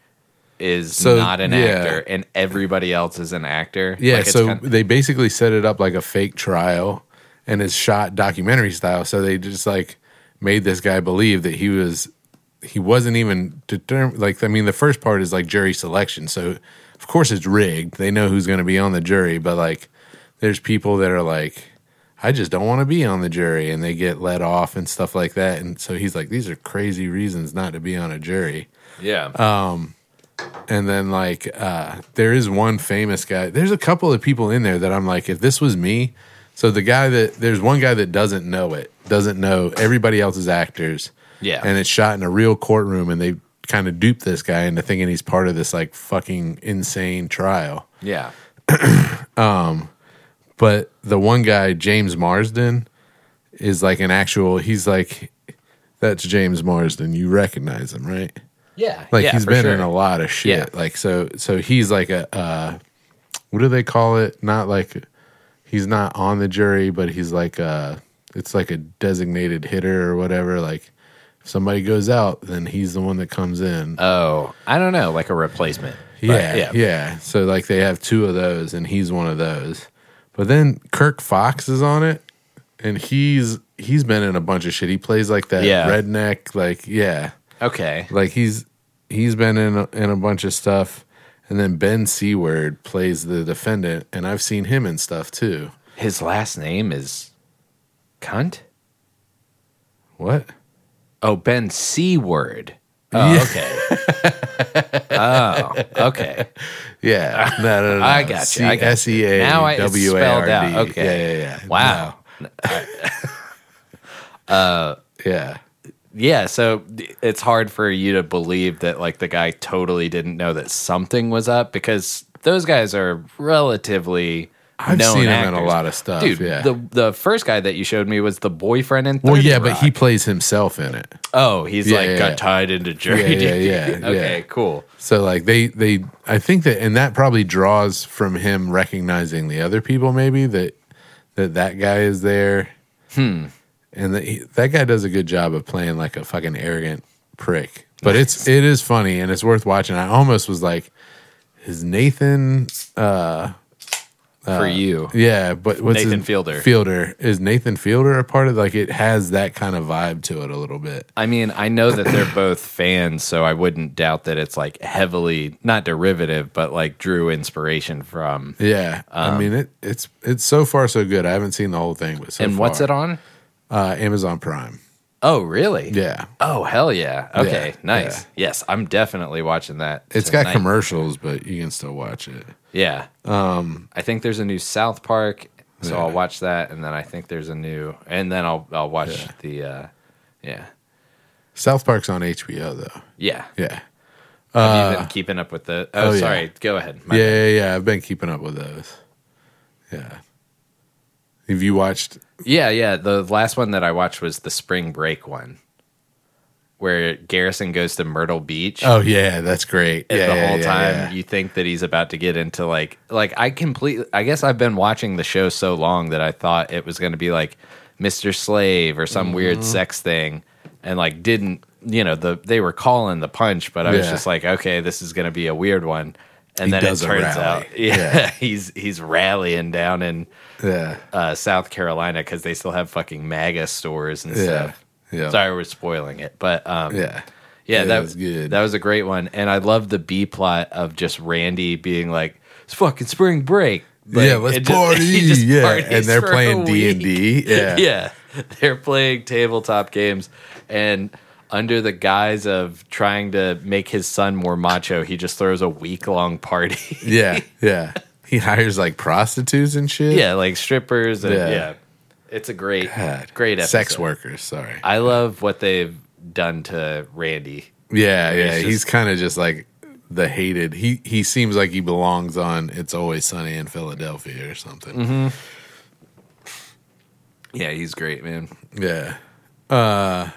Speaker 1: is
Speaker 2: So,
Speaker 1: not an
Speaker 2: yeah.
Speaker 1: actor and everybody else is an actor.
Speaker 2: Yeah,
Speaker 1: Like, it's
Speaker 2: so
Speaker 1: kind of-
Speaker 2: they basically set it up like a fake trial and it's shot documentary style. So they just like made this guy believe that he was he wasn't even determined like I mean the first part is like jury selection. So of course it's rigged. They know who's going to be on the jury, but like there's people that are like I just don't want to be on the jury and they get let off and stuff like that. And so he's like these are crazy reasons not to be on a jury
Speaker 1: yeah.
Speaker 2: uh, and then like uh there is one famous guy there's a couple of people in there that i'm like if this was me so the guy that there's one guy that doesn't know it doesn't know everybody else's actors
Speaker 1: Yeah.
Speaker 2: and it's shot in a real courtroom and they kind of dupe this guy into thinking he's part of this like fucking insane trial
Speaker 1: yeah.
Speaker 2: but the one guy james marsden is like an actual he's like that's james marsden you recognize him right
Speaker 1: Yeah.
Speaker 2: like
Speaker 1: yeah,
Speaker 2: he's
Speaker 1: for
Speaker 2: been
Speaker 1: sure.
Speaker 2: in a lot of shit.
Speaker 1: Yeah.
Speaker 2: Like so so he's like a uh what do they call it? Not like he's not on the jury, but he's like a it's like a designated hitter or whatever. Like if somebody goes out, then he's the one that comes in.
Speaker 1: Oh, I don't know, like a replacement. But,
Speaker 2: yeah, yeah. So like they have two of those and he's one of those. But then Kirk Fox is on it and he's he's been in a bunch of shit. He plays like that
Speaker 1: Yeah.
Speaker 2: redneck like yeah.
Speaker 1: Okay.
Speaker 2: Like he's he's been in a, in a bunch of stuff, and then Ben Seward plays the defendant, and I've seen him in stuff too.
Speaker 1: His last name is Cunt?
Speaker 2: What?
Speaker 1: Oh, Ben C word. Oh,
Speaker 2: Yeah.
Speaker 1: okay. oh, okay.
Speaker 2: Yeah. No, no, no.
Speaker 1: I got you, I got you.
Speaker 2: S E A
Speaker 1: Now I- it's
Speaker 2: W A
Speaker 1: spelled
Speaker 2: R
Speaker 1: out.
Speaker 2: D.
Speaker 1: Okay.
Speaker 2: Yeah, yeah, yeah.
Speaker 1: Wow.
Speaker 2: No, yeah.
Speaker 1: Yeah, so d- it's hard for you to believe that like the guy totally didn't know that something was up because those guys are relatively
Speaker 2: I've
Speaker 1: known
Speaker 2: seen him in
Speaker 1: actors.
Speaker 2: a lot of stuff.
Speaker 1: Dude,
Speaker 2: yeah.
Speaker 1: the the first guy that you showed me was the boyfriend in. 30
Speaker 2: well, yeah, but
Speaker 1: Rock.
Speaker 2: he plays himself in it.
Speaker 1: oh, he's
Speaker 2: Yeah,
Speaker 1: like
Speaker 2: yeah,
Speaker 1: got
Speaker 2: yeah.
Speaker 1: tied into jury
Speaker 2: Yeah, yeah,
Speaker 1: duty.
Speaker 2: yeah, yeah.
Speaker 1: okay, cool.
Speaker 2: So like they they I think that and that probably draws from him recognizing the other people maybe that that that guy is there. Hmm. And that he, that guy does a good job of playing like a fucking arrogant prick. But it's it is funny and it's worth watching. I almost was like is Nathan Uh,
Speaker 1: for you,
Speaker 2: yeah, but what's
Speaker 1: Nathan
Speaker 2: his-
Speaker 1: Fielder.
Speaker 2: Fielder is Nathan Fielder a part of like it has that kind of vibe to it a little bit.
Speaker 1: I mean, I know that they're both fans, so I wouldn't doubt that it's like heavily not derivative, but like drew inspiration from.
Speaker 2: Yeah,
Speaker 1: Um,
Speaker 2: I mean it. It's it's so far so good. I haven't seen the whole thing, but so
Speaker 1: and what's
Speaker 2: far.
Speaker 1: it on?
Speaker 2: Uh, Amazon Prime.
Speaker 1: Oh, really?
Speaker 2: Yeah.
Speaker 1: Oh hell yeah! Okay,
Speaker 2: Yeah,
Speaker 1: nice. Yes, I'm definitely watching that.
Speaker 2: it's
Speaker 1: It's
Speaker 2: got commercials, but you can still watch it.
Speaker 1: Yeah. Um, I think there's a new South Park, so
Speaker 2: Yeah.
Speaker 1: I'll watch that, and then I think there's a new, and then I'll I'll watch
Speaker 2: Yeah.
Speaker 1: the, uh, yeah,
Speaker 2: South Park's on HBO though.
Speaker 1: yeah.
Speaker 2: Yeah.
Speaker 1: Have you been keeping up with the? Oh,
Speaker 2: Uh, oh, yeah.
Speaker 1: sorry. Go ahead. My-
Speaker 2: yeah, yeah, yeah. I've been keeping up with those. Yeah. Have you watched
Speaker 1: yeah, yeah. The last one that I watched was the Spring Break one, where Garrison goes to Myrtle Beach.
Speaker 2: Oh yeah, that's great.
Speaker 1: and
Speaker 2: yeah,
Speaker 1: the
Speaker 2: yeah,
Speaker 1: whole
Speaker 2: yeah,
Speaker 1: time
Speaker 2: yeah.
Speaker 1: you think that he's about to get into like like I completely I guess I've been watching the show so long that I thought it was going to be like Mr. Slave or some weird sex thing and like didn't you know the they were calling the punch but I was
Speaker 2: Yeah.
Speaker 1: just like okay this is going to be a weird one and
Speaker 2: He
Speaker 1: then it
Speaker 2: does a
Speaker 1: turns
Speaker 2: rally.
Speaker 1: out yeah, he's he's rallying down in
Speaker 2: Yeah.
Speaker 1: uh, South Carolina cuz they still have fucking MAGA stores and
Speaker 2: Yeah.
Speaker 1: stuff.
Speaker 2: Yeah.
Speaker 1: Sorry we're spoiling it but um
Speaker 2: Yeah.
Speaker 1: yeah, that
Speaker 2: was good.
Speaker 1: That was a great one, and I love the B plot of just Randy being like, "It's fucking spring break." Like,
Speaker 2: yeah, let's
Speaker 1: it just-
Speaker 2: party.
Speaker 1: he just
Speaker 2: yeah,
Speaker 1: parties
Speaker 2: and they're
Speaker 1: for a
Speaker 2: playing D and
Speaker 1: week.
Speaker 2: D. Yeah,
Speaker 1: yeah, they're playing tabletop games, and under the guise of trying to make his son more macho, he just throws a week long party.
Speaker 2: yeah, yeah. He hires like prostitutes and shit.
Speaker 1: yeah, like strippers, and yeah,
Speaker 2: Yeah.
Speaker 1: it's a great,
Speaker 2: God.
Speaker 1: great episode.
Speaker 2: Ah, Sex workers. Sorry.
Speaker 1: I love what they've done to Randy.
Speaker 2: Yeah, yeah.
Speaker 1: just-
Speaker 2: he's kind of just like the hated. He he seems like he belongs on "It's Always Sunny in Philadelphia" or something.
Speaker 1: Yeah, he's great, man.
Speaker 2: Yeah. Uh,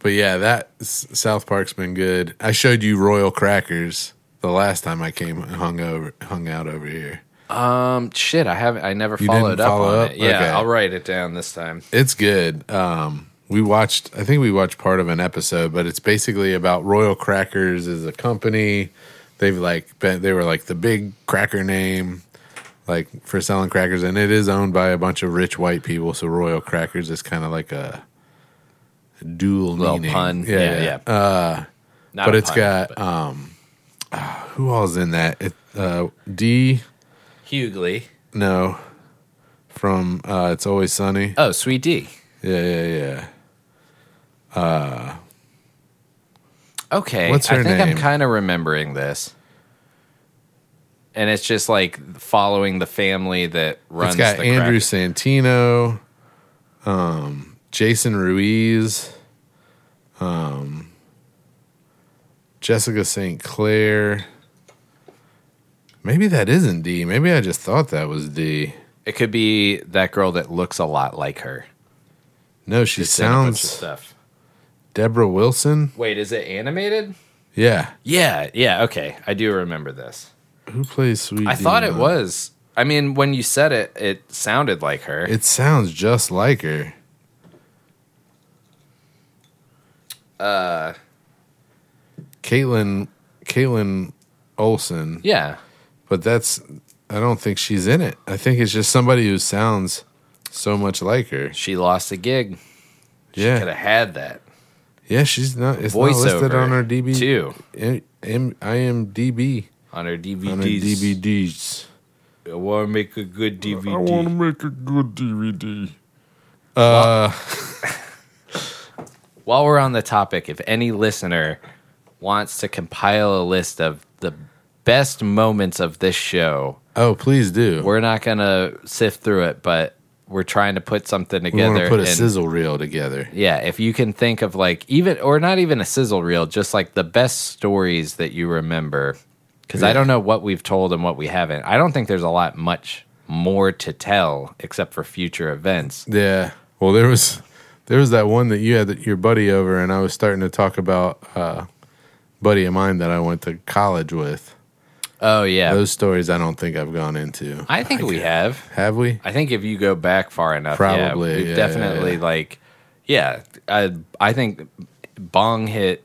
Speaker 2: but yeah, that S- South Park's been good. I showed you Royal Crackers the last time I came hung over hung out over here.
Speaker 1: Um, shit, I haven't. I never
Speaker 2: You
Speaker 1: followed
Speaker 2: didn't
Speaker 1: up
Speaker 2: follow
Speaker 1: on
Speaker 2: up?
Speaker 1: it. Yeah,
Speaker 2: Okay.
Speaker 1: I'll write it down this time.
Speaker 2: It's good. Um, we watched. I think we watched part of an episode, but it's basically about Royal Crackers as a company. They've like been, they were like the big cracker name, like for selling crackers, and it is owned by a bunch of rich white people. So Royal Crackers is kind of like a dual
Speaker 1: Little
Speaker 2: meaning.
Speaker 1: pun. Yeah, yeah. Uh, Not
Speaker 2: but
Speaker 1: a
Speaker 2: it's
Speaker 1: pun,
Speaker 2: got
Speaker 1: but-
Speaker 2: um, ah, who all's in that? It, uh, D
Speaker 1: Hughley.
Speaker 2: no from uh, It's Always Sunny.
Speaker 1: Oh, Sweet D.
Speaker 2: Yeah, yeah, yeah.
Speaker 1: Okay,
Speaker 2: What's
Speaker 1: I
Speaker 2: her
Speaker 1: think I'm
Speaker 2: name?
Speaker 1: kind of remembering this. And it's just like following the family that runs.
Speaker 2: It's got
Speaker 1: the
Speaker 2: Andrew
Speaker 1: crack-
Speaker 2: Santino, um, Jason Ruiz, um, Jessica St. Clair. Maybe that isn't D. Maybe I just thought that was D.
Speaker 1: It could be that girl that looks a lot like her.
Speaker 2: No, she
Speaker 1: It's in a bunch of
Speaker 2: sounds
Speaker 1: stuff.
Speaker 2: Deborah Wilson.
Speaker 1: Wait, is it animated?
Speaker 2: Yeah,
Speaker 1: Yeah, yeah. Okay, I do remember this.
Speaker 2: who plays Sweet?
Speaker 1: I
Speaker 2: D
Speaker 1: thought it
Speaker 2: now?
Speaker 1: was. I mean, when you said it, it sounded like her.
Speaker 2: It sounds just like her. Uh, Caitlin, Caitlin Olson.
Speaker 1: yeah.
Speaker 2: but that's I don't think she's in it. I think it's just somebody who sounds so much like her.
Speaker 1: She lost a gig. She could
Speaker 2: Yeah,
Speaker 1: have had that.
Speaker 2: yeah, she's not. It's not listed
Speaker 1: Voiceover
Speaker 2: on her DB.
Speaker 1: too.
Speaker 2: I am DB
Speaker 1: On her DVDs.
Speaker 2: on her DVDs.
Speaker 1: I want to make a good DVD.
Speaker 2: Uh, make a good DVD.
Speaker 1: While we're on the topic, if any listener wants to compile a list of the best moments of this show,
Speaker 2: Oh, please do.
Speaker 1: we're not going to sift through it, but we're trying to put something
Speaker 2: we
Speaker 1: together.
Speaker 2: want to put a
Speaker 1: and-
Speaker 2: sizzle reel together.
Speaker 1: yeah, if you can think of like even or not even a sizzle reel, just like the best stories that you remember. Because I
Speaker 2: Yeah.
Speaker 1: don't know what we've told and what we haven't. I don't think there's a lot much more to tell except for future events.
Speaker 2: Yeah. Well, there was there was that one that you had your buddy over, and I was starting to talk about uh, buddy of mine that I went to college with.
Speaker 1: Oh yeah,
Speaker 2: Those stories I don't think I've gone into.
Speaker 1: I think we have.
Speaker 2: Have we?
Speaker 1: I think if you go back far enough, yeah,
Speaker 2: Probably,
Speaker 1: we've
Speaker 2: yeah,
Speaker 1: definitely
Speaker 2: yeah,
Speaker 1: like, yeah. I I think bong hit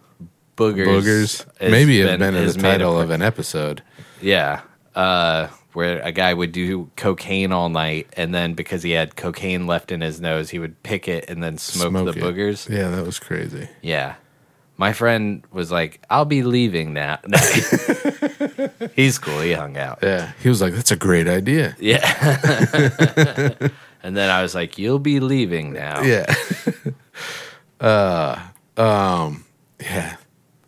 Speaker 1: boogers,
Speaker 2: Boogers.
Speaker 1: has
Speaker 2: Maybe it's been, in the
Speaker 1: has made a
Speaker 2: title of an episode.
Speaker 1: Yeah. Uh, where a guy would do cocaine all night, and then because he had cocaine left in his nose, he would pick it and then smoke, the
Speaker 2: it.
Speaker 1: boogers.
Speaker 2: Yeah, that was crazy.
Speaker 1: Yeah. My friend was like, I'll be leaving now. No. He's cool. He hung out.
Speaker 2: Yeah. He was like, that's a great idea.
Speaker 1: Yeah. and then I was like, You'll be leaving now.
Speaker 2: Yeah. uh, um, yeah.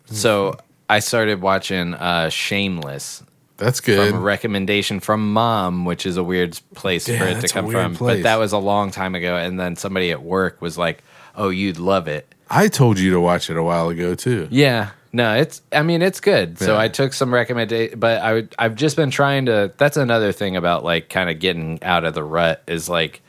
Speaker 1: So I started watching uh, Shameless
Speaker 2: That's
Speaker 1: from
Speaker 2: good.
Speaker 1: a recommendation from mom, which is a weird place
Speaker 2: Yeah,
Speaker 1: for it to
Speaker 2: that's a
Speaker 1: come
Speaker 2: weird
Speaker 1: from. But
Speaker 2: place.
Speaker 1: that was a long time ago. And then somebody at work was like, "Oh, you'd love it."
Speaker 2: I told you to watch it a while ago too.
Speaker 1: Yeah. No, it's. I mean, it's good. So
Speaker 2: Yeah.
Speaker 1: I took some recommendation, but I would. I've just been trying to. That's another thing about like kind of getting out of the rut is like,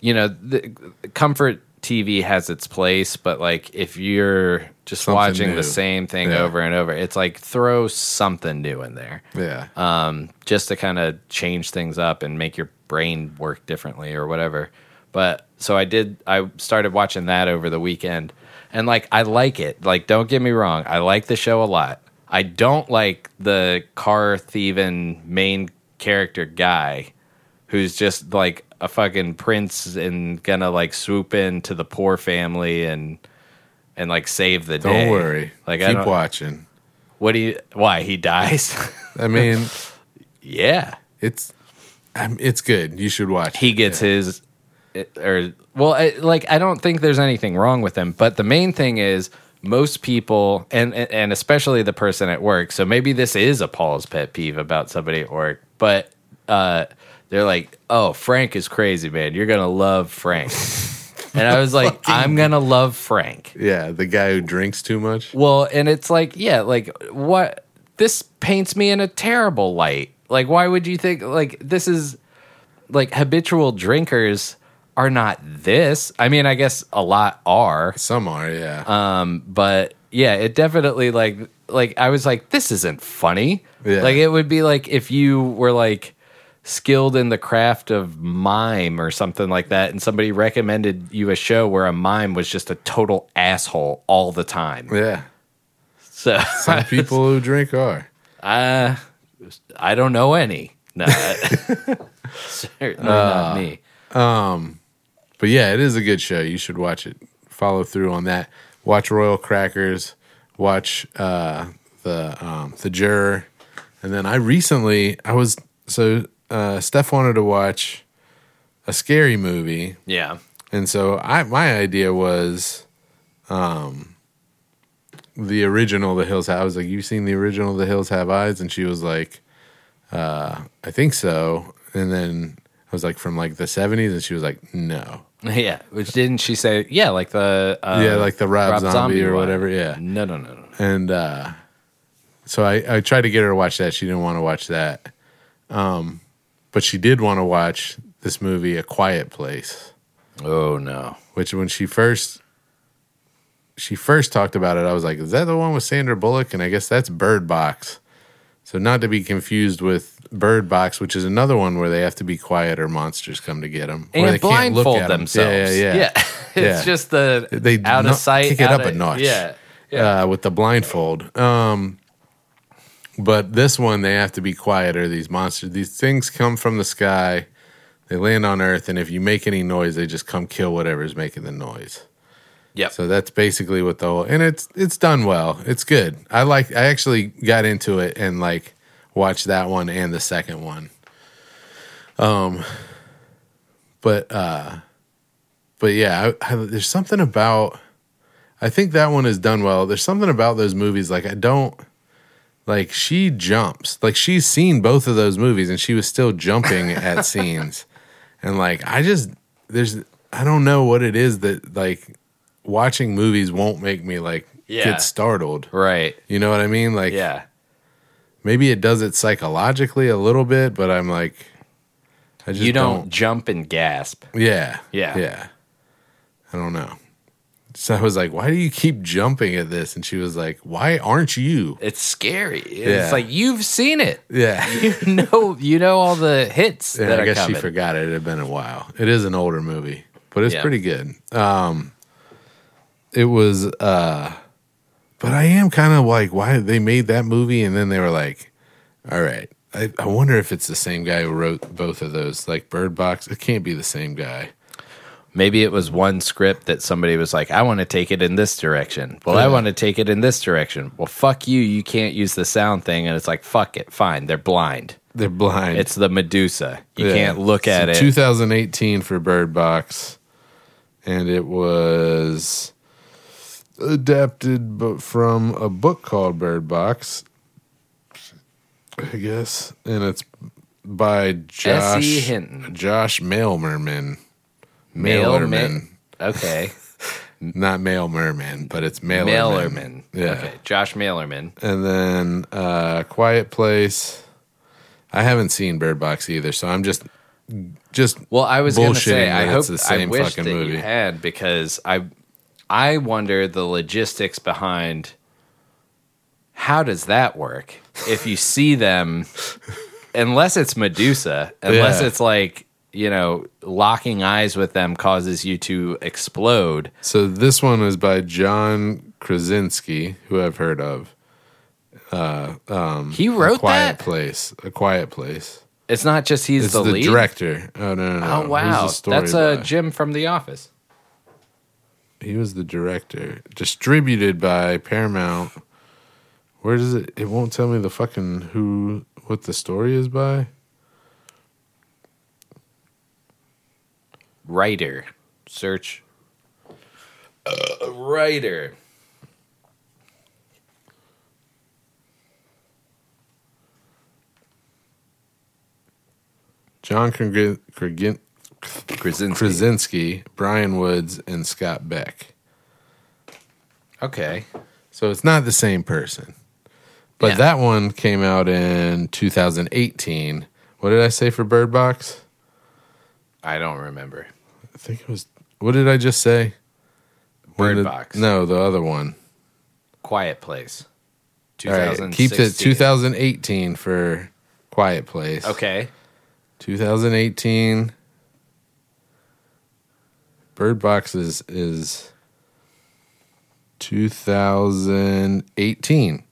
Speaker 1: you know, the comfort TV has its place, but like if you're just
Speaker 2: Something
Speaker 1: watching
Speaker 2: new.
Speaker 1: the same thing
Speaker 2: Yeah.
Speaker 1: over and over, it's like throw something new in there
Speaker 2: Yeah.
Speaker 1: um, just to kind of change things up and make your brain work differently or whatever. But so I did, I started watching that over the weekend. And like, I like it. Like, don't get me wrong, I like the show a lot. I don't like the car thieving main character guy who's just like a fucking prince and gonna like swoop in to the poor family and and like save the
Speaker 2: don't
Speaker 1: day.
Speaker 2: worry.
Speaker 1: Like, I
Speaker 2: keep
Speaker 1: don't,
Speaker 2: watching.
Speaker 1: what do you? Why he dies?
Speaker 2: I mean,
Speaker 1: yeah.
Speaker 2: it's um, it's good. You should watch.
Speaker 1: he
Speaker 2: it.
Speaker 1: gets his it- or well I, like i don't think there's anything wrong with him but the main thing is most people and and- and especially the person at work so maybe this is a paul's pet peeve about somebody at work but uh they're like oh frank is crazy man you're gonna love frank and i was like i'm gonna love frank
Speaker 2: Yeah, the guy who drinks too much.
Speaker 1: well, and it's like, yeah, like what this paints me in a terrible light. Like why would you think like this is like habitual drinkers are not this. I mean, I guess a lot are,
Speaker 2: Some are, yeah.
Speaker 1: Uh, but yeah, it definitely like like I was like this isn't funny.
Speaker 2: Yeah.
Speaker 1: Like it would be like if you were like skilled in the craft of mime or something like that and somebody recommended you a show where a mime was just a total asshole all the time.
Speaker 2: yeah.
Speaker 1: So
Speaker 2: Some people who drink are.
Speaker 1: Uh, I don't know any. No, I- certainly
Speaker 2: Uh,
Speaker 1: not me.
Speaker 2: But yeah, it is a good show. You should watch it. Follow through on that. Watch Royal Crackers. Watch uh, the um, the Juror. And then I recently I was so uh, Steph wanted to watch a scary movie,
Speaker 1: Yeah,
Speaker 2: and so I my idea was um, the original The Hills Have. I was like, "You seen the original The Hills Have Eyes?" And she was like, uh, "I think so." And then I was like, "From like the '70s," and she was like, "No."
Speaker 1: yeah. Which didn't she say? Yeah, like the uh,
Speaker 2: yeah, like the Rob, Zombie, or
Speaker 1: one.
Speaker 2: whatever. Yeah,
Speaker 1: No, no, no, no.
Speaker 2: and uh, so I, I tried to get her to watch that. She didn't want to watch that, um, but she did want to watch this movie, A Quiet Place,
Speaker 1: Oh no.
Speaker 2: which when she first she first talked about it, I was like, "Is that the one with Sandra Bullock?" And I guess that's Bird Box. So not to be confused with Bird Box, which is another one where they have to be quiet or monsters come to get them, or
Speaker 1: And
Speaker 2: they
Speaker 1: blindfold
Speaker 2: 'em.
Speaker 1: themselves.
Speaker 2: Yeah, yeah, yeah.
Speaker 1: it's just the
Speaker 2: They
Speaker 1: they out
Speaker 2: no-
Speaker 1: of sight.
Speaker 2: kick it
Speaker 1: out
Speaker 2: up
Speaker 1: of-
Speaker 2: a notch.
Speaker 1: Yeah,
Speaker 2: uh, with the blindfold. Um, but this one, they have to be quieter. These monsters, these things come from the sky. They land on Earth, and if you make any noise, they just come kill whatever's making the noise.
Speaker 1: yeah.
Speaker 2: So that's basically what the whole and it's it's done well. It's good. I like. I actually got into it and like watched that one and the second one. Um, but uh, but yeah, I, I, there's something about I think that one is done well. There's something about those movies like I don't like she jumps. Like she's seen both of those movies and she was still jumping at scenes. And like I just there's I don't know what it is that like watching movies won't make me like
Speaker 1: Yeah.
Speaker 2: get startled.
Speaker 1: Right.
Speaker 2: You know what I mean? Like
Speaker 1: Yeah.
Speaker 2: maybe it does it psychologically a little bit, but I'm like I just
Speaker 1: You don't jump and gasp.
Speaker 2: yeah.
Speaker 1: Yeah.
Speaker 2: Yeah. I don't know. So I was like, why do you keep jumping at this? And she was like, why aren't you?
Speaker 1: It's scary. It's
Speaker 2: Yeah.
Speaker 1: like you've seen it.
Speaker 2: Yeah.
Speaker 1: You know, you know all the hits
Speaker 2: Yeah,
Speaker 1: that
Speaker 2: I
Speaker 1: are
Speaker 2: guess
Speaker 1: coming.
Speaker 2: she forgot it. It had been a while. It is an older movie, but it's
Speaker 1: Yeah.
Speaker 2: pretty good. Um, it was, uh, but I am kind of like, why they made that movie, and then they were like, all right, I, I wonder if it's the same guy who wrote both of those, like Bird Box. It can't be the same guy.
Speaker 1: Maybe it was one script that somebody was like, "I want to take it in this direction." Well, I
Speaker 2: Yeah.
Speaker 1: want to take it in this direction. Well, fuck you. You can't use the sound thing, and it's like, fuck it. Fine. They're blind.
Speaker 2: They're blind.
Speaker 1: It's the Medusa. You
Speaker 2: Yeah.
Speaker 1: can't look
Speaker 2: So
Speaker 1: at it.
Speaker 2: 2018 for Bird Box, and it was adapted bu- from a book called Bird Box, I guess, and it's by Josh
Speaker 1: S.E. E Hinton.
Speaker 2: Josh Mailmerman.
Speaker 1: Mailman. Okay.
Speaker 2: not Mailmerman, but it's Mailerman.
Speaker 1: Mailerman.
Speaker 2: Yeah,
Speaker 1: Okay. Josh Mailerman.
Speaker 2: and then uh, Quiet Place. I haven't seen Bird Box either, so I'm just just
Speaker 1: Well, I was going to
Speaker 2: bullshitting
Speaker 1: say, I
Speaker 2: that
Speaker 1: hope
Speaker 2: it's the same
Speaker 1: I wish
Speaker 2: fucking
Speaker 1: that
Speaker 2: movie.
Speaker 1: you had because I, I wonder the logistics behind. How does that work? If you see them, unless it's Medusa, unless
Speaker 2: Yeah.
Speaker 1: it's like you know, locking eyes with them causes you to explode.
Speaker 2: So this one is by John Krasinski, who I've heard of.
Speaker 1: He wrote that.
Speaker 2: Quiet Place, A Quiet Place.
Speaker 1: It's not just he's
Speaker 2: It's
Speaker 1: the,
Speaker 2: the,
Speaker 1: lead.
Speaker 2: director. Oh no, no, no.
Speaker 1: Oh
Speaker 2: Who's
Speaker 1: wow,
Speaker 2: the story
Speaker 1: that's a
Speaker 2: by?
Speaker 1: Jim from The Office.
Speaker 2: he was the director. Distributed by Paramount. Where does it? It won't tell me the fucking who, what the story is by.
Speaker 1: writer search uh, writer
Speaker 2: John Kra- Krasin-
Speaker 1: Krasinski.
Speaker 2: Krasinski, Brian Woods, and Scott Beck.
Speaker 1: okay
Speaker 2: So it's not the same person. But
Speaker 1: Yeah.
Speaker 2: that one came out in 2018. What did I say for Bird Box?
Speaker 1: i don't remember
Speaker 2: I think it was. What did I just say? When
Speaker 1: Bird
Speaker 2: did-
Speaker 1: Box.
Speaker 2: No, the other one.
Speaker 1: quiet place
Speaker 2: All right. Keep it
Speaker 1: 2016.
Speaker 2: 2018 for Quiet Place.
Speaker 1: okay
Speaker 2: 2018. Bird Box is, is 2018.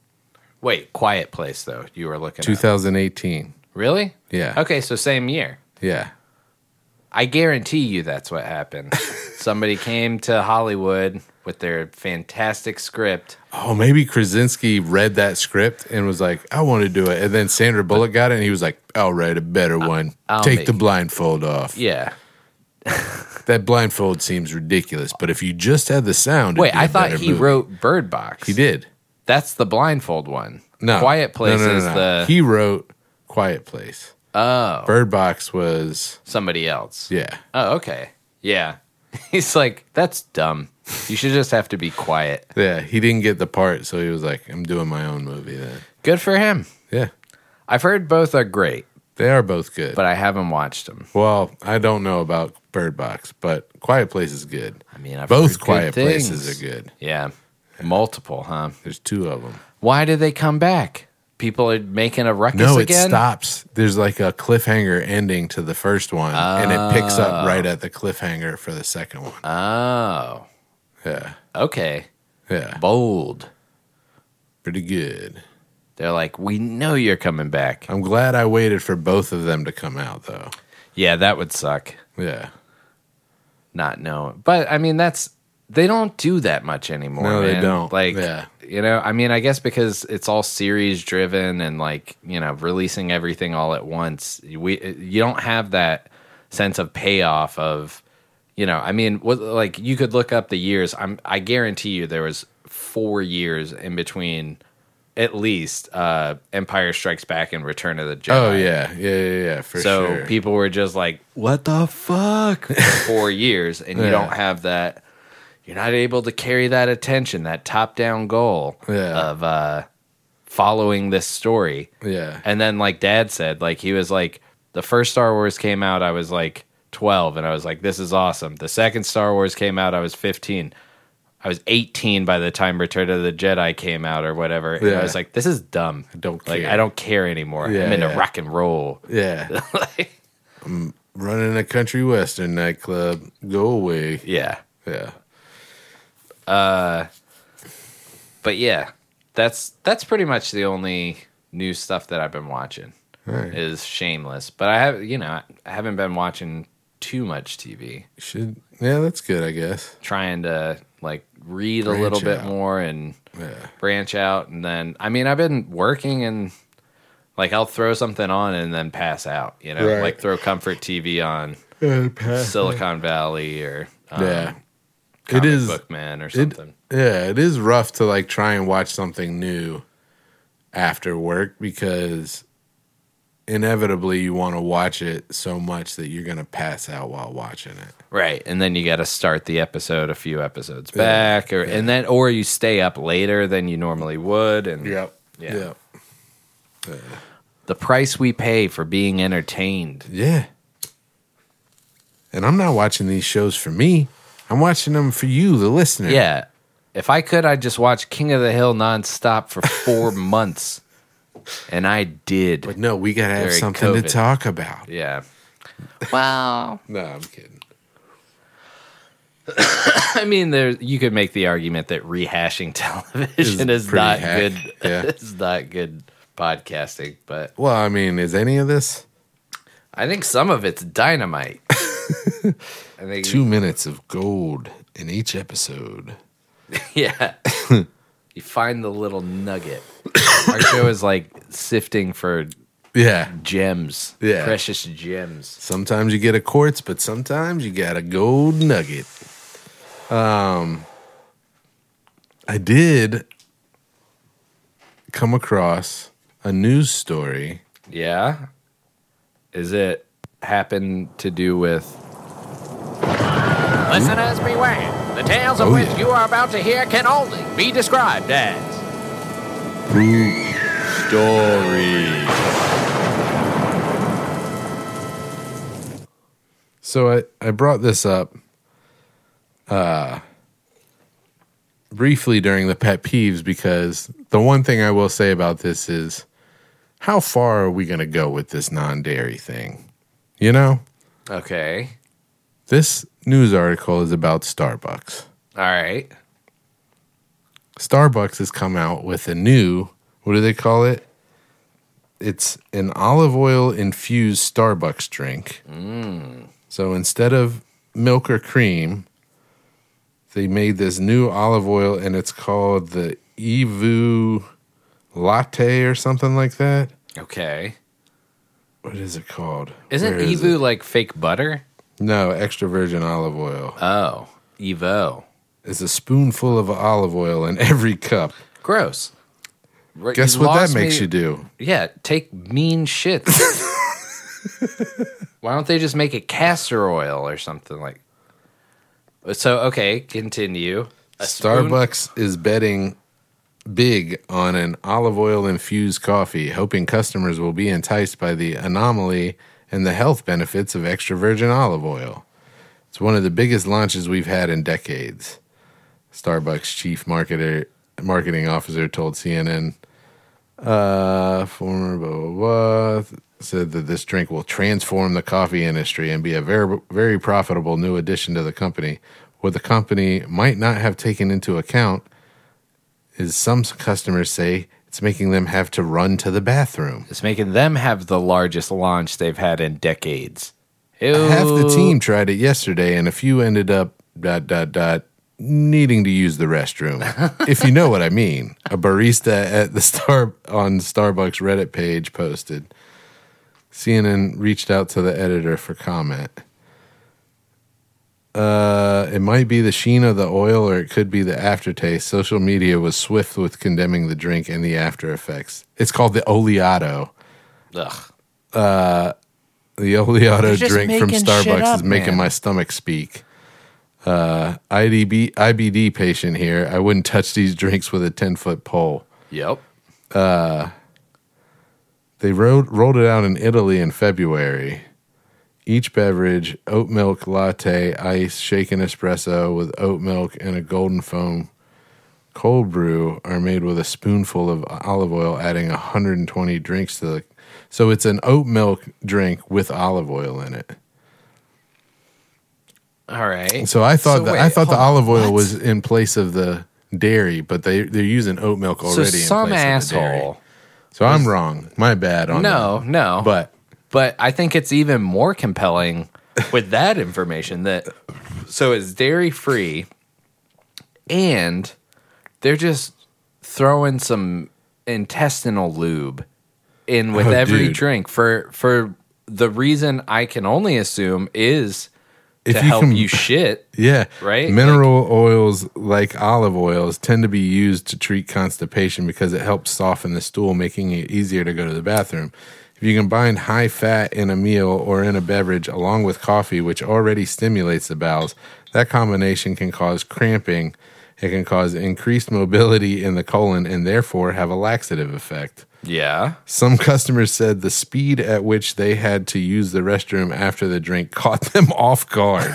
Speaker 1: wait quiet place though you were looking at
Speaker 2: 2018.
Speaker 1: really
Speaker 2: Yeah.
Speaker 1: okay so same year
Speaker 2: Yeah.
Speaker 1: i guarantee you that's what happened somebody came to hollywood with their fantastic script
Speaker 2: Oh, maybe Krasinski read that script and was like, I want to do it. And then Sandra Bullock got it and he was like, I'll write a better one.
Speaker 1: I'll
Speaker 2: Take
Speaker 1: make
Speaker 2: the
Speaker 1: it."
Speaker 2: blindfold off.
Speaker 1: yeah
Speaker 2: That blindfold seems ridiculous, but if you just had the sound, it'd
Speaker 1: wait
Speaker 2: be
Speaker 1: i
Speaker 2: a
Speaker 1: thought
Speaker 2: better
Speaker 1: he
Speaker 2: movie."
Speaker 1: wrote bird box
Speaker 2: He did.
Speaker 1: that's the blindfold one
Speaker 2: No.
Speaker 1: quiet place
Speaker 2: No, no, no,
Speaker 1: is
Speaker 2: no.
Speaker 1: the
Speaker 2: He wrote Quiet Place.
Speaker 1: oh
Speaker 2: Bird Box was,
Speaker 1: somebody else
Speaker 2: yeah.
Speaker 1: Oh, okay. Yeah. He's like, that's dumb. You should just have to be quiet.
Speaker 2: Yeah. He didn't get the part, so he was like, I'm doing my own movie then.
Speaker 1: Good for him.
Speaker 2: Yeah.
Speaker 1: I've heard both are great,
Speaker 2: They are both good.
Speaker 1: but I haven't watched them.
Speaker 2: well, I don't know about Bird Box, but Quiet Place is good.
Speaker 1: I mean, I've heard
Speaker 2: both
Speaker 1: good
Speaker 2: Quiet
Speaker 1: things.
Speaker 2: Places are good.
Speaker 1: Yeah. Multiple, huh?
Speaker 2: There's two of them.
Speaker 1: Why did they come back? People are making a ruckus
Speaker 2: No, it
Speaker 1: again.
Speaker 2: stops. There's like a cliffhanger ending to the first one, and it picks up right at the cliffhanger for the second one.
Speaker 1: Oh,
Speaker 2: yeah,
Speaker 1: okay.
Speaker 2: yeah,
Speaker 1: Bold.
Speaker 2: pretty good.
Speaker 1: They're like, we know you're coming back.
Speaker 2: I'm glad I waited for both of them to come out, though.
Speaker 1: Yeah, that would suck.
Speaker 2: Yeah,
Speaker 1: Not knowing. But I mean, that's they don't do that much anymore.
Speaker 2: No, they
Speaker 1: man.
Speaker 2: don't.
Speaker 1: Like,
Speaker 2: Yeah.
Speaker 1: you know, I mean, I guess because it's all series driven and like you know, releasing everything all at once. We you don't have that sense of payoff of you know, I mean, what, like you could look up the years. I'm I guarantee you there was four years in between, at least uh, Empire Strikes Back and Return of the Jedi.
Speaker 2: Oh yeah, yeah, yeah, yeah for
Speaker 1: so
Speaker 2: sure.
Speaker 1: people were just like, "What the fuck?" for four years, and you
Speaker 2: Yeah.
Speaker 1: don't have that. You're not able to carry that attention, that top-down goal
Speaker 2: Yeah.
Speaker 1: of uh, following this story.
Speaker 2: yeah,
Speaker 1: And then, like Dad said, like he was like, the first Star Wars came out, I was like 12, and I was like, this is awesome. The second Star Wars came out, I was 15. I was 18 by the time Return of the Jedi came out, or whatever. And I
Speaker 2: Yeah.
Speaker 1: was like, this is dumb. I
Speaker 2: don't
Speaker 1: like.
Speaker 2: care.
Speaker 1: I don't care anymore.
Speaker 2: Yeah,
Speaker 1: I'm into
Speaker 2: yeah.
Speaker 1: rock and roll.
Speaker 2: yeah.
Speaker 1: Like,
Speaker 2: Running a country western nightclub. Go away.
Speaker 1: yeah,
Speaker 2: Yeah.
Speaker 1: but yeah, that's that's pretty much the only new stuff that I've been watching
Speaker 2: Right.
Speaker 1: is Shameless. But I have, you know, I haven't been watching too much TV.
Speaker 2: Should yeah, that's good, I guess.
Speaker 1: trying to like read a
Speaker 2: Branch
Speaker 1: little bit
Speaker 2: out.
Speaker 1: more and
Speaker 2: Yeah.
Speaker 1: branch out and then I mean I've been working and like I'll throw something on and then pass out, you know,
Speaker 2: Right.
Speaker 1: like throw comfort TV on Silicon Valley or um,
Speaker 2: yeah.
Speaker 1: Comic
Speaker 2: It is
Speaker 1: Book Man or
Speaker 2: it,
Speaker 1: something.
Speaker 2: yeah, it is rough to like try and watch something new after work because inevitably you want to watch it so much that you're gonna pass out while watching it.
Speaker 1: right. And then you got to start the episode a few episodes back or and then or you stay up later than you normally would and
Speaker 2: Yeah.
Speaker 1: Yeah. the price we pay for being entertained.
Speaker 2: Yeah. And I'm not watching these shows for me. I'm watching them for you, the listener.
Speaker 1: Yeah. If I could, I'd just watch King of the Hill nonstop for four months. And I did.
Speaker 2: But no, we gotta have
Speaker 1: During
Speaker 2: something to
Speaker 1: COVID.
Speaker 2: talk about.
Speaker 1: yeah. Wow.
Speaker 2: No, I'm kidding.
Speaker 1: I mean, there you could make the argument that rehashing television
Speaker 2: Is
Speaker 1: is not
Speaker 2: pretty
Speaker 1: good.
Speaker 2: hack, yeah.
Speaker 1: it's not good podcasting, but
Speaker 2: Well, I mean, is any of this
Speaker 1: I think some of it's dynamite. I think
Speaker 2: two minutes of gold in each episode?
Speaker 1: Yeah. you find the little nugget. Our show is like sifting for
Speaker 2: Yeah.
Speaker 1: gems.
Speaker 2: Yeah.
Speaker 1: Precious gems.
Speaker 2: Sometimes you get a quartz, but sometimes you got a gold nugget. Um, I did come across a news story.
Speaker 1: Yeah. Is it happen to do with
Speaker 5: Listeners beware. The tales of
Speaker 2: Oh,
Speaker 5: which
Speaker 2: yeah.
Speaker 5: you are about to hear can only be described as
Speaker 2: So I, I brought this up uh, briefly during the pet peeves because the one thing I will say about this is how far are we going to go with this non dairy thing? You know,
Speaker 1: Okay.
Speaker 2: this news article is about Starbucks.
Speaker 1: All right.
Speaker 2: Starbucks has come out with a new, what do they call it? It's an olive oil infused Starbucks drink.
Speaker 1: Mm.
Speaker 2: So instead of milk or cream, they made this new olive oil and it's called the Evu latte or something like that.
Speaker 1: Okay.
Speaker 2: What is it called?
Speaker 1: Isn't
Speaker 2: Where is
Speaker 1: Evu
Speaker 2: it?
Speaker 1: like fake butter?
Speaker 2: No, extra virgin olive oil.
Speaker 1: Oh, Evo.
Speaker 2: It's a spoonful of olive oil in every cup.
Speaker 1: Gross. Right,
Speaker 2: Guess
Speaker 1: you
Speaker 2: what that
Speaker 1: lost
Speaker 2: makes
Speaker 1: me-
Speaker 2: you do?
Speaker 1: Yeah, take mean shits. Why don't they just make it castor oil or something like? So okay, continue. A spoon-
Speaker 2: Starbucks is betting big on an olive oil infused coffee, hoping customers will be enticed by the anomaly and the health benefits of extra virgin olive oil. It's one of the biggest launches we've had in decades. Starbucks chief marketer marketing officer told CNN uh former blah, blah, blah said that this drink will transform the coffee industry and be a very very profitable new addition to the company. What the company might not have taken into account is some customers say it's making them have to run to the bathroom.
Speaker 1: It's making them have the largest launch they've had in decades.
Speaker 2: Half the
Speaker 1: Ew.
Speaker 2: team tried it yesterday, and a few ended up dot dot dot needing to use the restroom. if you know what I mean, a barista at the star on Starbucks Reddit page posted. CNN reached out to the editor for comment. Uh, it might be the sheen of the oil or it could be the aftertaste. Social media was swift with condemning the drink and the after effects. It's called the Oleato.
Speaker 1: Ugh.
Speaker 2: The Oleato
Speaker 1: just
Speaker 2: drink from
Speaker 1: making shit
Speaker 2: Starbucks
Speaker 1: up,
Speaker 2: is making
Speaker 1: man.
Speaker 2: my stomach speak. Uh, IDB, IBD patient here. I wouldn't touch these drinks with a 10 foot pole.
Speaker 1: Yep.
Speaker 2: They rode, rolled it out in Italy in February. Each beverage, oat milk latte, ice, shaken espresso with oat milk and a golden foam cold brew are made with a spoonful of olive oil, adding 120 drinks to the. So it's an oat milk drink with olive oil in it.
Speaker 1: All right.
Speaker 2: So I thought
Speaker 6: So
Speaker 2: that
Speaker 6: wait,
Speaker 2: I thought the
Speaker 6: hold on,
Speaker 2: olive oil
Speaker 6: what?
Speaker 2: was in place of the dairy, but they they're using oat milk
Speaker 1: So
Speaker 2: already. in
Speaker 1: some
Speaker 2: place Of the dairy.
Speaker 1: asshole.
Speaker 2: So I'm wrong. My bad on
Speaker 1: No, no.
Speaker 2: that. but
Speaker 1: but I think it's even more compelling with that information that so it's dairy free and they're just throwing some intestinal lube in with
Speaker 2: Oh,
Speaker 1: every
Speaker 2: dude.
Speaker 1: drink for for the reason I can only assume is
Speaker 2: if
Speaker 1: to
Speaker 2: you
Speaker 1: help
Speaker 2: can,
Speaker 1: you shit.
Speaker 2: Yeah.
Speaker 1: Right?
Speaker 2: Mineral oils like olive oils tend to be used to treat constipation because it helps soften the stool, making it easier to go to the bathroom. If you combine high fat in a meal or in a beverage along with coffee, which already stimulates the bowels, that combination can cause cramping. It can cause increased mobility in the colon and therefore have a laxative effect.
Speaker 1: Yeah.
Speaker 2: Some customers said the speed at which they had to use the restroom after the drink caught them off guard.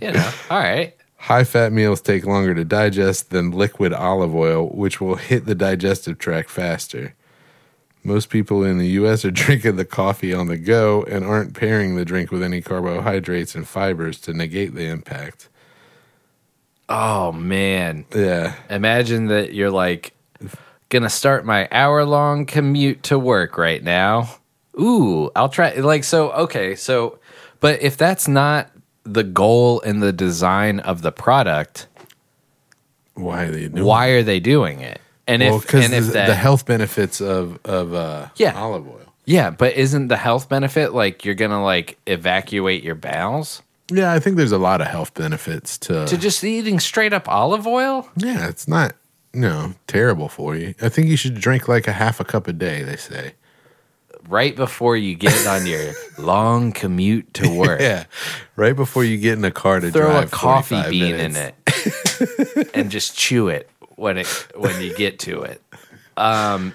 Speaker 1: You know. All right.
Speaker 2: High fat meals take longer to digest than liquid olive oil, which will hit the digestive tract faster. Most people in the US are drinking the coffee on the go and aren't pairing the drink with any carbohydrates and fibers to negate the impact.
Speaker 1: Oh man.
Speaker 2: Yeah.
Speaker 1: Imagine that you're like gonna start my hour long commute to work right now. Ooh, I'll try like so okay, so but if that's not the goal and the design of the product,
Speaker 2: Why are they doing
Speaker 1: why are they doing it? And
Speaker 2: Mm-hmm. Well,
Speaker 1: if
Speaker 2: because
Speaker 1: and if
Speaker 2: the,
Speaker 1: that
Speaker 2: the health benefits of, of uh,
Speaker 1: Yeah.
Speaker 2: olive oil.
Speaker 1: Yeah, but isn't the health benefit like you're gonna like evacuate your bowels?
Speaker 2: Yeah, I think there's a lot of health benefits to,
Speaker 1: To just eating straight up olive oil?
Speaker 2: Yeah, it's not you know, terrible for you. I think you should drink like a half a cup a day, they say.
Speaker 1: Right before you get on your long commute to work.
Speaker 2: Yeah, right before you get in a car to
Speaker 1: throw a
Speaker 2: drive
Speaker 1: coffee
Speaker 2: 45
Speaker 1: bean
Speaker 2: minutes.
Speaker 1: in it and just chew it when it when you get to it. Um,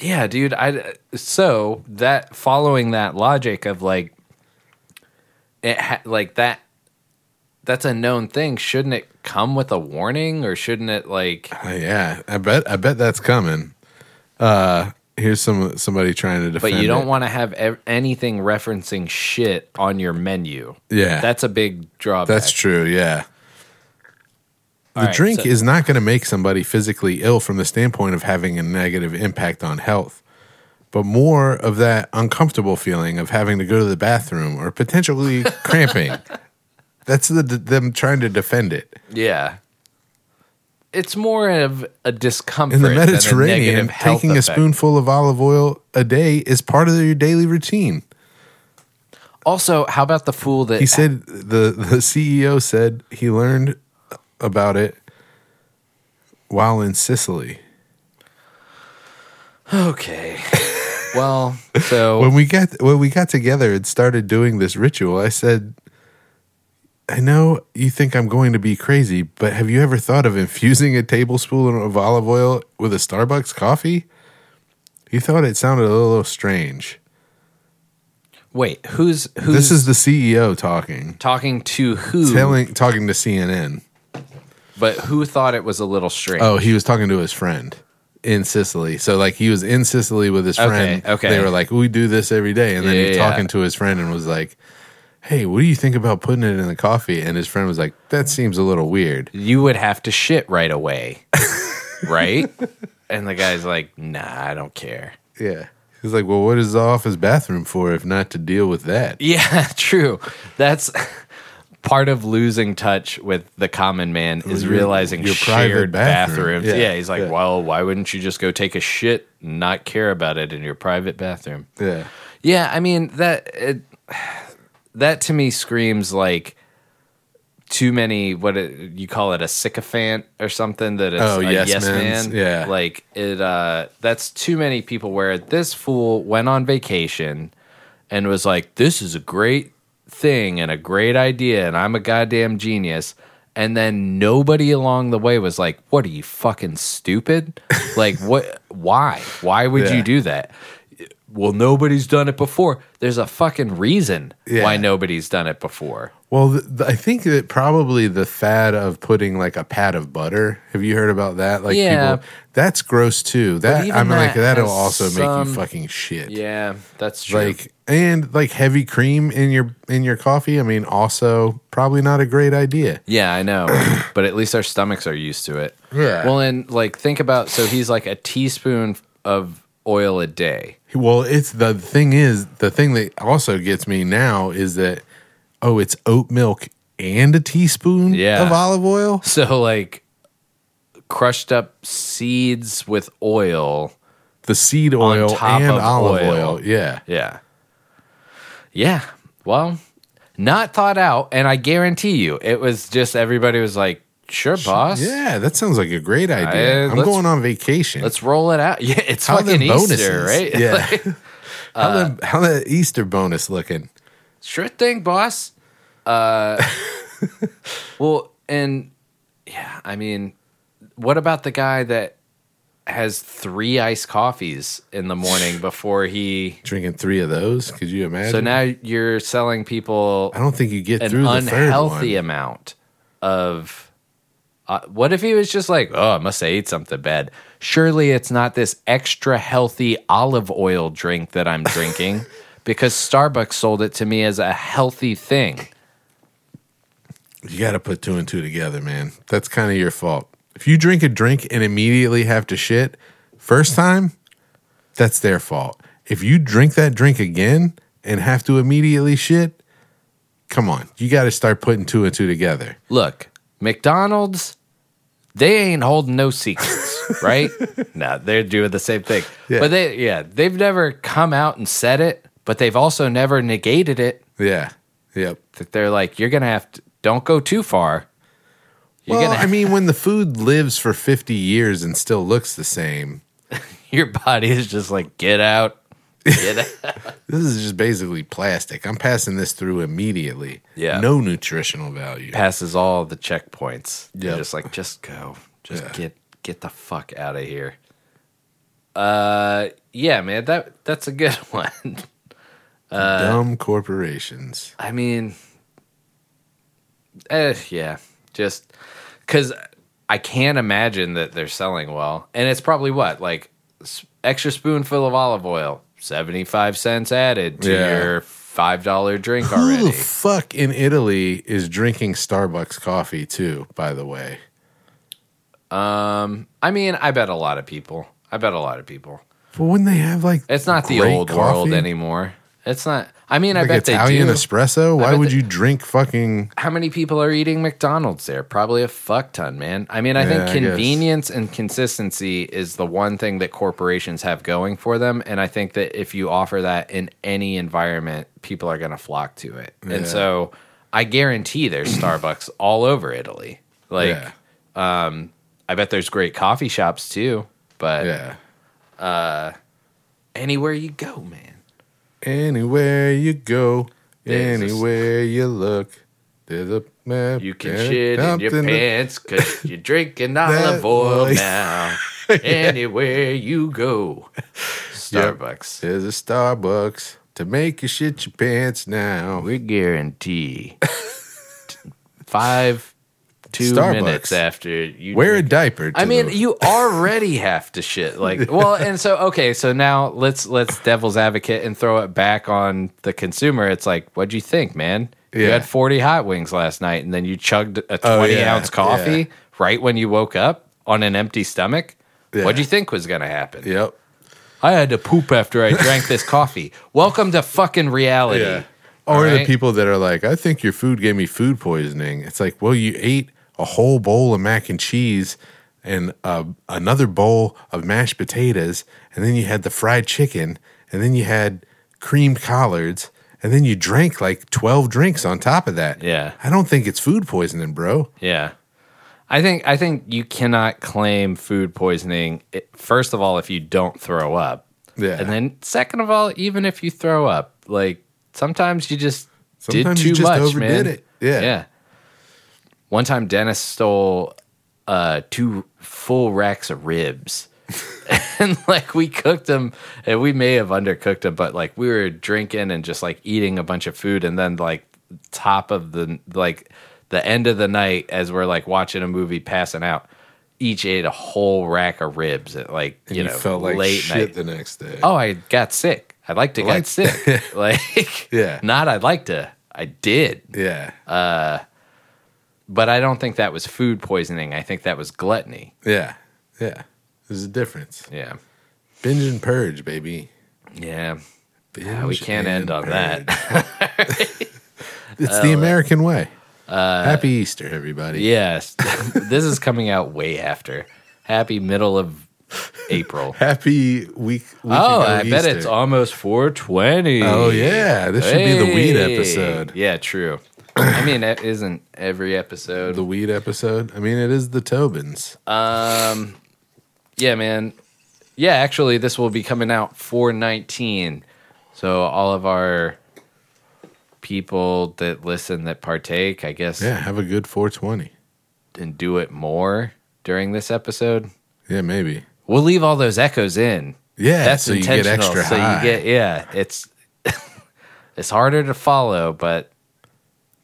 Speaker 1: yeah, dude. I so that following that logic of like it ha- like that that's a known thing. Shouldn't it come with a warning or shouldn't it like
Speaker 2: Uh, yeah, I bet. I bet that's coming. Uh, here's some somebody trying to
Speaker 1: but
Speaker 2: defend.
Speaker 1: you don't
Speaker 2: it.
Speaker 1: want to have ev- anything referencing shit on your menu.
Speaker 2: Yeah, that's
Speaker 1: That's a big drawback.
Speaker 2: that's true. Yeah, the
Speaker 1: right,
Speaker 2: drink
Speaker 1: so-
Speaker 2: is not going to make somebody physically ill from the standpoint of having a negative impact on health. But more of that uncomfortable feeling of having to go to the bathroom or potentially cramping. That's the, them trying to defend it.
Speaker 1: Yeah. It's more of a discomfort
Speaker 2: in the
Speaker 1: than a
Speaker 2: Mediterranean,
Speaker 1: negative health
Speaker 2: taking a
Speaker 1: effect.
Speaker 2: spoonful of olive oil a day is part of your daily routine.
Speaker 1: Also, how about the fool that
Speaker 2: He said the the CEO said he learned about it while in Sicily.
Speaker 1: Okay. well, so
Speaker 2: When we got when we got together and started doing this ritual, I said, "I know you think I'm going to be crazy, but have you ever thought of infusing a tablespoon of olive oil with a Starbucks coffee?" He thought it sounded a little strange.
Speaker 1: wait, who's who's
Speaker 2: This is the CEO talking.
Speaker 1: talking to who?
Speaker 2: telling talking to CNN.
Speaker 1: but who thought it was a little strange?
Speaker 2: Oh, he was talking to his friend in Sicily. So like he was in Sicily with his friend.
Speaker 1: okay.
Speaker 2: They were like, "We do this every day," and then
Speaker 1: Yeah,
Speaker 2: he was
Speaker 1: yeah.
Speaker 2: talking to his friend and was like, "Hey, what do you think about putting it in the coffee?" And his friend was like, "That seems a little weird."
Speaker 1: You would have to shit right away. right? And the guy's like, "Nah, I don't care."
Speaker 2: Yeah. He's like, "Well, what is the office bathroom for if not to deal with that?"
Speaker 1: Yeah, true. That's part of losing touch with the common man is
Speaker 2: Your-
Speaker 1: realizing
Speaker 2: your private
Speaker 1: shared
Speaker 2: bathroom.
Speaker 1: bathrooms.
Speaker 2: Yeah,
Speaker 1: Yeah, he's like,
Speaker 2: yeah.
Speaker 1: well, why wouldn't you just go take a shit, and not care about it in your private bathroom?
Speaker 2: Yeah.
Speaker 1: Yeah, I mean that it, that to me screams like too many what it, you call it a sycophant or something that is
Speaker 2: Oh,
Speaker 1: a
Speaker 2: yes
Speaker 1: yes,
Speaker 2: mens,
Speaker 1: man
Speaker 2: yeah.
Speaker 1: like it uh that's too many people where this fool went on vacation and was like this is a great thing and a great idea and i'm a goddamn genius and then nobody along the way was like what are you fucking stupid like what why why would
Speaker 2: Yeah.
Speaker 1: you do that well nobody's done it before there's a fucking reason
Speaker 2: Yeah.
Speaker 1: why nobody's done it before
Speaker 2: Well, th- th- I think that probably the fad of putting like a pat of butter. Have you heard about that? Like,
Speaker 1: Yeah.
Speaker 2: people, that's gross too. That
Speaker 1: even
Speaker 2: I'm like,
Speaker 1: that
Speaker 2: that'll
Speaker 1: has
Speaker 2: also make you
Speaker 1: some-
Speaker 2: fucking shit.
Speaker 1: Yeah, that's true.
Speaker 2: Like and like heavy cream in your in your coffee. I mean, also probably not a great idea.
Speaker 1: yeah, I know, but at least our stomachs are used to it.
Speaker 2: Yeah.
Speaker 1: Well, and like think about so he's like a teaspoon of oil a day.
Speaker 2: Well, it's the thing is the thing that also gets me now is that oh, it's oat milk and a teaspoon
Speaker 1: Yeah.
Speaker 2: of olive oil.
Speaker 1: So like crushed up seeds with oil.
Speaker 2: The seed oil
Speaker 1: top
Speaker 2: and
Speaker 1: of
Speaker 2: olive oil.
Speaker 1: oil.
Speaker 2: Yeah.
Speaker 1: Yeah. Yeah. Well, not thought out, and I guarantee you, it was just everybody was like, "Sure, boss.
Speaker 2: Yeah, that sounds like a great idea.
Speaker 1: I-
Speaker 2: I'm
Speaker 1: let's-
Speaker 2: going on vacation.
Speaker 1: Let's roll it out." Yeah, it's
Speaker 2: How are
Speaker 1: fucking
Speaker 2: them
Speaker 1: Easter,
Speaker 2: bonuses?
Speaker 1: right? uh,
Speaker 2: Yeah. how the how the Easter bonus looking?
Speaker 1: Sure thing, boss. Uh, well, and yeah, I mean, what about the guy that has three iced coffees in the morning before he?
Speaker 2: Drinking three of those? Could you imagine?
Speaker 1: So now you're selling people
Speaker 2: I don't think you get
Speaker 1: an
Speaker 2: through the third
Speaker 1: unhealthy
Speaker 2: one.
Speaker 1: amount of. Uh, what if he was just like, oh, I must have ate something bad? Surely it's not this extra healthy olive oil drink that I'm drinking because Starbucks sold it to me as a healthy thing.
Speaker 2: You got to put two and two together, man. That's kind of your fault. If you drink a drink and immediately have to shit first time, that's their fault. If you drink that drink again and have to immediately shit, come on, you got to start putting two and two together.
Speaker 1: look, McDonald's, they ain't holding no secrets, right? no, they're doing the same thing.
Speaker 2: Yeah.
Speaker 1: But they, yeah, they've never come out and said it, but they've also never negated it.
Speaker 2: Yeah, yep.
Speaker 1: That they're like, you're gonna have to, don't go too far. You're
Speaker 2: well,
Speaker 1: gonna,
Speaker 2: I mean, when the food lives for 50 years and still looks the same,
Speaker 1: your body is just like, get out, get out.
Speaker 2: this is just basically plastic. I'm passing this through immediately.
Speaker 1: Yeah.
Speaker 2: No nutritional value.
Speaker 1: Passes all the checkpoints. You're
Speaker 2: Yep.
Speaker 1: just like, just go, just
Speaker 2: Yeah.
Speaker 1: get, get the fuck out of here. Uh, yeah, man, that that's a good one.
Speaker 2: Dumb corporations.
Speaker 1: I mean, eh, yeah, just because I can't imagine that they're selling well, and it's probably what like s- extra spoonful of olive oil, seventy five cents added to
Speaker 2: Yeah.
Speaker 1: your five dollar drink
Speaker 2: Who the
Speaker 1: already.
Speaker 2: fuck in Italy is drinking Starbucks coffee too, by the way?
Speaker 1: I mean, I bet a lot of people. I bet a lot of people.
Speaker 2: But wouldn't they have like
Speaker 1: It's not the
Speaker 2: great
Speaker 1: old
Speaker 2: coffee?
Speaker 1: world anymore. It's not. I mean, I
Speaker 2: Like
Speaker 1: bet they
Speaker 2: Italian
Speaker 1: do.
Speaker 2: espresso? Why
Speaker 1: bet
Speaker 2: would
Speaker 1: they-
Speaker 2: you drink fucking
Speaker 1: how many people are eating McDonald's there? Probably a fuck ton, man. I mean, I
Speaker 2: Yeah, I guess.
Speaker 1: think convenience and consistency is the one thing that corporations have going for them. And I think that if you offer that in any environment, people are going to flock to it. And
Speaker 2: Yeah.
Speaker 1: so I guarantee there's Starbucks all over Italy. Like,
Speaker 2: yeah,
Speaker 1: I bet there's great coffee shops too, but
Speaker 2: yeah.
Speaker 1: anywhere you go, man.
Speaker 2: Anywhere you go,
Speaker 1: There's a s-
Speaker 2: anywhere you look, there's a map.
Speaker 1: You can shit in your pants because you're drinking olive oil
Speaker 2: boy.
Speaker 1: now. Anywhere you go, Starbucks.
Speaker 2: There's a Starbucks to make you shit your pants now.
Speaker 1: We guarantee five, two
Speaker 2: Starbucks.
Speaker 1: minutes after you
Speaker 2: Wear a
Speaker 1: drink-
Speaker 2: diaper. to
Speaker 1: I mean,
Speaker 2: the-
Speaker 1: you already have to shit. Like, well, and so okay, so now let's let's devil's advocate and throw it back on the consumer. It's like, what'd you think, man? You
Speaker 2: Yeah.
Speaker 1: had forty hot wings last night, and then you chugged a
Speaker 2: Oh,
Speaker 1: twenty
Speaker 2: yeah,
Speaker 1: ounce coffee
Speaker 2: yeah.
Speaker 1: right when you woke up on an empty stomach.
Speaker 2: Yeah.
Speaker 1: What'd you think was gonna happen?
Speaker 2: Yep.
Speaker 1: I had to poop after I drank this coffee. Welcome to fucking reality.
Speaker 2: Yeah. Or the
Speaker 1: Alright.
Speaker 2: people that are like, I think your food gave me food poisoning. It's like, well, you ate a whole bowl of mac and cheese and uh, another bowl of mashed potatoes, and then you had the fried chicken, and then you had creamed collards, and then you drank like 12 drinks on top of that.
Speaker 1: Yeah.
Speaker 2: I don't think it's food poisoning, bro.
Speaker 1: Yeah. I think I think you cannot claim food poisoning i- first of all if you don't throw up.
Speaker 2: Yeah.
Speaker 1: And then second of all even if you throw up, like sometimes you just
Speaker 2: Sometimes
Speaker 1: did
Speaker 2: you
Speaker 1: too
Speaker 2: just
Speaker 1: much,
Speaker 2: overdid
Speaker 1: man.
Speaker 2: it. Yeah.
Speaker 1: Yeah. One time Dennis stole uh two full racks of ribs. and like we cooked them and we may have undercooked them but like we were drinking and just like eating a bunch of food and then like top of the like the end of the night as we're like watching a movie passing out each ate a whole rack of ribs at like you,
Speaker 2: And
Speaker 1: know late night
Speaker 2: the next day.
Speaker 1: oh i got sick i'd like to
Speaker 2: Like-
Speaker 1: get sick like
Speaker 2: Yeah.
Speaker 1: not i'd like to i did
Speaker 2: Yeah.
Speaker 1: but i don't think that was food poisoning i think that was gluttony
Speaker 2: yeah. Yeah. There's a difference.
Speaker 1: yeah
Speaker 2: Binge and purge, baby.
Speaker 1: yeah
Speaker 2: Binge
Speaker 1: Yeah, Ah, we can't
Speaker 2: and
Speaker 1: end on that.
Speaker 2: purge. it's
Speaker 1: Oh,
Speaker 2: the American way.
Speaker 1: uh,
Speaker 2: Happy Easter, everybody.
Speaker 1: Yes. this is coming out way after. Happy middle of April.
Speaker 2: Happy week. week
Speaker 1: oh,
Speaker 2: ago
Speaker 1: I bet
Speaker 2: Easter.
Speaker 1: it's almost 420.
Speaker 2: Oh yeah, this should be the weed
Speaker 1: Hey.
Speaker 2: episode.
Speaker 1: Yeah, true. I mean, that isn't every episode.
Speaker 2: The weed episode. I mean, it is the Tobins.
Speaker 1: Uh, yeah, man. Yeah, actually, this will be coming out 419. So all of our people that listen, that partake, I guess,
Speaker 2: yeah, have a good 420.
Speaker 1: and do it more during this episode.
Speaker 2: Yeah, maybe.
Speaker 1: We'll leave all those echoes in.
Speaker 2: Yeah,
Speaker 1: that's
Speaker 2: so you get
Speaker 1: intentional.
Speaker 2: extra
Speaker 1: so
Speaker 2: high.
Speaker 1: you get yeah, it's it's harder to follow, but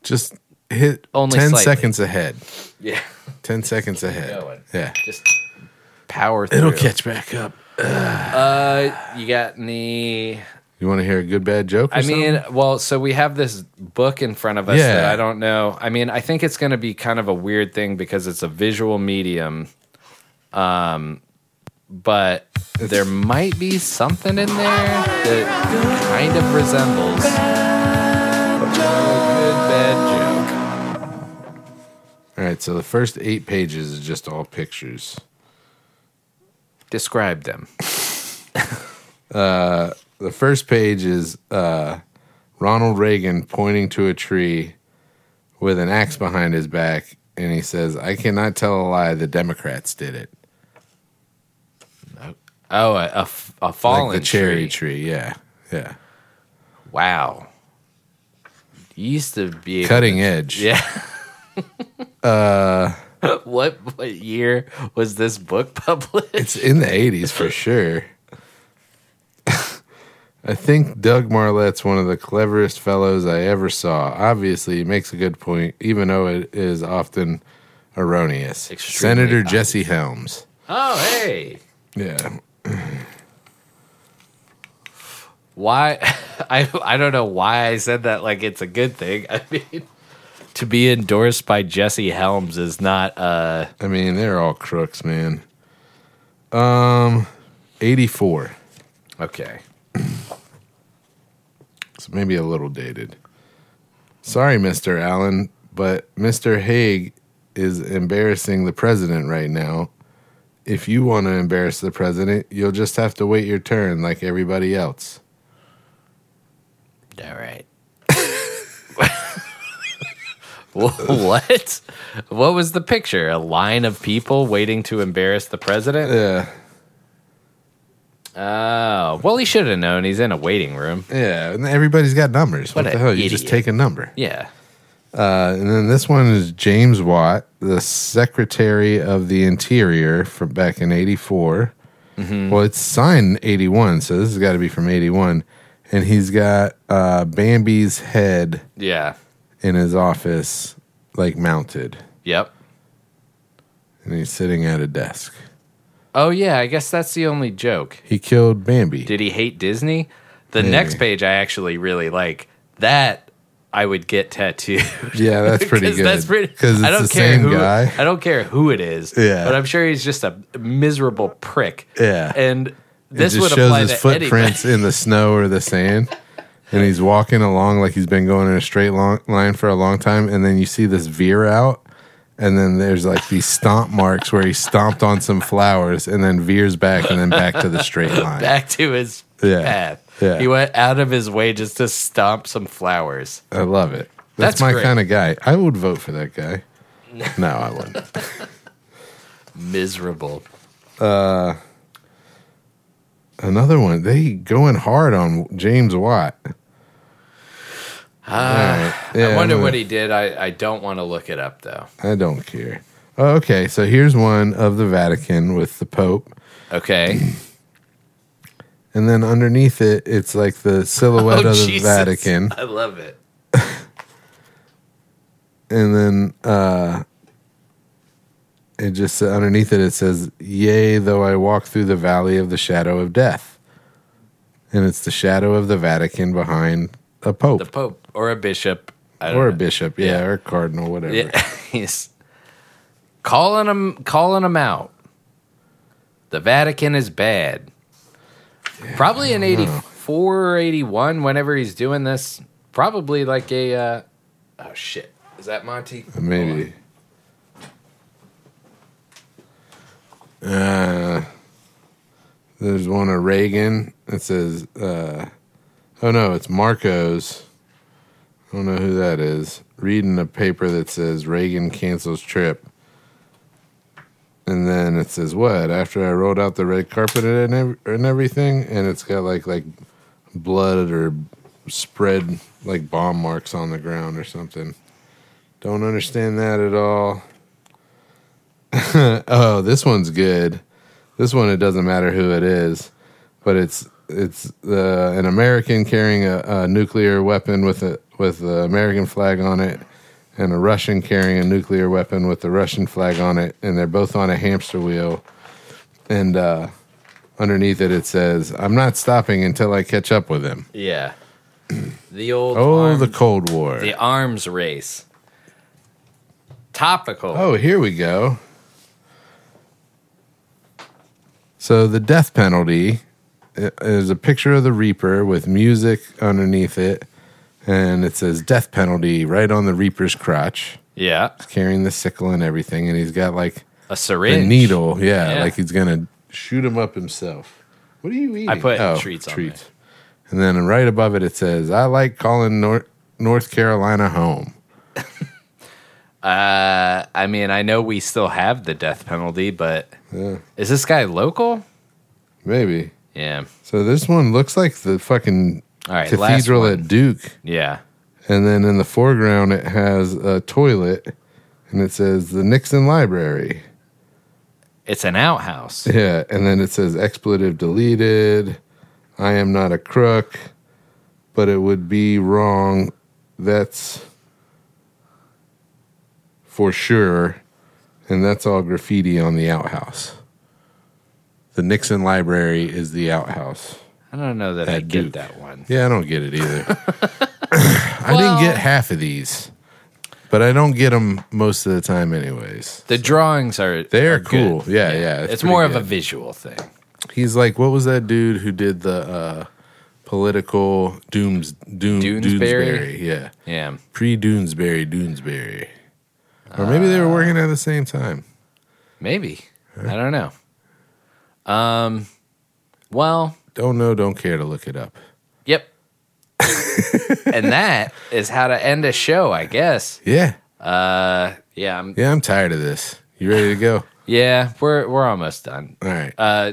Speaker 2: Just hit
Speaker 1: Only
Speaker 2: 10
Speaker 1: slightly.
Speaker 2: seconds ahead.
Speaker 1: yeah,
Speaker 2: 10 seconds ahead.
Speaker 1: going.
Speaker 2: Yeah.
Speaker 1: just power through.
Speaker 2: It'll catch back up.
Speaker 1: Uh, you got any?
Speaker 2: You want to hear a good bad joke? or
Speaker 1: I mean,
Speaker 2: something?
Speaker 1: well, so we have this book in front of us
Speaker 2: Yeah.
Speaker 1: that I don't know. I mean, I think it's going to be kind of a weird thing because it's a visual medium. Um, but there might be something in there that kind of resembles a good bad joke.
Speaker 2: all right. So the first eight pages is just all pictures.
Speaker 1: describe them.
Speaker 2: The first page is uh, Ronald Reagan pointing to a tree with an axe behind his back, and he says, "I cannot tell a lie. The Democrats did it."
Speaker 1: Oh, a, a f- a fallen
Speaker 2: like the cherry tree. Yeah, yeah.
Speaker 1: Wow. You used to be able-
Speaker 2: Cutting edge.
Speaker 1: Yeah. uh, what what year was this book published?
Speaker 2: It's in the 80s for sure. I think Doug Marlette's one of the cleverest fellows I ever saw. Obviously, he makes a good point, even though it is often erroneous.
Speaker 1: Extremely
Speaker 2: Senator
Speaker 1: obvious.
Speaker 2: Jesse Helms.
Speaker 1: Oh, hey.
Speaker 2: Yeah.
Speaker 1: Why? I I don't know why I said that. Like it's a good thing. I mean, to be endorsed by Jesse Helms is not. Uh,
Speaker 2: I mean, they're all crooks, man. Um, 84.
Speaker 1: okay.
Speaker 2: So maybe a little dated. Sorry, Mr. Allen, but Mr. Haig is embarrassing the president right now. If you want to embarrass the president, you'll just have to wait your turn like everybody else.
Speaker 1: All right. what? What was the picture? A line of people waiting to embarrass the president?
Speaker 2: Yeah,
Speaker 1: Oh, well, he should have known. He's in a waiting room.
Speaker 2: yeah. And everybody's got numbers. What,
Speaker 1: What
Speaker 2: the
Speaker 1: a
Speaker 2: hell? You just
Speaker 1: idiot.
Speaker 2: take a number.
Speaker 1: Yeah.
Speaker 2: Uh, and then this one is James Watt, the Secretary of the Interior from back in '84.
Speaker 1: Mm-hmm.
Speaker 2: Well, it's signed '81, so this has got to be from '81. And he's got uh, Bambi's head
Speaker 1: Yeah.
Speaker 2: in his office, like mounted,
Speaker 1: Yep.
Speaker 2: and he's sitting at a desk.
Speaker 1: Oh, yeah. I guess that's the only joke.
Speaker 2: He killed Bambi.
Speaker 1: Did he hate Disney? The
Speaker 2: Maybe.
Speaker 1: next page I actually really like. That I would get tattooed.
Speaker 2: yeah, that's pretty
Speaker 1: 'Cause
Speaker 2: good.
Speaker 1: That's pretty.
Speaker 2: Because it's
Speaker 1: I don't
Speaker 2: the
Speaker 1: care
Speaker 2: same
Speaker 1: who,
Speaker 2: guy.
Speaker 1: I don't care who it is.
Speaker 2: Yeah.
Speaker 1: But I'm sure he's just a miserable prick.
Speaker 2: Yeah.
Speaker 1: And
Speaker 2: It
Speaker 1: this
Speaker 2: just
Speaker 1: would
Speaker 2: shows
Speaker 1: apply
Speaker 2: his
Speaker 1: to
Speaker 2: footprints in the snow or the sand. And he's walking along like he's been going in a straight long, line for a long time. And then you see this veer out. And then there's like these stomp marks where he stomped on some flowers and then veers back and then back to the straight line.
Speaker 1: anybody. back to his
Speaker 2: Yeah.
Speaker 1: path.
Speaker 2: Yeah.
Speaker 1: He went out of his way just to stomp some flowers.
Speaker 2: I love it. That's,
Speaker 1: That's
Speaker 2: my
Speaker 1: great.
Speaker 2: kind of guy. I would vote for that guy. no, I wouldn't.
Speaker 1: Miserable.
Speaker 2: Another one. They going hard on James Watt. Ah,
Speaker 1: I wonder what he did. I, I don't want to look it up though.
Speaker 2: I don't care. Oh, Okay, so here's one of the Vatican with the Pope.
Speaker 1: Okay.
Speaker 2: And then underneath it, it's like the silhouette of the
Speaker 1: Oh, Jesus.
Speaker 2: Vatican.
Speaker 1: I love it.
Speaker 2: And then uh it just underneath it it says, Yea, though I walk through the valley of the shadow of death. And it's the shadow of the Vatican behind a pope.
Speaker 1: The Pope or a bishop. I don't
Speaker 2: or a
Speaker 1: know.
Speaker 2: bishop, yeah, or a cardinal, whatever.
Speaker 1: Yeah, he's calling him calling him out. The Vatican is bad. Probably in 84 or 81 whenever he's doing this, probably like a uh, oh shit. Is that Monty?
Speaker 2: Maybe. Uh, there's one of Reagan. It says, uh, oh no, it's Marcos. I don't know who that is. Reading a paper that says Reagan cancels trip. And then it says what? After I rolled out the red carpet and, ev- and everything, and it's got like like blood or spread like bomb marks on the ground or something. Don't understand that at all. oh, this one's good. This one it doesn't matter who it is, but it's it's uh, an American carrying a, a nuclear weapon with a with the American flag on it, and a Russian carrying a nuclear weapon with the Russian flag on it, and they're both on a hamster wheel, and uh, underneath it it says, "I'm not stopping until I catch up with him."
Speaker 1: Yeah. The old
Speaker 2: Oh,
Speaker 1: arm-
Speaker 2: the Cold War.
Speaker 1: the arms race. Topical.
Speaker 2: Oh, here we go. So the death penalty i- is a picture of the Reaper with music underneath it, and it says "death penalty" right on the Reaper's crotch,
Speaker 1: Yeah.
Speaker 2: carrying the sickle and everything, and he's got like
Speaker 1: A
Speaker 2: a
Speaker 1: syringe.
Speaker 2: needle, yeah,
Speaker 1: Yeah.
Speaker 2: like he's gonna shoot him up himself. What are you eating? Oh,
Speaker 1: put treats on
Speaker 2: and then right above it it says, "I like calling North North Carolina home."
Speaker 1: Uh, I mean, I know we still have the death penalty, but is this guy local?
Speaker 2: Maybe
Speaker 1: Yeah.
Speaker 2: So this one looks like the fucking
Speaker 1: All right, last
Speaker 2: cathedral
Speaker 1: one.
Speaker 2: at Duke,
Speaker 1: Yeah.
Speaker 2: and then in the foreground it has a toilet, and it says the Nixon Library.
Speaker 1: It's an outhouse.
Speaker 2: Yeah, and then it says expletive deleted. I am not a crook, but it would be wrong. That's for sure, and that's all graffiti on the outhouse. The Nixon Library is the outhouse.
Speaker 1: I don't know that I
Speaker 2: At
Speaker 1: get
Speaker 2: Duke.
Speaker 1: that one.
Speaker 2: Yeah, I don't get it either. I didn't get half of these, but I don't get them most of the time, anyways.
Speaker 1: The drawings are
Speaker 2: They are
Speaker 1: good.
Speaker 2: cool. Yeah, yeah.
Speaker 1: It's
Speaker 2: pretty
Speaker 1: more of
Speaker 2: good.
Speaker 1: a visual thing.
Speaker 2: He's like, what was that dude who did the uh, political dooms doom
Speaker 1: Doonesbury?
Speaker 2: Doonesbury? Yeah,
Speaker 1: Yeah.
Speaker 2: pre Doonesbury, Doonesbury, or maybe they were working at the same time.
Speaker 1: Maybe. I don't know. Um well,
Speaker 2: Don't know, don't care to look it up.
Speaker 1: yep. and that is how to end a show, I guess. Uh,
Speaker 2: Yeah,
Speaker 1: Yeah, I'm,
Speaker 2: yeah. I'm tired of this. You ready to go?
Speaker 1: yeah, we're we're almost done.
Speaker 2: All right.
Speaker 1: Uh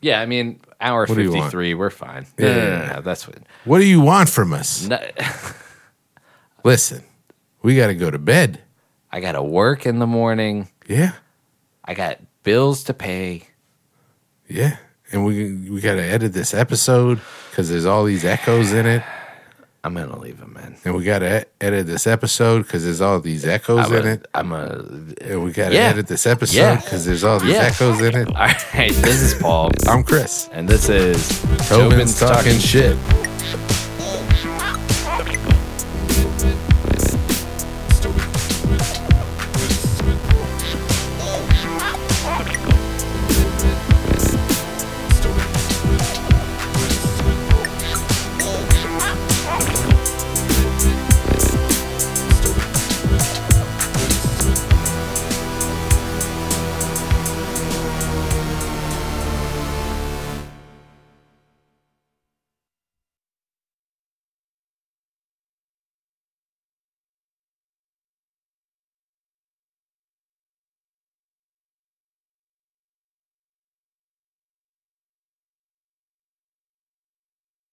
Speaker 1: yeah, I mean hour
Speaker 2: do you want?
Speaker 1: fifty three, we're fine.
Speaker 2: Yeah.
Speaker 1: No, no, no, no, that's what
Speaker 2: what do you want from us?
Speaker 1: no,
Speaker 2: Listen, we got to go to bed.
Speaker 1: I gotta work in the morning.
Speaker 2: Yeah,
Speaker 1: I got bills to pay.
Speaker 2: yeah. And we we got to edit this episode because there's all these echoes in it,
Speaker 1: I'm gonna leave them in.
Speaker 2: and we got to edit this episode because there's all these echoes
Speaker 1: I'm
Speaker 2: in
Speaker 1: gonna,
Speaker 2: it,
Speaker 1: I'm gonna
Speaker 2: and we got to
Speaker 1: Yeah.
Speaker 2: edit this episode
Speaker 1: Yeah.
Speaker 2: because there's all these
Speaker 1: Yeah.
Speaker 2: echoes in it.
Speaker 1: All right, this is Paul,
Speaker 2: I'm Chris.
Speaker 1: and this is
Speaker 2: Tobin's talking shit.